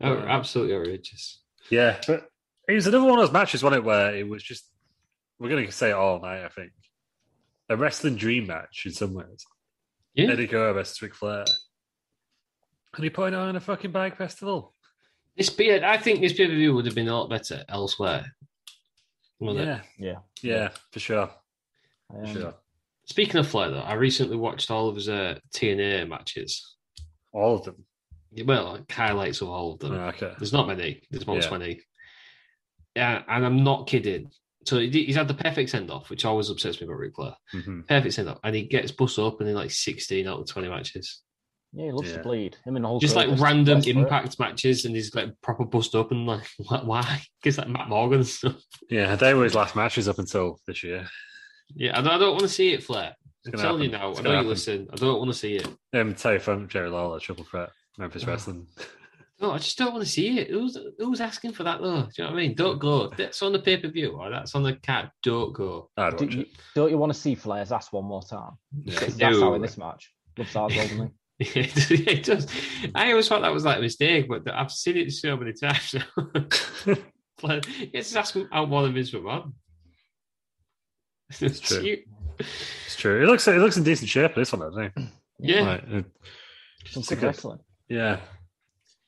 S4: Oh, absolutely outrageous.
S2: Yeah, but it was another one of those matches, wasn't it, where it was just we're going to say it all night. I think a wrestling dream match in some ways.
S4: Yeah.
S2: Eddie Guerrero versus Ric Flair, and he put it on in a fucking bag festival.
S4: This beard, I think this pay per view would have been a lot better elsewhere. wouldn't it?
S2: Yeah,
S5: Yeah.
S2: yeah, for sure, for
S5: Um,
S2: sure.
S4: Speaking of Flair, though, I recently watched all of his uh, TNA matches.
S2: All of them.
S4: Well, like, highlights of all of them.
S2: Oh, okay.
S4: There's not many. There's about
S2: Yeah.
S4: 20. Yeah, and I'm not kidding. So he did- he's had the perfect send off, which always upsets me about Ric Flair.
S2: hmm
S4: Perfect send off. And he gets bus up and in like 16 out of 20 matches.
S5: yeah, he loves
S2: Yeah.
S5: to bleed. Him
S2: Oh,
S5: and Hulk
S4: Just like
S5: Hogan
S4: random
S5: bless for it.
S4: impact matches, and he's like proper bust up and like, like why? Because like Matt Morgan and stuff.
S2: Yeah, they were his last matches up until this year.
S4: Yeah, I don't, I don't want to see it, Flair. I'm
S2: gonna
S4: telling you
S2: happen.
S4: now.
S2: It's
S4: I know
S2: gonna
S4: you
S2: happen.
S4: listen. I don't want to see it.
S2: Um, Terry Funk, Jerry Lawler, Triple Threat, Memphis Wrestling.
S4: No, I just don't want to see it. Who's who's asking for that though? Do you know what I mean? Don't go. That's on the pay per view or that's on the card. Don't go.
S2: I'd
S5: Do
S2: watch
S5: you,
S2: it.
S5: don't you want to see Flair's ass one more time?
S2: Yeah.
S5: That's how
S4: No.
S5: in this match. Loves ours, doesn't he?
S4: it does. I always thought that was like a mistake, but I've seen it so many times now. Flair, it's asking out more than Vince McMahon. It's
S2: true.
S4: you-
S2: It's true. It looks it looks in decent shape. This one, I think.
S4: Yeah,
S2: Like, uh,
S5: Some
S2: It's a
S5: good
S2: good-
S5: wrestling.
S2: yeah.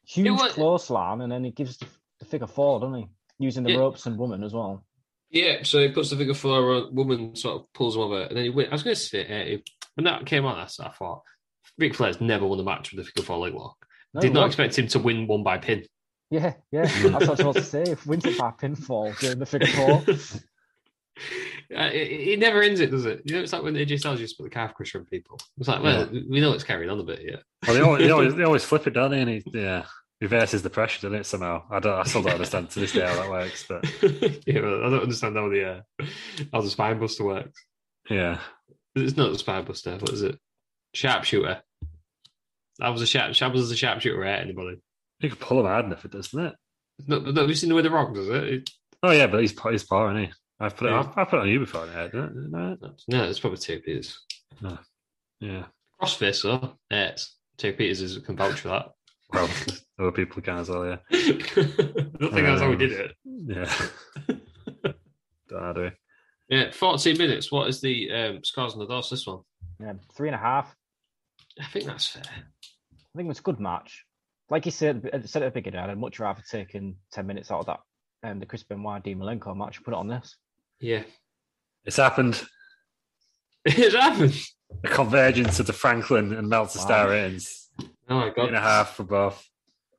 S5: Huge
S4: was-
S5: clothesline, and then he gives the figure four, doesn't he? Using the
S4: Yeah.
S5: ropes and woman as well.
S4: yeah. So he puts the figure four on. Woman sort of pulls him over, and then he wins. I was going to say uh, when that came on, I s- I thought Ric Flair's never won a match with a figure four leg lock.
S5: No,
S4: Did
S5: he
S4: not
S5: won't.
S4: expect him to win one by pin.
S5: Yeah, yeah. That's what I was supposed to say. If wins it by pinfall during the figure four.
S4: Uh, it, it never ends it, does it? You know, it's like when AJ Styles used to put the calf crusher on people. It's like, well, we know it's carrying on a bit here.
S2: Well, they always, they always they always flip it, don't they? And he, yeah, reverses the pressure, doesn't it? Somehow, I don't. I still don't understand to this day how that works. But
S4: yeah, well, I don't understand how the uh, how the spine buster works.
S2: yeah,
S4: It's not the spine buster. What is it? Sharpshooter. That was a sharp. Shab was a sharpshooter. Right? Anybody?
S2: you can pull him hard enough, it doesn't it?
S4: No, no, have you seen the way the rock does it? it
S2: Oh yeah, but he's pa- he's poor, isn't he? I've put it.
S4: Yeah.
S2: I've, I've put it on you before, and it didn't, didn't I?
S4: no, it's probably two Peters.
S2: Yeah.
S4: Crossface though. Yeah, it's two Peters is can vouch for that.
S2: Well, other people can as well. Yeah.
S4: I don't think that's how we did it.
S2: Yeah. don't know, do we?
S4: Yeah, 14 minutes. What is the um, scores on the doors? This one,
S5: Yeah, three and a half.
S4: I think that's fair.
S5: I think it was a good match. Like you said, I said at the beginning, I'd much rather taken ten minutes out of that um, the Chris Benoit D Malenko match and put it on this.
S4: Yeah,
S2: It's happened.
S4: it's happened.
S2: A convergence of the Franklin and Meltzer
S5: Wow.
S2: star ratings.
S4: Oh my god,
S2: Eight and a half for both.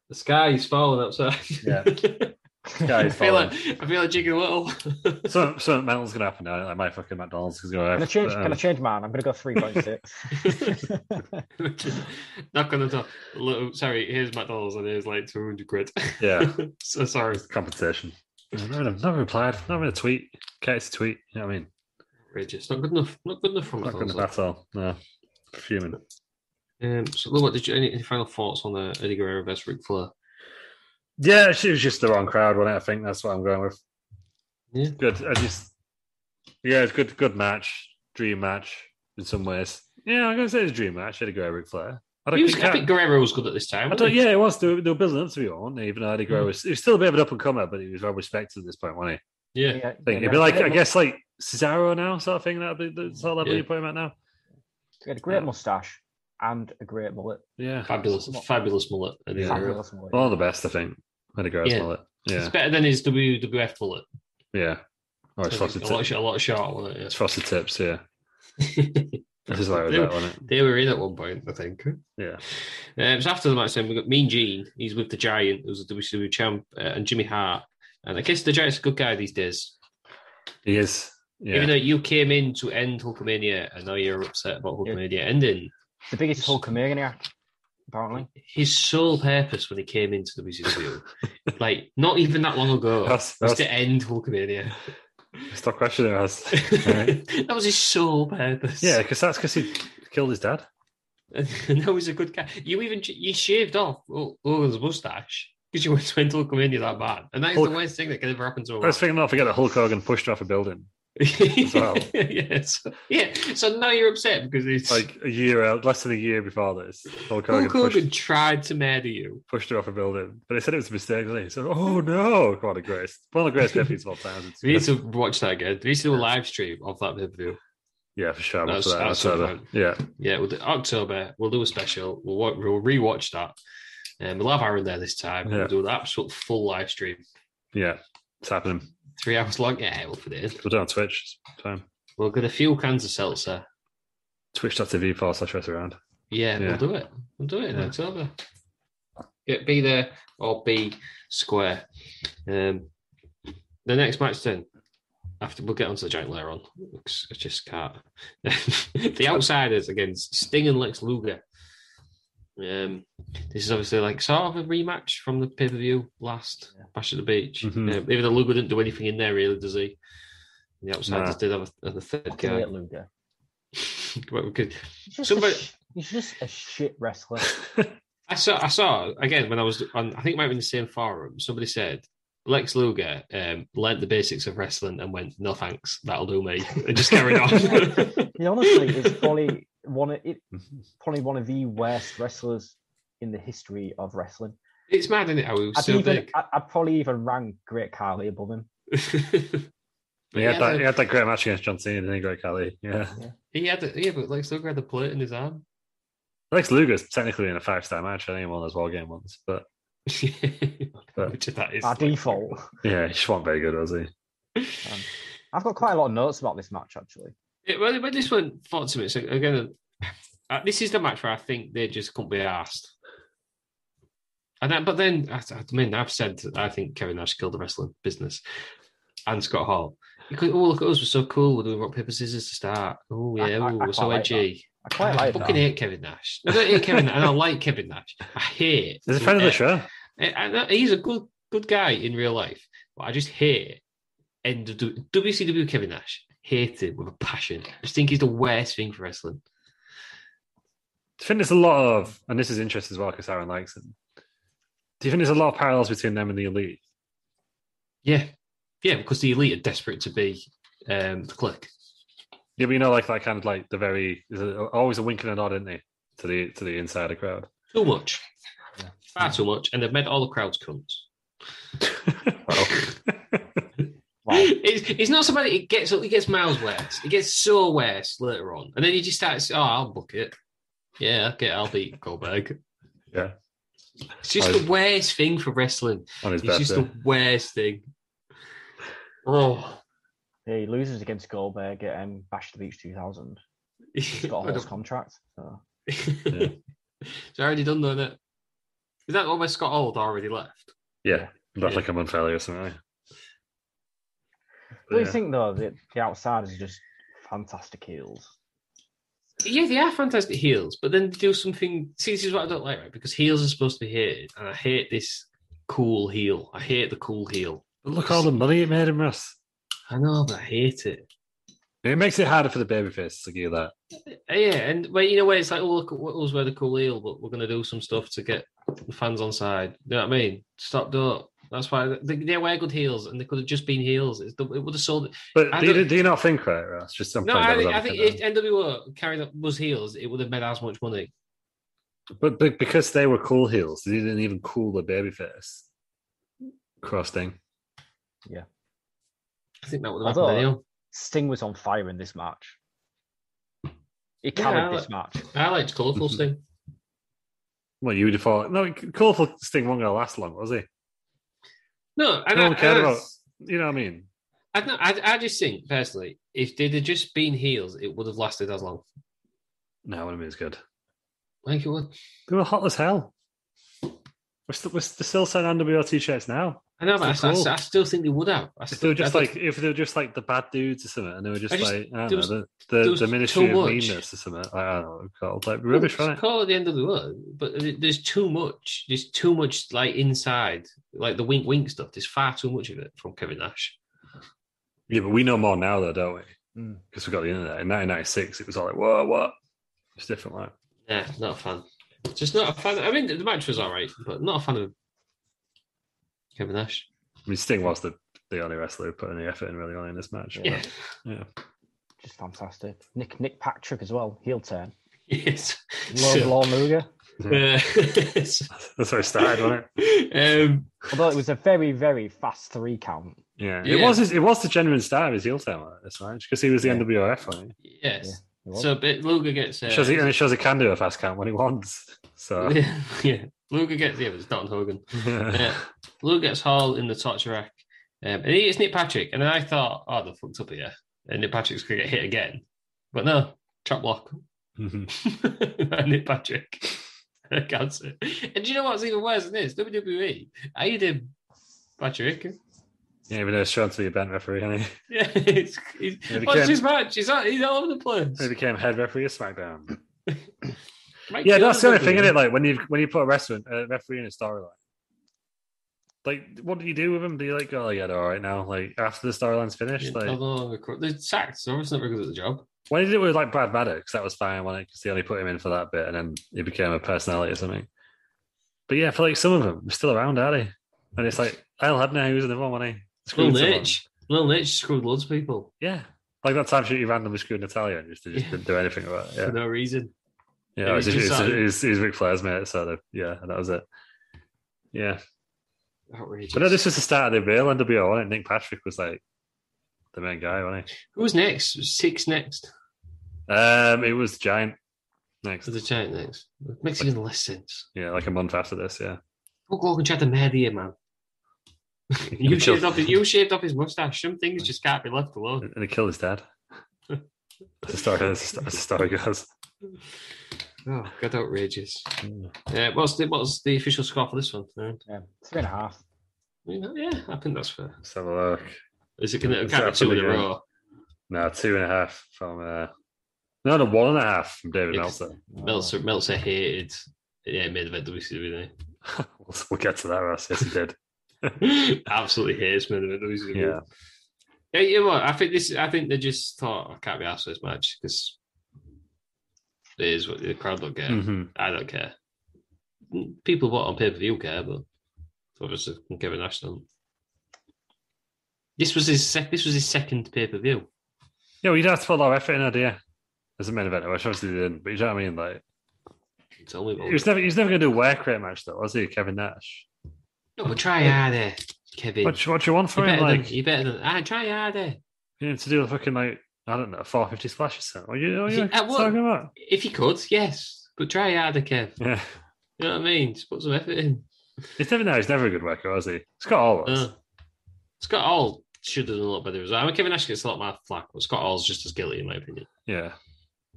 S4: The sky is falling outside.
S2: Yeah.
S4: I
S2: Guys,
S4: feel like I feel like jigging a little.
S2: Something, something mental's gonna happen now. Like my fucking McDonald's is gonna. um,
S5: Can I change? Can I change mine? I'm going to go three point six.
S4: Knock on the door. Look, sorry, here's McDonald's and here's like 200 quid.
S2: Yeah,
S4: so sorry.
S2: compensation. I've never, I've never replied. I've never a tweet. Courtesy tweet. You know what I mean?
S4: Outrageous. Not good enough. Not good enough for
S2: Not good
S4: McDonald's.
S2: at all. No, fuming.
S4: Um, so, Lou, what did you any, any final thoughts on uh, Eddie Guerrero versus Ric Flair?
S2: Yeah, she was just the wrong crowd, wasn't it? I think that's what I'm going with.
S4: Yeah.
S2: Good. I just. Yeah, it's good. Good match. Dream match in some ways. Yeah, I'm gonna say it's a dream match. Eddie Guerrero, Ric Flair. I
S4: He was,
S2: think-
S4: I think Guerrero was good at this time.
S2: I
S4: wasn't
S2: don't,
S4: he?
S2: yeah, it was. They were, they were building up to be on, even though Eddie Guerrero
S4: Hmm.
S2: was, he was still a bit of an up and comer, but he was well respected at this point, wasn't he?
S4: yeah.
S2: Thing. It'd be like, I guess, like Cesaro now, sort of thing. That'd be the sort of level
S4: Yeah.
S2: you put him at now.
S5: He had a great mustache and a great mullet.
S2: Yeah.
S4: Fabulous, fabulous mullet. Eddie
S2: Yeah.
S4: Guerrero.
S5: Fabulous mullet.
S2: One of the best, I think. Eddie Guerrero's
S4: Yeah.
S2: mullet.
S4: It's
S2: Yeah.
S4: better than his WWF bullet.
S2: Yeah. Oh, it's
S4: a, lot,
S2: frosted tips.
S4: sh- a lot short, wasn't
S2: It's
S4: it?
S2: frosted tips, yeah.
S4: Yeah.
S2: This is why it was
S4: They-
S2: that, wasn't
S4: They were in at one point, I think.
S2: it? Yeah.
S4: Um, so after the match, then we got Mean Gene. He's with the Giant, who's a WCW champ, uh, and Jimmy Hart. And I guess the Giant's a good guy these days.
S2: He is.
S4: Even
S2: Yeah.
S4: though you came in to end Hulkamania, and now you're upset about
S5: Yeah.
S4: Hulkamania ending.
S5: The biggest Hulkamaniac. apparently.
S4: His sole purpose when he came into WCW, like not even that long ago,
S2: That's-
S4: was to
S2: that's-
S4: end Hulkamania.
S2: Stop questioning us. Alright.
S4: That was his sole purpose.
S2: Yeah, because that's because he killed his dad.
S4: And that was a good guy. You even you shaved off Hul- Hogan's mustache because you went to end Hulkamania that bad, and that is
S2: Hulk-
S4: the worst thing that could ever happen to a man.
S2: Let's think not forget that Hulk Hogan pushed her off a building as well.
S4: yes. Yeah. So now you're upset because it's like
S2: like a year out, less than a year before this. Hulk Hogan,
S4: Hulk Hogan
S2: pushed,
S4: tried to murder you.
S2: pushed her off a building, but they said it was a mistake. didn't They said, "Oh no, God of grace, one of the greatest deaths of all time." It's-
S4: We need to watch that again. We need to do a live stream of that pay-per-view.
S2: yeah, for sure.
S4: That's-
S2: That's, that.
S4: that's
S2: That's over.
S4: fine.
S2: Yeah,
S4: Yeah, we'll do, October. We'll do a special. We'll wa- we'll rewatch that. Um, we'll have Aaron there this time.
S2: Yeah.
S4: We'll do an absolute full live stream,
S2: yeah, it's happening.
S4: three hours long. Yeah, we'll put it in.
S2: We're down on Twitch. It's fine.
S4: We'll get a few cans of seltzer.
S2: Twitch.tv forward slash rest around.
S4: Yeah,
S2: Yeah.
S4: we'll do it. We'll do it in
S2: Yeah.
S4: October. Yeah, be there or be square. Um, the next match then. After we'll get onto the joint later on. It's- I just can't. the Outsiders against Sting and Lex Luger. Um, this is obviously like sort of a rematch from the pay per view last Bash at the Beach.
S2: Mhm.
S4: Um, even though Luger didn't do anything in there, really, does he? The Outsiders
S2: Nah.
S4: did have a, have a third
S5: Fucking
S4: guy.
S5: hate Luger.
S4: Well, we could-
S5: He's just,
S4: Somebody-
S5: a, sh- he's just a shit wrestler.
S4: I saw, I saw again when I was on. I think it might be in the same forum. Somebody said Lex Luger um, learned the basics of wrestling and went, "No thanks, that'll do me," and just carried on.
S5: he honestly is probably one of it, probably one of the worst wrestlers in the history of wrestling.
S4: It's mad, isn't it? How he was
S5: I'd,
S4: so
S5: even,
S4: big.
S5: I- I'd probably even rank Great Carly above him.
S2: He, had that, he had that great match against John Cena, didn't he, Great Cali? Yeah.
S4: he had the, yeah, but Lex Luger had the plate in his arm.
S2: Lex Luger's technically in a five star match. I think he won those war game ones, but
S4: Which that is
S5: By
S4: like-
S5: default, Um,
S2: yeah, he just wasn't very good, was he?
S5: I've got quite a lot of notes about this match actually.
S4: Yeah, well, but this one, thought to me, so again, uh, this is the match where I think they just couldn't be asked. And that, but then, I, I mean, I've said that I think Kevin Nash killed the wrestling business and Scott Hall. Because, oh, look at us, we're so cool, we're doing rock, paper, scissors to start. Oh,
S5: I-
S4: yeah,
S5: I- I
S4: ooh, we're
S5: quite
S4: so
S5: like that.
S4: edgy.
S5: I quite like
S4: fucking
S5: that.
S4: hate Kevin Nash. I don't hate Kevin Nash, and I like Kevin Nash. I hate.
S2: He's a friend of the show.
S4: I- I- I- Eh, he's a good good guy in real life, but I just hate end of W- WCW Kevin Nash. Hate him with a passion. I just think he's the worst thing for wrestling.
S2: Do you think there's a lot of, and this is interesting as well because Aaron likes him. Do you think there's a lot of parallels between them and the elite?
S4: Yeah, yeah, because the elite are desperate to be um, the click.
S2: Yeah, but you know, like that kind of like the very there's a- always a wink and a nod, isn't they, to the to the insider crowd?
S4: Too much, far too much, and they've made all the crowds cunts.
S5: Wow.
S4: It's, it's not somebody. It gets it gets miles worse. It gets so worse later on, and then you just start. Oh, I'll book it. Yeah, okay, I'll beat Goldberg.
S2: yeah,
S4: It's just the worst thing for wrestling.
S2: on his
S4: It's
S2: birthday.
S4: just the worst thing. Oh,
S5: He loses against Goldberg at um, Bash the Beach 2000. He's got a whole contract. So.
S2: Yeah.
S4: it's already done, though, isn't it? Is that almost Scott Old already left?
S2: Yeah, that's like a month earlier or something. eh?
S5: What do you
S2: Yeah.
S5: think though? The, the outsiders are just fantastic heels.
S4: Yeah, they are fantastic heels, but then they do something. See, this is what I don't like, right? Because heels are supposed to be hated, and I hate this cool heel. I hate the cool heel.
S2: But look all the money it made him, Russ.
S4: I know, but I hate it.
S2: It makes it harder for the babyface to give you that.
S4: Yeah, and but you know where it's like, oh look, at us wear the cool heel, but we're gonna do some stuff to get the fans on side. You know what I mean? Stop up. That's why they, they wear good heels, and they could have just been heels. It's the, it would have sold.
S2: But
S4: I
S2: do you,
S4: don't-
S2: do you not think right, Russ? Just some
S4: No,
S2: playing
S4: I
S2: devil's
S4: think, I think
S2: advocate
S4: if
S2: there.
S4: NWO carried up was heels, it would have made as much money.
S2: but, but because they were cool heels, they didn't even cool the babyface. Cross thing.
S4: I think that would have
S5: Although-
S4: happened. Anyway.
S5: Sting was on fire in this match. He
S4: Yeah,
S5: carried
S4: I
S5: this match.
S4: I liked colourful thing.
S2: Well, you would have thought no, colorful Sting wasn't going to last long, was he?
S4: No, and
S2: No
S4: I,
S2: one cared
S4: and I-
S2: about. You know what I mean?
S4: I, don't- I, I just think personally, if they'd have just been heels, it would have lasted as long.
S2: No, what I mean is good.
S4: I think it would.
S2: They were hot as hell. We're still, we're still selling NWR shirts now.
S4: I know, but I,
S2: It's
S4: I-
S2: cool.
S4: I still think they would have. I
S2: if they
S4: still,
S2: were just
S4: I
S2: like
S4: don't-
S2: if they were just like the bad dudes or something, and they were just,
S4: I just-
S2: like I
S4: there
S2: don't
S4: was-
S2: know, the
S4: there
S2: the,
S4: was
S2: the
S4: too
S2: Ministry of
S4: much.
S2: Meanness or something. I don't know, called like rubbish,
S4: Well,
S2: right?
S4: it's called at the end of the world, but th- there's too much. There's too much like inside, like the wink wink stuff. There's far too much of it from Kevin Nash.
S2: Yeah, but we know more now, though, don't we?
S4: Hmm.
S5: Mm.
S2: Because we got the internet. In 1996, it was all like, whoa, what? It's different, right?
S4: Yeah, not a fan. Just not a fan. I mean, the match was all right, but not a fan of Kevin Nash.
S2: I mean, Sting was the, the only wrestler who put any effort in really on in this match.
S4: Yeah.
S2: Yeah.
S5: Just fantastic. Nick Nick Patrick as well. Heel turn.
S4: Yes.
S5: Lord
S4: So,
S5: Luger.
S4: uh,
S2: That's where it started, wasn't it?
S4: um,
S5: Although it was a very very fast three count.
S2: Yeah. It
S4: Yeah.
S2: was his, it was the genuine start of his heel turn at this match because he was the
S5: Yeah.
S2: NWRF, wasn't
S4: yes.
S5: It was.
S4: So, but Luger gets.
S2: he?
S4: Uh,
S2: It shows he? And it shows he can do a fast count when he wants. So,
S4: yeah, yeah. Luger gets. Yeah, it was Don Hogan.
S2: yeah.
S4: Yeah. Lou gets Hall in the torture rack, um, and he hits Nick Patrick. And then I thought, oh, they fucked up here. And Nick Patrick's going to get hit again. But no, trap block.
S2: Mhm.
S4: Nick Patrick. I can't say. And do you know what's even worse than this? WWE. How you doing, Patrick?
S2: yeah, even though it's shown to be a bent referee, and he,
S4: Yeah, it's, he's,
S2: Yeah, they
S4: what's
S2: can't-
S4: his match? He's all, he's all over the place.
S2: he became head referee of SmackDown.
S4: Mike
S2: Yeah, that's the only
S4: Gilbert's
S2: thing,
S4: over
S2: is
S4: there.
S2: it? Like when you when you put a wrestler a referee in a storyline, like what do you do with them? Do you like go, oh yeah, they're all right now? Like after the storyline's finished,
S4: Yeah,
S2: like
S4: although they're cor- They're sacked, so it's not very good at the job.
S2: when he did it with like Brad Maddox, that was fine, wasn't it? Because they only put him in for that bit, and then he became a personality or something. But yeah, for like some of them, they're still around, are they? And it's like Al Hebner, he was in the one, wasn't he?
S4: Lil
S2: Screwed someone.
S4: Nitch. Lil Nitch screwed loads of people
S2: yeah. Like that time she randomly screwed Natalia and just, they just
S4: Yeah.
S2: didn't do anything about it.
S4: for
S2: Yeah,
S4: no reason.
S2: yeah,
S4: It
S2: it
S4: was
S2: was,
S4: just
S2: just, it was,
S4: like-
S2: it was, it was Ric Flair's mate, so the, yeah, and that was it. Yeah.
S4: Outrageous.
S2: But no, this was the start of the real NWO, wasn't it? Nick Patrick was like the main guy, wasn't
S4: Who's next? Six next.
S2: he? Um, it was Giant next.
S4: So the giant next. Makes even less sense.
S2: Yeah, like a month after this, yeah.
S4: Hulk Hogan tried to murder you, man. you
S2: Killed-
S4: shaved off his you shaved off his mustache. Some things just can't be left alone.
S2: And he killed his dad. That's the story, that's the, that's the story goes.
S4: Oh god, outrageous.
S2: Mm.
S4: Uh, what's the what's the official score for this one? Aaron?
S5: Yeah, three and a half.
S4: You know, yeah, I think that's fair.
S2: Let's have a look.
S4: Is it gonna
S2: It's
S4: count two in a
S2: happening again.
S4: row?
S2: No, two and a half from uh no no one and a half from David
S4: Yeah, 'cause-
S2: Meltzer.
S4: Meltzer Meltzer hated yeah, made event WCW didn't
S2: we'll, we'll get to that, Ross. Yes, he did.
S4: he? Absolutely hates made event WCW.
S2: Yeah.
S4: Yeah, you know what? I think this. I think they just thought I can't be asked for this match because it is what the crowd don't care.
S2: hmm
S4: I don't care. People bought on pay per view care, but obviously Kevin Nash don't. This was his sec- this was his second pay per view.
S2: Yeah, well, you don't have to put a lot of effort in, do you? As a main event, which obviously they didn't, but you know what I mean? Like,
S4: Tell me about
S2: he was never, he was never going to do a work rate match, though, was he, Kevin Nash?
S4: No, but try harder, Kevin.
S2: What, you- what you want
S4: you
S2: for him?
S4: better
S2: Like,
S4: than you better than I try harder.
S2: you know, to do a fucking like I don't know, four fifty splash or something. What are you, what are
S4: Yeah,
S2: you
S4: I would.
S2: talking about?
S4: If you could, yes, but try harder, Kev.
S2: Yeah,
S4: You know what I mean? Just put some effort in.
S2: he's never no, he's never a good worker, is he? It's got all of us.
S4: Uh, Scott Hall should have done a lot better. as well. I mean, Kevin Nash gets a lot more flack, but Scott Hall's just as guilty, in my opinion.
S2: yeah,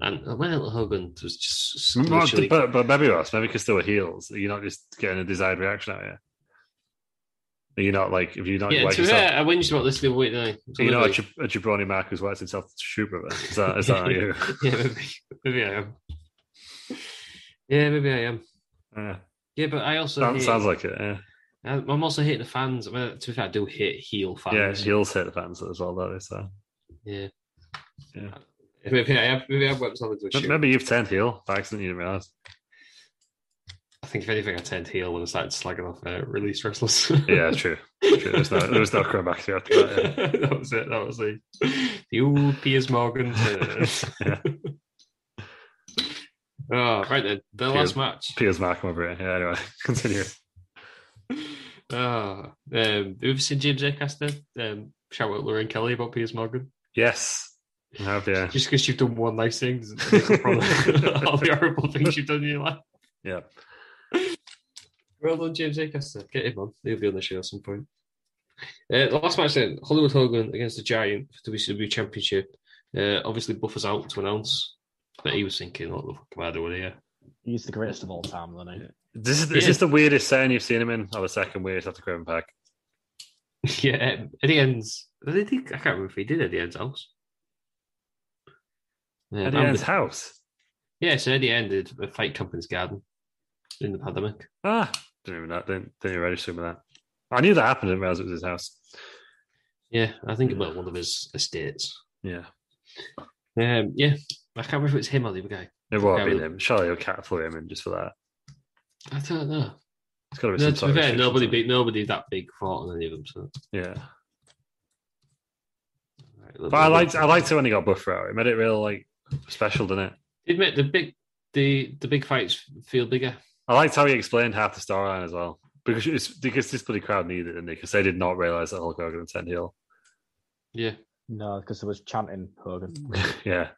S4: And when Hogan was just
S2: But-
S4: literally-
S2: but but maybe us, maybe because they were heels. You're not just getting a desired reaction out of you. You're not like if you're not
S4: yeah,
S2: like
S4: to be
S2: yourself,
S4: fair, I whinged about this the other week. didn't I? It's
S2: you know, a,
S4: another-
S2: jab- a jabroni Mark who's worked himself to shoot brother. Is that is that you?
S4: yeah, maybe, maybe I am. Yeah, maybe I am.
S2: Yeah.
S4: Yeah, but I also
S2: Sounds,
S4: hate,
S2: sounds like it. Yeah,
S4: I- I'm also hating the fans. I mean, to be fair, I do hate heel
S2: yeah.
S4: fans.
S2: Heels hit the fans as well, though. So
S4: yeah.
S2: Yeah.
S4: Maybe I have. Maybe I've worked something to a shoot.
S2: maybe you've turned heel by accident. You didn't realize.
S4: I think if anything, I turned heel when I started slagging off uh, release wrestlers.
S2: Yeah, true. true. There's no there was no coming back to after that. Yeah.
S4: that was it. That was the, the old Piers Morgan.
S2: Yeah.
S4: oh, right then. The
S2: Piers-
S4: last match.
S2: Piers Markham over here. Yeah, anyway, continue.
S4: Oh, um, have seen James Acaster? Um, shout out Lauren Kelly about Piers Morgan.
S2: Yes. I have, yeah.
S4: Just because you've done one nice thing doesn't make up for all the all the horrible things you've done in your life.
S2: Yeah.
S4: Well done, James Acaster. Get him on. He'll be on the show at some point. Uh, the last match then, Hollywood Hogan against the Giant for the WCW Championship. Uh, obviously, Buffer's out to announce, but he was thinking, what the fuck am I doing here?
S5: He's the greatest of all time, wasn't he?
S2: This is this is the weirdest setting you've seen him in, or the second weirdest after Craven Pack.
S4: yeah, um, Eddie Ends. I think I can't remember if he did Eddie Ends' house. Yeah,
S2: Eddie
S4: that
S2: Ends'
S4: was-
S2: house.
S4: Yeah, so Eddie ended a fight company's garden in the pandemic.
S2: Ah, didn't even know. Didn't, didn't even register with that. I knew that happened. Didn't realize it was his house.
S4: Yeah, I think it was one of his estates.
S2: Yeah,
S4: Um, yeah, I can't remember if it was him or the other guy.
S2: it would
S4: Yeah,
S2: have been
S4: we-
S2: him. Surely your cat flew him in just for that.
S4: I don't know.
S2: It's got to be
S4: No,
S2: some
S4: to
S2: sort
S4: be
S2: of
S4: fair,
S2: restriction
S4: nobody
S2: to it.
S4: big, nobody that big fought on any of them. So
S2: Yeah,
S4: Right,
S2: but I liked I liked it when he got buffer out. It made it real like special, didn't it?
S4: it made the big the the big fights feel bigger.
S2: I liked how he explained half the storyline as well because it's because this bloody crowd needed it, didn't they? Because they did not realize that Hulk Hogan and Send Hill.
S4: Yeah,
S5: No, because there was chanting Hogan.
S2: yeah,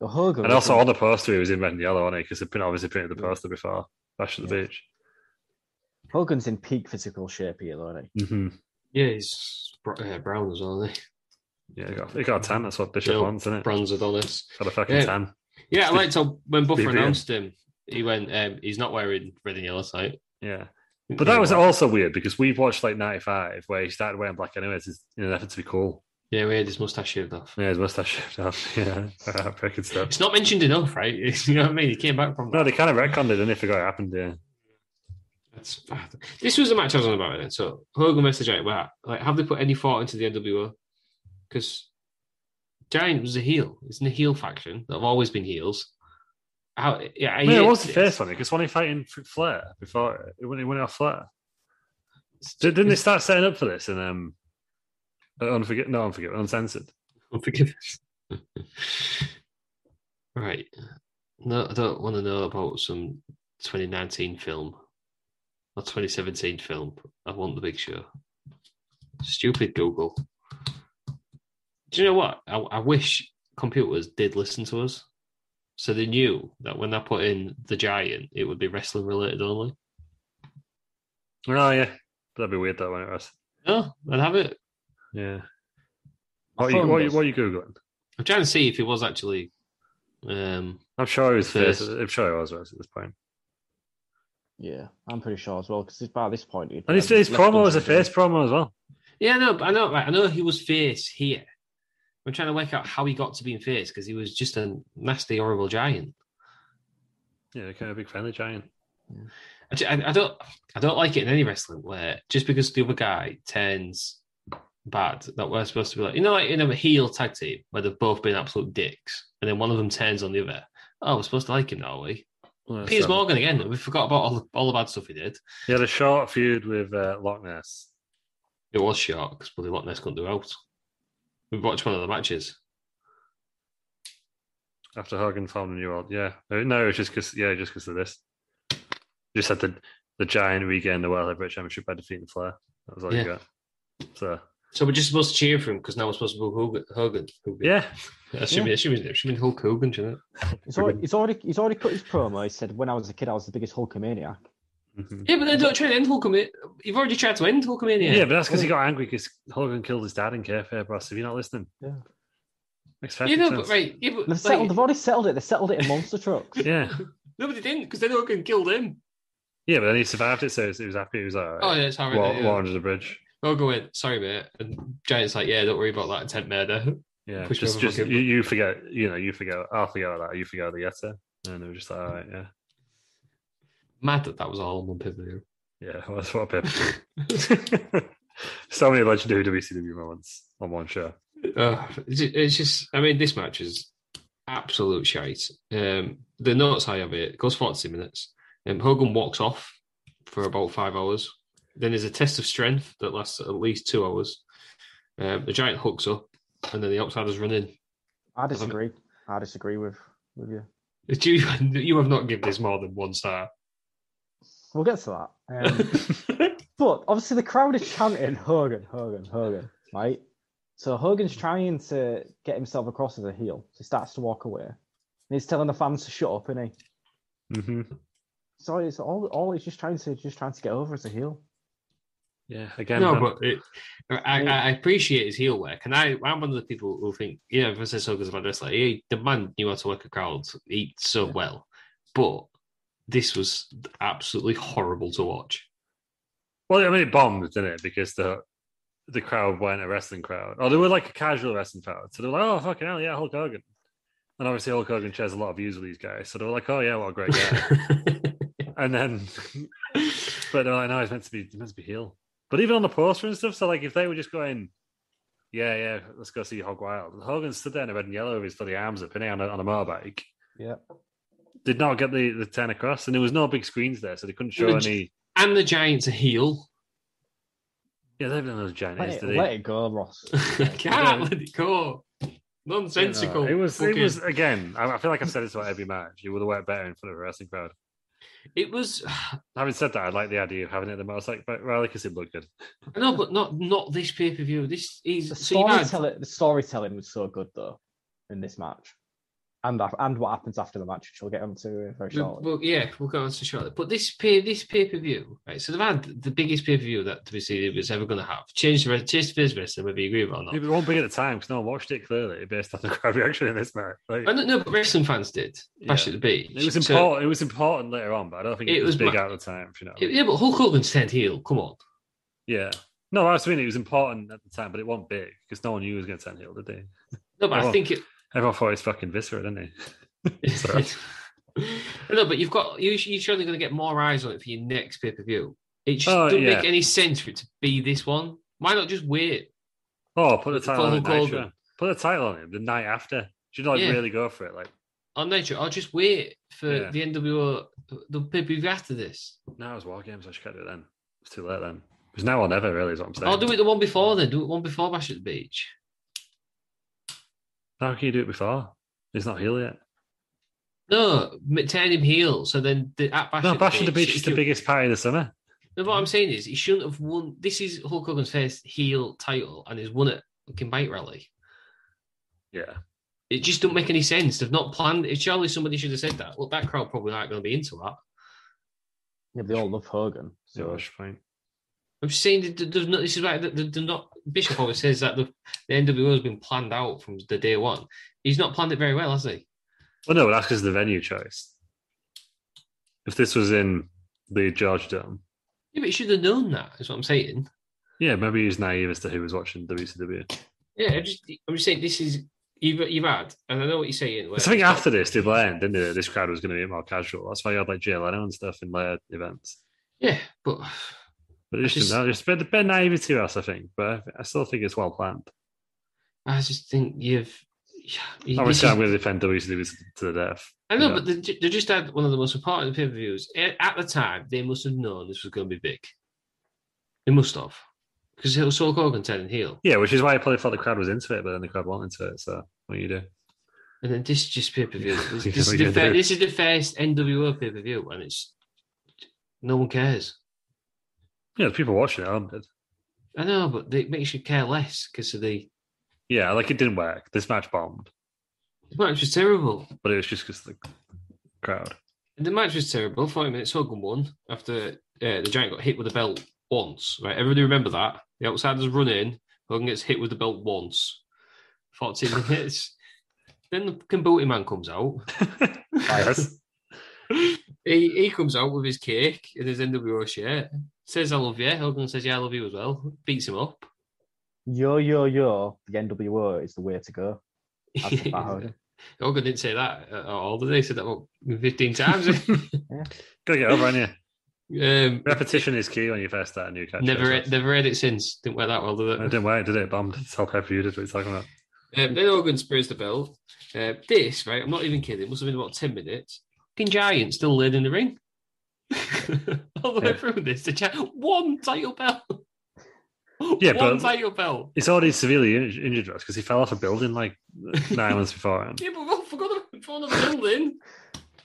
S5: The Hogan.
S2: and
S5: was-
S2: also on the poster he was in red and yellow, wasn't he? Because they print- obviously printed the poster before Bash at the Beach.
S5: Hogan's in peak physical shape here, though, isn't
S2: Mm-hmm.
S4: yeah, he's br- uh, brown as well. Isn't
S2: Yeah, he got, he got a tan. That's what
S4: he?
S2: Bishop
S4: Yeah,
S2: wants, isn't it?
S4: bronze Adonis.
S2: Got a fucking
S4: Yeah.
S2: tan.
S4: Yeah, I liked how when Buffer
S2: Big beard.
S4: announced him, he went, um, "He's not wearing red and yellow side."
S2: Yeah. But that was also weird because we've watched like 95 where he started wearing black anyways in an effort to be cool.
S4: Yeah, we had his mustache shaved off.
S2: Yeah, his mustache shaved off. Yeah, freaking stuff.
S4: It's not mentioned enough, right? you know what I mean? He came back from that.
S2: No, they kind of retconned it and they forgot it happened. Yeah.
S4: That's bad. This was the match I was on about then. So Hogan message out wow, like have they put any thought into the NWO? Because Giant was a heel. It's in the heel faction that have always been heels. How yeah, I
S2: No,
S4: hate
S2: it was the
S4: this.
S2: first one because when he fighting F- Flair before it, it went, it went off Flair. Di- Didn't they start setting up for this and um, uh, unforget? No, unforget, uncensored.
S4: Unforgiveness. right. No, I don't want to know about some 2019 film or 2017 film. I want the big show. Stupid Google. Do you know what? I, I wish computers did listen to us. So they knew that when I put in the giant, it would be wrestling related only.
S2: Oh, yeah. That'd be weird, though, when it was.
S4: No, Oh, I'd have it.
S2: Yeah.
S5: My
S2: What are, you,
S5: phone
S2: what, are you,
S5: does.
S2: what are you Googling?
S4: I'm trying to see if it was actually. Um,
S2: I'm sure he was
S4: First.
S2: first. I'm sure he was first at this point.
S5: he? Yeah, I'm pretty sure as well, because by this point, he'd
S2: And his,
S5: um,
S2: his
S5: left
S2: promo was
S5: Guns
S2: a
S5: N' Roses.
S2: face promo as well.
S4: Yeah, no, but I know, right, I know he was face here. I'm trying to work out how he got to being face because he was just a nasty, horrible giant.
S2: Yeah, kind of big friendly giant.
S4: I, ju- I, I don't, I don't like it in any wrestling where just because the other guy turns bad, that we're supposed to be like, you know, like in a heel tag team where they've both been absolute dicks, and then one of them turns on the other. Oh, we're supposed to like him, are we?
S2: Well,
S4: Piers
S2: so-
S4: Morgan again. We forgot about all the, all the bad stuff he did.
S2: He had a short feud with uh, Loch Ness.
S4: It was short because bloody Loch Ness couldn't do out. We watched one of the matches.
S2: after Hogan found a new world. Yeah, Uh, no, it's just because yeah, just because of this. Just had the the giant regain the world heavyweight championship by defeating Flair. That was all
S4: Yeah.
S2: you got. So
S4: So we're just supposed to cheer for him because now we're supposed to boo Hogan. Hogan. Hogan.
S2: yeah,
S4: That should be that should be that should be Hulk Hogan, shouldn't
S5: He's already, he's already he's already cut his promo. He said, "When I was a kid, I was the biggest Hulkamaniac."
S2: Mhm.
S4: it? Yeah, but then don't try to end Hulkamania. You've already tried to end
S2: yeah,
S4: Hulkamania.
S2: but that's because he got angry because Hogan killed his dad in kayfabe. Ross, if you're not listening,
S5: Yeah.
S2: makes
S4: you
S2: perfect
S4: know,
S2: sense.
S4: but right, yeah, but
S5: They've
S4: like,
S5: settled. They've already settled it. They settled it in monster trucks.
S2: Yeah,
S4: nobody didn't because then Hogan killed him.
S2: yeah, but then he survived it, so he was happy. He was like, all
S4: Oh
S2: right.
S4: yeah, sorry.
S2: Wa-
S4: mate, yeah.
S2: War under the bridge.
S4: Hogan went, sorry mate, and Giant's like, yeah, don't worry about that intent murder.
S2: Yeah,
S4: Push me
S2: just
S4: over
S2: just
S4: fucking-
S2: you, you forget, you know, you forget. I'll forget all that. You forget all the Yetta, and they were just like, all right, yeah,
S4: Mad that that was all in one pay-per-view.
S2: yeah. Well, that's what a pay so many legendary WCW moments on one show.
S4: Uh, it's ju- it's just, I mean, this match is absolute shite. Um, the notes I have here it goes 40 minutes. Um, Hogan walks off for about five hours. Then there's a test of strength that lasts at least two hours. Um, the giant hooks up, and then the outsiders run in.
S5: I disagree. I disagree with with you.
S4: It's you, you have not given this more than one star.
S5: We'll get to that. Um, But obviously, the crowd is chanting Hogan, Hogan, Hogan, right? So Hogan's trying to get himself across as a heel. So he starts to walk away. And he's telling the fans to shut up, isn't he?
S2: Mm-hmm.
S5: So it's all, all he's just trying to just trying to get over as a heel.
S2: Yeah, again,
S4: no,
S2: um,
S4: but it, I, I I appreciate his heel work, and I, I'm one of the people who think, you know, everyone says Hogan's a bad wrestler. He, the man knew how to work a crowd, he so well, but this was absolutely horrible to watch.
S2: Well, I mean, it bombed, didn't it? Because the the crowd weren't a wrestling crowd. Oh, they were like a casual wrestling crowd. So they were like, oh, fucking hell, yeah, Hulk Hogan. And obviously, Hulk Hogan shares a lot of views with these guys. So they were like, oh, yeah, what a great guy. and then, but they're like, no, he's meant to be, he's meant to be heel. But even on the poster and stuff, so like if they were just going, yeah, yeah, let's go see Hog Wild. Hogan stood there in a red and yellow with his bloody arms up in on a, on a motorbike.
S5: Yeah.
S2: Did not get the, the 10 across. And there was no big screens there. So they couldn't show
S4: And the gi-
S2: any.
S4: And the Giants are heel.
S2: Yeah, they haven't done those giant
S5: Let
S2: ears,
S5: it,
S2: did they?
S5: let it go, Ross.
S4: Can't let it go. Nonsensical.
S2: It was, it
S4: fucking-
S2: was again. I, I feel like I've said this about every match. It would have worked better in front of a wrestling crowd.
S4: It was.
S2: Having said that, I like the idea of having it at the motorcycle but rather because it looked good.
S4: No, but not not this pay per view. This
S5: The
S4: is see now.
S5: storytelling, the storytelling was so good though in this match, and af- and what happens after the match, which we'll get onto very
S4: we-
S5: shortly.
S4: Well, yeah, we'll go on to shortly. But this pay this pay per view, right? So they've had the biggest pay per view that WCW was ever going to have. Change the re- change the business, whether you agree with it or not.
S2: Mm-hmm. It won't be at the time because no one watched it clearly based on the crowd reaction in this match. Like,
S4: I don't know, but wrestling fans did. Bash
S2: Yeah.
S4: at the beach.
S2: it was
S4: So-
S2: important. it was important later on, but I don't think it,
S4: It
S2: was
S4: was
S2: big
S4: ma-
S2: out at the time. if You know. what I mean.
S4: yeah, but Hulk Hogan's turned heel. Come on.
S2: yeah. No, I was meaning it was important at the time, but it wasn't big because no one knew he was going to turn heel, did they?
S4: No, but I
S2: Everyone-
S4: think it.
S2: Everyone thought it was fucking viscera, didn't they? Sorry.
S4: no, but you've got you, you're surely going to get more eyes on it for your next pay per view. It just
S2: Oh,
S4: doesn't
S2: yeah.
S4: make any sense for it to be this one. Why not just wait?
S2: Oh, put the
S4: With the
S2: title on
S4: Hulk Hogan.
S2: Nitro. Put the title on him the night after. Should like
S4: Yeah.
S2: really go for it? Like,
S4: on Nature, I'll just wait for
S2: Yeah.
S4: the NWO, the pay per view after this.
S2: no, it was War Games. I should get it then. It's too late then. It was now or never, really, is what I'm saying.
S4: I'll do it the one before then. Do it one before Bash at the Beach.
S2: How can you do it before? He's not heel yet.
S4: No, m- turn him heel. So then the, at Bash,
S2: no,
S4: at
S2: Bash at
S4: the
S2: the
S4: Beach,
S2: Beach is
S4: if
S2: the
S4: you-
S2: biggest party of the summer.
S4: No, what I'm saying is he shouldn't have won. This is Hulk Hogan's first heel title, and he's won it fucking bike rally.
S2: Yeah.
S4: It just don't make any sense. They've not planned. If surely somebody should have said that. Look, that crowd probably aren't going to be into that.
S5: Yeah, they all love Hogan.
S2: So
S5: So
S2: point.
S4: I'm just saying that there's not. This is right. that They're not. Bishop always says that the, the NWO has been planned out from the day one. He's not planned it very well, has he?
S2: Well, no, that's because of the venue choice. If this was in the George Dome,
S4: Yeah, but you should have known that. Is what I'm saying.
S2: yeah, maybe he was naive as to who was watching WCW.
S4: Yeah, I'm just, I'm just saying this is you've you've had, and I know what you're saying. where-
S2: I think after this, they learned, didn't they? that This crowd was going to be more casual. That's why you had like Jay Leno and stuff in later events.
S4: yeah, but
S2: But it's
S4: I
S2: just,
S4: just-
S2: just, just a bit, a bit naivety, us, I think. But I, I still think it's well planned.
S4: I just think you've. Yeah, you- this
S2: Obviously,
S4: is-
S2: I'm going to defend WCW to- to the death.
S4: I know,
S2: you
S4: but they, ju- they just had one of the most important pay per views at the time. They must have known this was going to be big. They must have, because it was Hulk Hogan turning heel,
S2: yeah, which is why I probably thought the crowd was into it, but then the crowd weren't into it. So what do you do?
S4: and then this is just pay per view.
S2: Yeah,
S4: This,
S2: what
S4: this,
S2: are
S4: is
S2: you
S4: the
S2: gonna
S4: fir-
S2: do?
S4: this is the first NWO pay per view, and it's no one cares.
S2: Yeah, the people watching it aren't they?
S4: I know, but they- it makes you care less because of the
S2: Yeah, like it didn't work. This match bombed,
S4: the match was terrible.
S2: but it was just because the crowd.
S4: The match was terrible. Forty minutes. Hogan won after uh, the Giant got hit with the belt once. Right, everybody remember that. The outsiders run in. Hogan gets hit with the belt once. Fourteen minutes. Then the fucking booty man comes out.
S2: Yes.
S4: he he comes out with his cake and his NWO shirt. Says I love you. Hogan says yeah I love you as well. Beats him up.
S5: yo yo yo, the NWO is the way to go. That's the fat Hogan.
S4: Hogan didn't say that at all. Did he? He said that about fifteen times.
S2: Gotta get over on you.
S4: um,
S2: Repetition is key when you first start a new catch.
S4: never
S2: it.
S4: read, never read it since. Didn't wear that well, did it?
S2: It didn't work, did it? It bombed. It's all pay per view. That's what you're talking about.
S4: Um, then Hogan sprays the belt. Uh, this, right, I'm not even kidding, must have been about 10 minutes. Fucking Giant still laid in the ring. All the way
S2: Yeah.
S4: through this. The Gi- one title belt.
S2: Yeah,
S4: one
S2: but-
S4: title belt.
S2: He's already severely in- injured because he fell off a building like nine months before.
S4: Yeah, but we forgot about the building.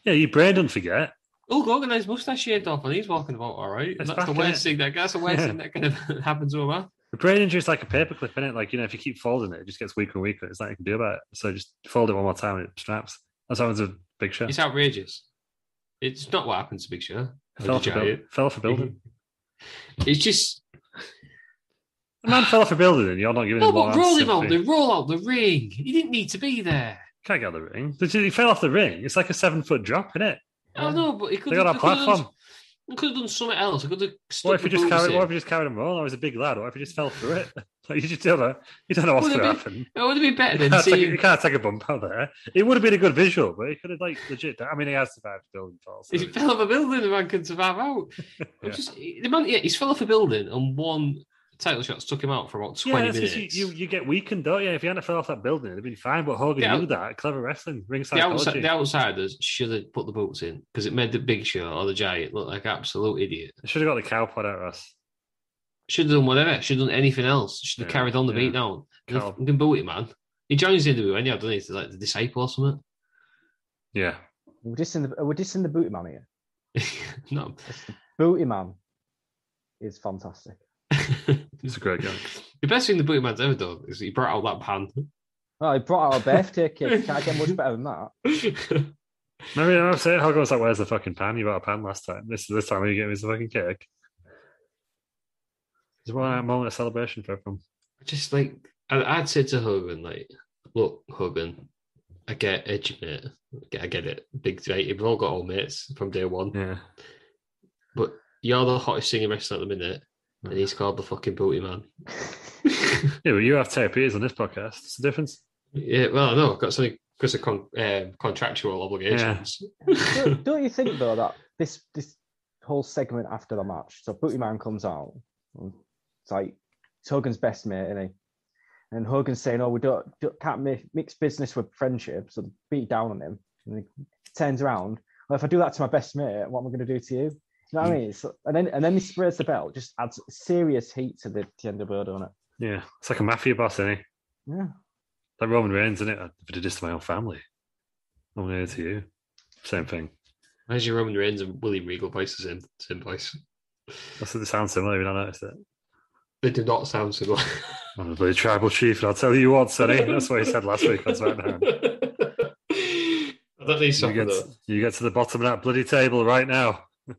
S2: Yeah, your brain don't forget.
S4: Hulk Hogan has mustache shaved off and he's walking about all right.
S2: It's
S4: And that's the
S2: back,
S4: worst
S2: innit?
S4: thing that that's the worst
S2: Yeah.
S4: thing that kind of happened to him. Huh?
S2: The brain injury is like a paperclip, isn't it? Like, you know, if you keep folding it, it just gets weaker and weaker. There's nothing you can do about it. So just fold it one more time and it snaps. That's happens a big show.
S4: It's outrageous. It's not what happens to Big Show. or
S2: Fell off,
S4: the
S2: a buil-
S4: Giant.
S2: fell off a building.
S4: It's just
S2: A man fell off a building and you're not giving
S4: no,
S2: him one
S4: but roll him
S2: sympathy.
S4: out. They roll out the ring. He didn't need to be there.
S2: Can't get out of the ring. Did you- He fell off the ring. It's like a seven foot drop, isn't it?
S4: I know, Oh, but he could
S2: They got
S4: have
S2: a platform.
S4: He could have done something else. He could have stuck
S2: What if you
S4: the
S2: just
S4: boots
S2: carried?
S4: in.
S2: What if you just carried him on? I was a big lad. What if you just fell through it? Like you just don't know. You don't know what's
S4: Would it
S2: going
S4: be-
S2: to happen.
S4: It would have been better
S2: You
S4: than
S2: can't, take,
S4: seeing.
S2: you can't take a bump out there. It would have been a good visual, but he could have like legit. I mean, he has survived building falls.
S4: He fell off a building. The man can survive out. I'm
S2: Yeah.
S4: Just, the man, yeah, he's fell off a building, and one title shot took him out for about
S2: Yeah,
S4: twenty
S2: that's
S4: minutes.
S2: because you, you, you get weakened, don't you? If you hadn't fell off that building, it'd been fine. But Hogan
S4: Yeah.
S2: knew that. Clever wrestling, ring
S4: the, outside,
S2: psychology.
S4: the outsiders should have put the boots in because it made the big show or the giant look like absolute idiot.
S2: Should have got the cow pod out, Ross.
S4: Should have done whatever. Should have done anything else. Should have
S2: Yeah,
S4: carried on the
S2: yeah.
S4: beat down.
S2: Cal-
S4: Fucking boot it, man. He joins the E, interview anyhow, doesn't he? He's like the disciple or something.
S2: Yeah.
S5: We're dissing the, we're dissing the booty man here.
S4: No,
S5: Booty man is fantastic.
S2: He's a great guy.
S4: the best thing the booty man's ever done is he brought out that pan.
S5: Well, he brought out a birthday cake. Can't get much better than that.
S2: Remember, I'm saying Hogan was like, "Where's the fucking pan? You got a pan last time. This this time you get me the fucking cake." It's one moment of celebration for everyone.
S4: just like I, I'd say to Hogan, like, look, Hogan, I get edgy, mate. I get- I get it. Big debate. We've all got old mates from day one.
S2: Yeah.
S4: But you're the hottest singing wrestler at the minute, and he's called the fucking booty man.
S2: Yeah, but you have Terry Peters on this podcast. It's the difference.
S4: Yeah, well, no, I've got something because of con- um, contractual obligations.
S5: don't, don't you think though that this this whole segment after the match, so Booty Man comes out, and it's like it's Hogan's best mate, isn't he? And Hogan's saying, "Oh, we don't, don't can't mi- mix business with friendship," so they beat down on him, and he turns around. Well, if I do that to my best mate, what am I going to do to you? You know what I mean? So, and then and then he sprays the belt, just adds serious heat to the to the NWO, don't it?
S2: Yeah, it's like a mafia boss, isn't he?
S5: Yeah.
S2: Like Roman Reigns, isn't it? If I did this to my own family, I'm going to do it to you. Same thing.
S4: As your Roman Reigns and William Regal voice the same, same voice.
S2: That's what they sound similar. Even I noticed it.
S4: They do not sound similar.
S2: I'm a bloody tribal chief, and I'll tell you what, Sonny. That's what he said last week on SmackDown.
S4: that needs
S2: You
S4: something
S2: get,
S4: though.
S2: you get to the bottom of that bloody table right now.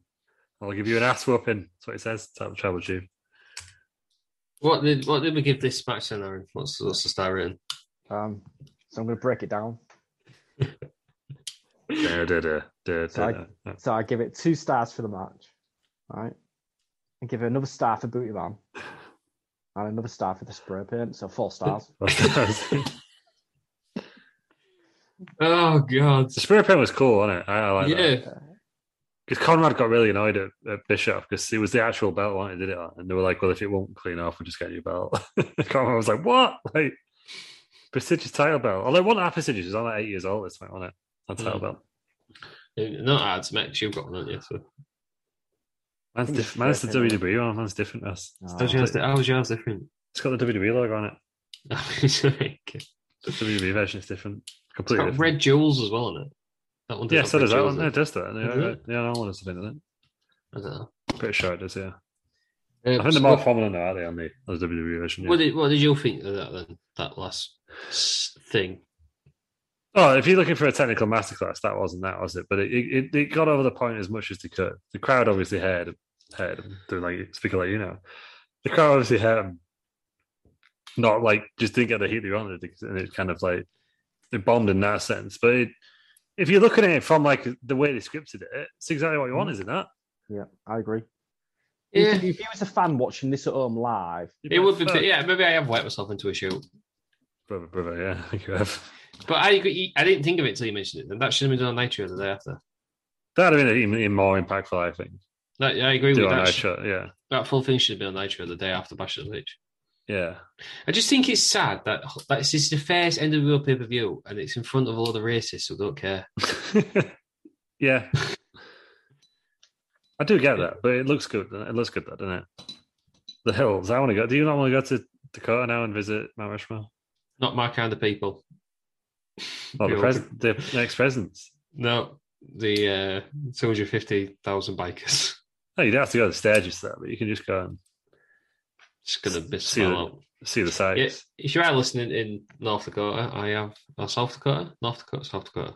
S2: I'll give you an ass whooping. That's what he says. Type of tribal chief.
S4: What did what did we give this match then, Aaron? What's what's the star rating?
S5: Um, so I'm going to break it down.
S2: Da, da, da,
S5: So
S2: da, da,
S5: I-
S2: da.
S5: So I give it two stars for the match, right? And give it another star for Booty Man, and another star for the spray paint. So four stars.
S2: the
S4: Oh god.
S2: spirit paint was cool, wasn't it? I, I like that.
S4: yeah.
S2: because Conrad got really annoyed at, at Bishop because it was the actual belt one that did it, on. and they were like, "Well, if it won't clean off, we'll just get you a belt." Conrad was like, "What? Like prestigious title belt? Although it wasn't that prestigious. It was only like eight years old. This point, wasn't it? That title
S4: Mm.
S2: belt.
S4: You're Not hard to make. You've got one, haven't you? So.
S2: Mine's,
S5: think
S2: diff-
S5: it's Oh.
S2: mine's the
S5: fair pay,
S2: WWE one. Mine's different. That's
S5: No.
S4: How's yours? How's yours different?
S2: it's got the WWE logo on it.
S4: it's like-
S2: The WWE version is different.
S4: It's
S2: Completely
S4: got
S2: different.
S4: red jewels as well on it. That one. does
S2: yeah,
S4: have
S2: so
S4: red
S2: does that
S4: jewels
S2: one.
S4: in
S2: Yeah,
S4: it.
S2: It does that. Yeah,
S4: Does
S2: yeah,
S4: it?
S2: yeah, that one has been in
S4: I don't know.
S2: it. Pretty sure it does. Yeah,
S4: Uh,
S2: I think
S4: so
S2: they're more
S4: what-
S2: prominent now, aren't they, on the, on the WWE version? yeah.
S4: What did, what did you think of that then? That last s- thing.
S2: Oh, if you're looking for a technical masterclass, that wasn't that, was it? But it, it, it got over the point as much as they could. The crowd obviously heard, heard him doing like speaking like you know. The crowd obviously heard him, not like just didn't get the heat they wanted, and it kind of like it bombed in that sense. But it, if you're looking at it from like the way they scripted it, it's exactly what you
S4: Mm.
S2: want, isn't that?
S5: Yeah, I agree.
S4: Yeah.
S5: If, if you was a fan watching this at home live,
S4: It would be. Yeah, maybe I have wet myself into a shoot.
S2: brother, brother. Yeah, thank you. Ev.
S4: But I agree- I didn't think of it until you mentioned it. Then that should have been done on Nitro the day after.
S2: That'd have been even, even more impactful, I think.
S4: That, I agree
S2: Do
S4: with
S2: on
S4: that.
S2: that shot, yeah,
S4: That full thing should have been on Nitro the day after Bash at the Beach.
S2: yeah.
S4: I just think it's sad that, that this is the first NWO pay per view and it's in front of a lot of racists who don't care.
S2: yeah. I do get that, but it looks good. It looks good, though, doesn't it? The hills. I want to go. Do you not want to go to Dakota now and visit Mount Rushmore?
S4: Not my kind of people.
S2: Or the,
S4: People-
S2: pres- the next presidents?
S4: No, the uh, 250,000 bikers.
S2: No, you don't have to go to the stages, though, but you can just go and
S4: Just going to miss
S2: See
S4: smile
S2: the-
S4: out.
S2: see the sights.
S4: Yeah, if you are listening in North Dakota, I have or South Dakota, North Dakota, South Dakota.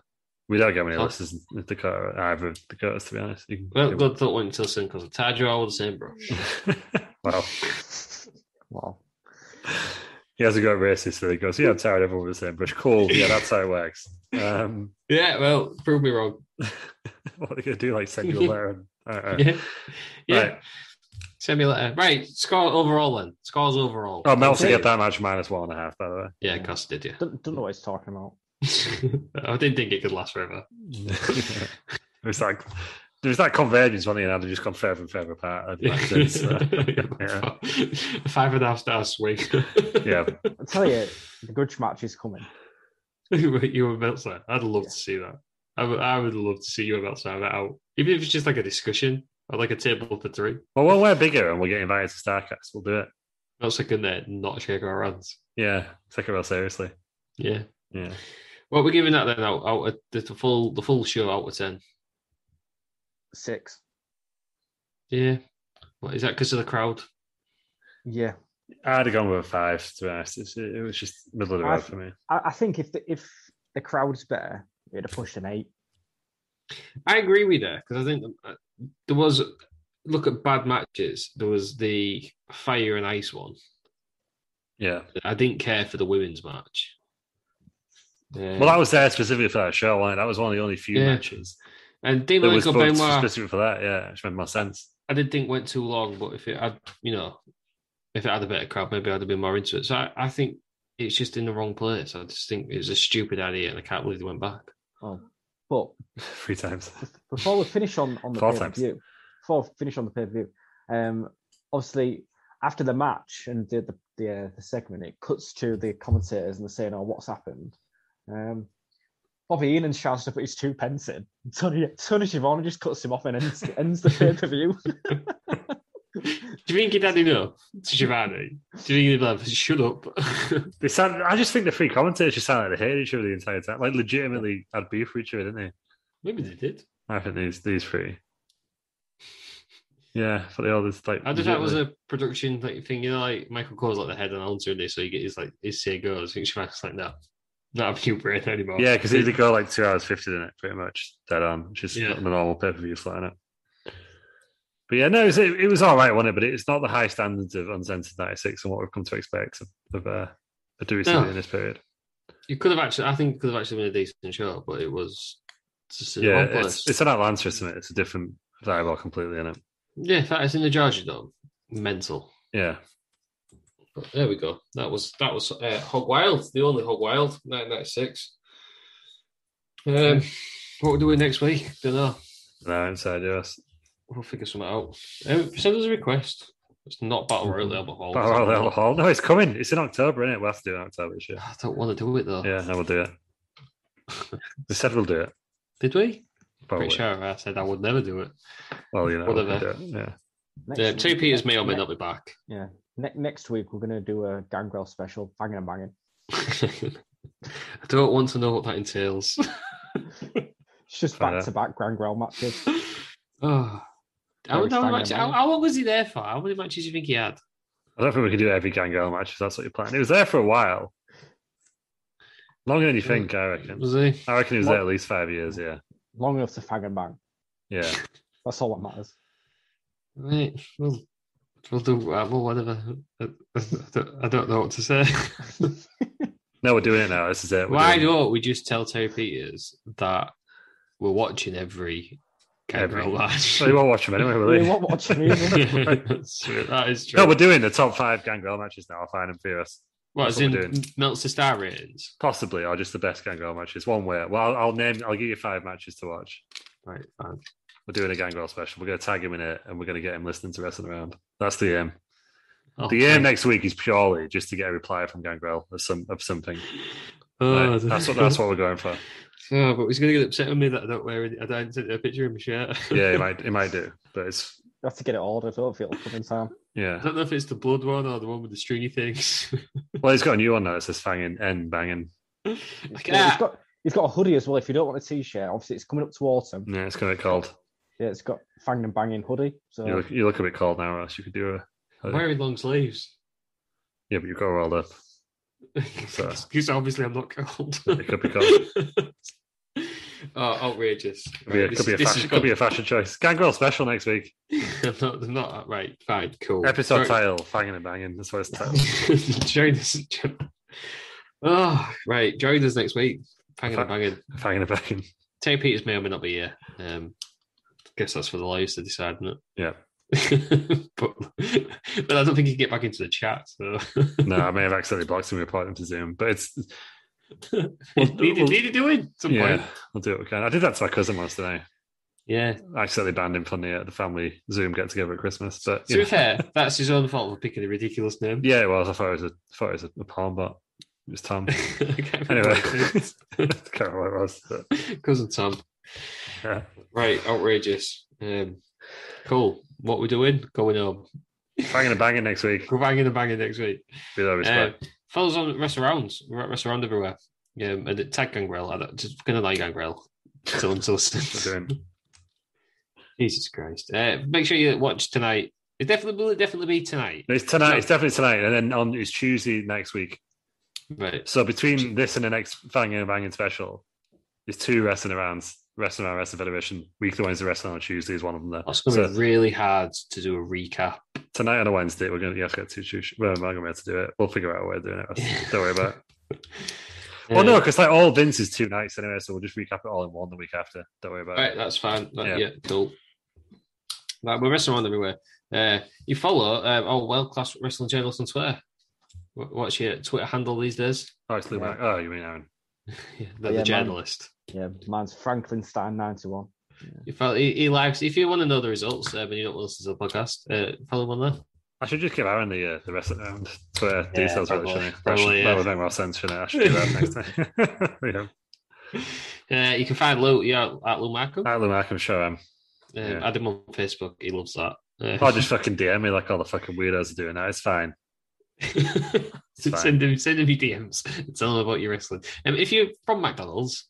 S2: We don't get many
S4: Oh.
S2: listeners in Dakota, either of Dakotas, to be honest. You can-
S4: Well, don't, don't want you to listen because I tied you all with the same brush.
S2: wow.
S5: well,
S2: He has a go racist, so he goes, Yeah, I'm tired of everyone with the same brush. Cool. Yeah, that's how it works. Um,
S4: Yeah, well, prove me wrong.
S2: what are they going to do? Like send you a letter? And, uh, all right, all right.
S4: Yeah. yeah.
S2: Right.
S4: Send me a letter. Right. Score overall then. Scores overall.
S2: Oh, Melson get that match minus one and a half. By the way,
S4: Yeah, Costa did, yeah.
S5: Don't, don't know what he's talking about.
S4: I didn't think it could last forever.
S2: there's that there's that convergence when you know they've just gone further and further apart. I'd like to say, so, uh, yeah.
S4: Five and a half stars swing.
S2: yeah,
S5: I tell you, the grudge match is coming.
S4: you and Meltzer. I'd love to see that. I would, I would love to see you and Meltzer have it out. Even if it's just like a discussion or like a table for three.
S2: Well, when we're bigger and we get invited to Starcast, we'll do it.
S4: Meltzer can uh, not shake our hands.
S2: Yeah, take it real seriously.
S4: Yeah.
S2: Yeah,
S4: Well, we're giving that then out, out of the, the full the full show out of ten.
S5: Six.
S4: Yeah. What is that because of the crowd?
S5: Yeah.
S2: I'd have gone with a five. To be honest, it's, it was just middle of the
S5: I-
S2: road for me.
S5: I, I think if the, if the crowd's better, it'd have pushed an eight.
S4: I agree with you there because I think uh, there was look at bad matches. There was the fire and ice one.
S2: Yeah.
S4: I didn't care for the women's match. Yeah.
S2: Well, I was there specifically for that show. Like, that was one of the only few
S4: Yeah.
S2: matches
S4: and
S2: that
S4: Demon
S2: was
S4: Lincoln
S2: booked
S4: Benoit.
S2: specifically for that. Yeah, which made more sense.
S4: I didn't think went too long, but if it had, you know, if it had a better crowd, maybe I'd have been more into it. So I, I think it's just in the wrong place. I just think it was a stupid idea, and I can't believe they went back.
S5: Oh. But
S2: Three times.
S5: before we finish on, on the
S2: Four
S5: pay per
S2: times.
S5: view, before we finish on the pay per view, um, obviously after the match and the the, the, uh, the segment, it cuts to the commentators and they're saying, "Oh, what's happened?" Um, Bobby Ian shouts to put his two pence in. Tony Tony Schiavone just cuts him off and ends, ends the pay per view.
S4: Do you think he'd had enough, Giovanni? Do you think he'd be like, shut up?
S2: They sound, I just think the three commentators just sound like they hated each other the entire time. Like, legitimately had beef for each other, didn't they?
S4: maybe they did.
S2: I think these these three. Yeah, but they all just like.
S4: I just thought it was
S2: legitimately-
S4: a production like thing, you know, like Michael Cole's like the head announcer in this, so he get his like his say goes. I think Schmack's like no, not a new brand anymore.
S2: Yeah, because it did go like two hours fifty, didn't it? Pretty much dead on, which is
S4: Yeah.
S2: not the normal pay per view slot in it. But yeah, no, it was, it, was all right, wasn't it? But it's not the high standards of Uncensored '96 and what we've come to expect of, of uh, the WCW
S4: No.
S2: in this period.
S4: you could have actually. I think it could have actually been a decent show, but it was just in the
S2: yeah,
S4: wrong place.
S2: it's, it's an Atlanta, isn't it? It's a different viable completely in it.
S4: yeah, in fact, it's in the Georgia Dome. Mental.
S2: Yeah,
S4: But there we go. That was that was uh, Hog Wild, the only Hog Wild, 1996. Um, what we're doing next week? Don't know.
S2: no, uh, inside US.
S4: We'll figure something out. Um, send us a request. It's not Battle Royale Albert Hall.
S2: Battle Royal Hell Hall. No, it's coming. It's in October, isn't it? We'll have to do it in October this year.
S4: I don't want to do it though.
S2: Yeah, no, we'll do it. we said we'll do it.
S4: Did we?
S2: Probably.
S4: Pretty sure I said I would never do it.
S2: Well, you know, we'll
S4: Whatever.
S2: do it, Yeah.
S5: Next
S4: Yeah,
S5: week-
S4: two Peters may or may
S5: ne-
S4: not be back.
S5: Yeah, ne- next week we're gonna do a Gangrel special, banging and banging.
S4: I don't want to know what that entails.
S5: It's just
S2: Fair.
S5: back to back Gangrel matches.
S4: oh. How,
S5: Very
S4: how many
S5: stagnant,
S4: matches- how-
S5: man.
S4: how long was he there for? How many matches do you think he had?
S2: I don't think we could do every Gangrel match if that's what you're planning. It was there for a while. Longer than you think, I reckon.
S4: Was he?
S2: I reckon it was there at least five years, yeah.
S5: Long enough to fang and bang.
S2: Yeah.
S5: That's all that matters.
S4: Right. Eh, We'll, we'll do uh, well, whatever. I, I don't- I don't know what to say.
S2: No, we're doing it now. This is it. We're
S4: Why
S2: doing it.
S4: don't we just tell Terry Peters that we're watching every Gangrel
S2: Every-
S4: match?
S2: Well, you won't watch them anyway, will
S5: Really,
S2: you?
S5: what watch me?
S4: That's true. that is true.
S2: No, we're doing the top five Gangrel matches now. I'll find them for us.
S4: What,
S2: That's
S4: as
S2: what
S4: in
S2: we're doing.
S4: doing. Meltzer star ratings?
S2: Possibly, or just the best Gangrel matches. One way. Well, I'll, I'll name, I'll give you five matches to watch.
S4: Right, fine.
S2: We're doing a Gangrel special. We're going to tag him in it and we're going to get him listening to Wrestling Around. That's the aim.
S4: Oh,
S2: The aim
S4: thank-
S2: next week is purely just to get a reply from Gangrel of, some, of something.
S4: Oh,
S2: Right, That's, what, that's what we're going for.
S4: Oh, but he's going to get upset with me that I don't wear. Any, I don't take a picture of my shirt.
S2: Yeah, it might, it might do, but it's,
S5: You have to get it ordered. I don't feel like in time.
S2: yeah.
S4: I don't know if it's the blood one or the one with the stringy things.
S2: Well, he's got a new one now. It says "fanging" and "banging."
S4: I
S5: Yeah, he's
S4: can't.
S5: got he's got a hoodie as well. If you don't want a t-shirt, obviously it's coming up to autumn.
S2: Yeah, it's gonna be cold.
S5: Yeah, it's got fang and banging hoodie. So
S2: You look, you look a bit cold now, or else you could do a.
S4: I'm wearing long sleeves.
S2: Yeah, but you've got rolled up. So-
S4: Because obviously I'm not cold.
S2: It could be cold.
S4: oh, outrageous!
S2: Could be a, could be a, fashion, could be a fashion choice. Gangrel special next week.
S4: I'm not, I'm not right. Fine, cool.
S2: Episode
S4: Sorry.
S2: title: "Fanging and Banging." That's what it's titled.
S4: join us. join- Oh, right. Join us next week. Banging and banging.
S2: "Fanging and Banging."
S4: Terry Peters may or may not be here. Um, guess that's for the lawyers to decide, isn't it?
S2: Yeah.
S4: but, but I don't think you get back into the chat. So
S2: No, I may have accidentally blocked him and replied him to Zoom, but it's.
S4: need, to- need to do it at some
S2: yeah,
S4: point.
S2: I'll do what we can. I did that to my cousin once today.
S4: Yeah.
S2: I accidentally banned him from the, uh, the family Zoom get together at Christmas. But
S4: To
S2: you
S4: be
S2: know.
S4: fair, that's his own fault for picking a ridiculous name.
S2: Yeah, it was. I thought it was a, I thought it was a, a palm, but it was Tom. anyway, I can't remember what it was. But,
S4: Cousin Tom.
S2: yeah.
S4: Right, outrageous. Um, cool. What we're doing? Going home.
S2: Banging and banging next week.
S4: We're banging and banging next week.
S2: With all respect.
S4: Uh, follow us on restaurants. We're at restaurant everywhere. Yeah, and at tag Gangrel. I don't, just gonna like Gangrel. Tell him to listen. Jesus Christ! Uh, make sure you watch tonight. It definitely will definitely be tonight.
S2: It's tonight. It's definitely tonight, and then on it's Tuesday next week.
S4: Right.
S2: So between this and the next Banging and Banging special, there's two wrestling arounds. Wrestling around Wrestling Federation. Week the Wednesday wrestling on Tuesday is one of them. There.
S4: It's gonna
S2: So
S4: be really hard to do a recap.
S2: tonight on a Wednesday, we're gonna you have to get two. Tuesday. Well, I'm not gonna be able to do it. We'll figure out a way of doing it. Don't worry about. it. Well, no, because like all Vince is two nights anyway, so we'll just recap it all in one the week after. Don't worry about
S4: Right,
S2: it.
S4: that's fine. That-
S2: Yeah.
S4: yeah. cool. Like, we're wrestling around everywhere. Uh, you follow uh, oh world class wrestling journalist on Twitter. Wh- What's your Twitter handle these days?
S2: Oh, it's Lou
S5: Yeah.
S2: Mac- Oh, you mean Aaron?
S4: Yeah,
S5: Oh,
S4: the,
S5: yeah,
S4: the
S5: mine-
S4: journalist.
S5: Yeah, mine's Franklinstein91.
S4: You follow, he, he likes. If you want to know the results, uh, but you don't want to listen to the podcast, uh, follow him on there.
S2: I should just give Aaron the uh, the wrestling round Twitter
S4: Yeah,
S2: details, really,
S4: probably.
S2: shouldn't I? That
S4: Probably,
S2: should-
S4: yeah.
S2: That would make more sense, shouldn't it? I should do that next time. yeah.
S4: Uh, you can find Lou yeah, at Lou Markham.
S2: At Lou Markham Show, um,
S4: Um,
S2: yeah.
S4: Add him on Facebook. He loves that. Uh,
S2: I'll just fucking DM me like all the fucking weirdos are doing that. It's fine. fine.
S4: send him send him your DMs. and Tell him about your wrestling. Um, if you're from McDonald's,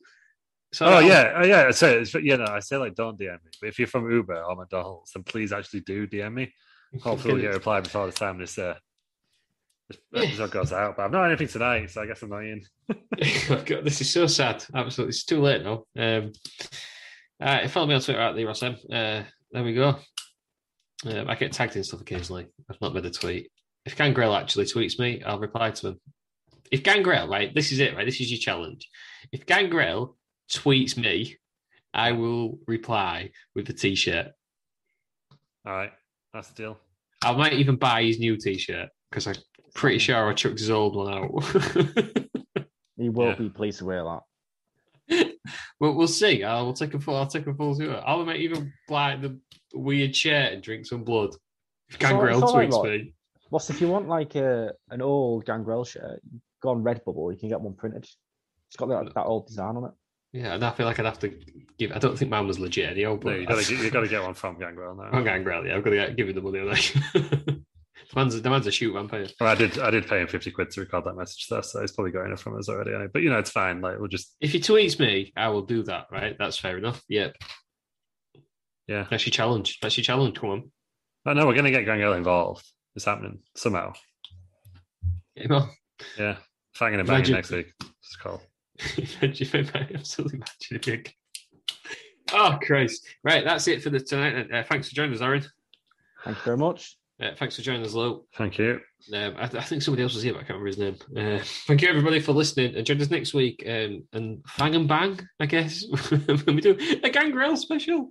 S4: so
S2: oh, yeah. Oh, yeah. So, it's, you know, I say like don't DM me, but if you're from Uber or McDonald's, then please actually do DM me. Hopefully, we'll get a reply Oh, before the time this uh, this episode goes out. But I've not had anything tonight, so I guess I'm not in.
S4: Oh, God, this is so sad. Absolutely, it's too late now. Um, uh, all right, follow me on Twitter at the Ross M. Uh, there we go. Um, I get tagged in stuff occasionally. I've not made a tweet. If Gangrel actually tweets me, I'll reply to him. If Gangrel, right, this is it, right? This is your challenge. If Gangrel tweets me, I will reply with a t-shirt.
S2: All right. That's the deal.
S4: I might even buy his new t-shirt because I'm pretty sure I chucked his old one out.
S5: He will
S2: Yeah.
S5: be pleased to wear that.
S4: Well, we'll see. I'll we'll take a full. I'll take a full tour. I might even buy the weird chair and drink some blood. If
S5: It's all-
S4: Gangrel
S5: it's all right,
S4: tweets
S5: look.
S4: me,
S5: Plus, if you want like a an old Gangrel shirt, go on Redbubble. You can get one printed. It's got that, that old design on it.
S4: yeah, and I feel like I'd have to give. I don't think mine was legit. Anyhow,
S2: No,
S4: but
S2: you gotta, get- you got to get one from Gangrel now.
S4: I'm Gangrel. Yeah, I've got to get, give him the money. Like, man's the man's a shoot vampire.
S2: Well, I did. I did pay him fifty quid to record that message there, so he's probably got enough from us already. eh? But you know, it's fine. Like we'll just
S4: If he tweets me, I will do that. Right, that's fair enough. Yeah,
S2: yeah.
S4: that's your challenge. That's your challenge. Come on,
S2: I know we're gonna get Gangrel involved. It's happening somehow.
S4: Get him on.
S2: Yeah, fanging and banging
S4: Imagine-
S2: next week. It's cool.
S4: Imagine, absolutely imagine if you- Oh Christ! Right, that's it for the tonight. then. Uh, thanks for joining us, Aaron.
S5: Thank you very much.
S4: Uh, thanks for joining us, Lou.
S2: Thank you.
S4: Um, I, I think somebody else was here, but I can't remember his name. Uh, thank you, everybody, for listening. And join us next week. Um, and fang and bang, I guess. when we do a gangrel special.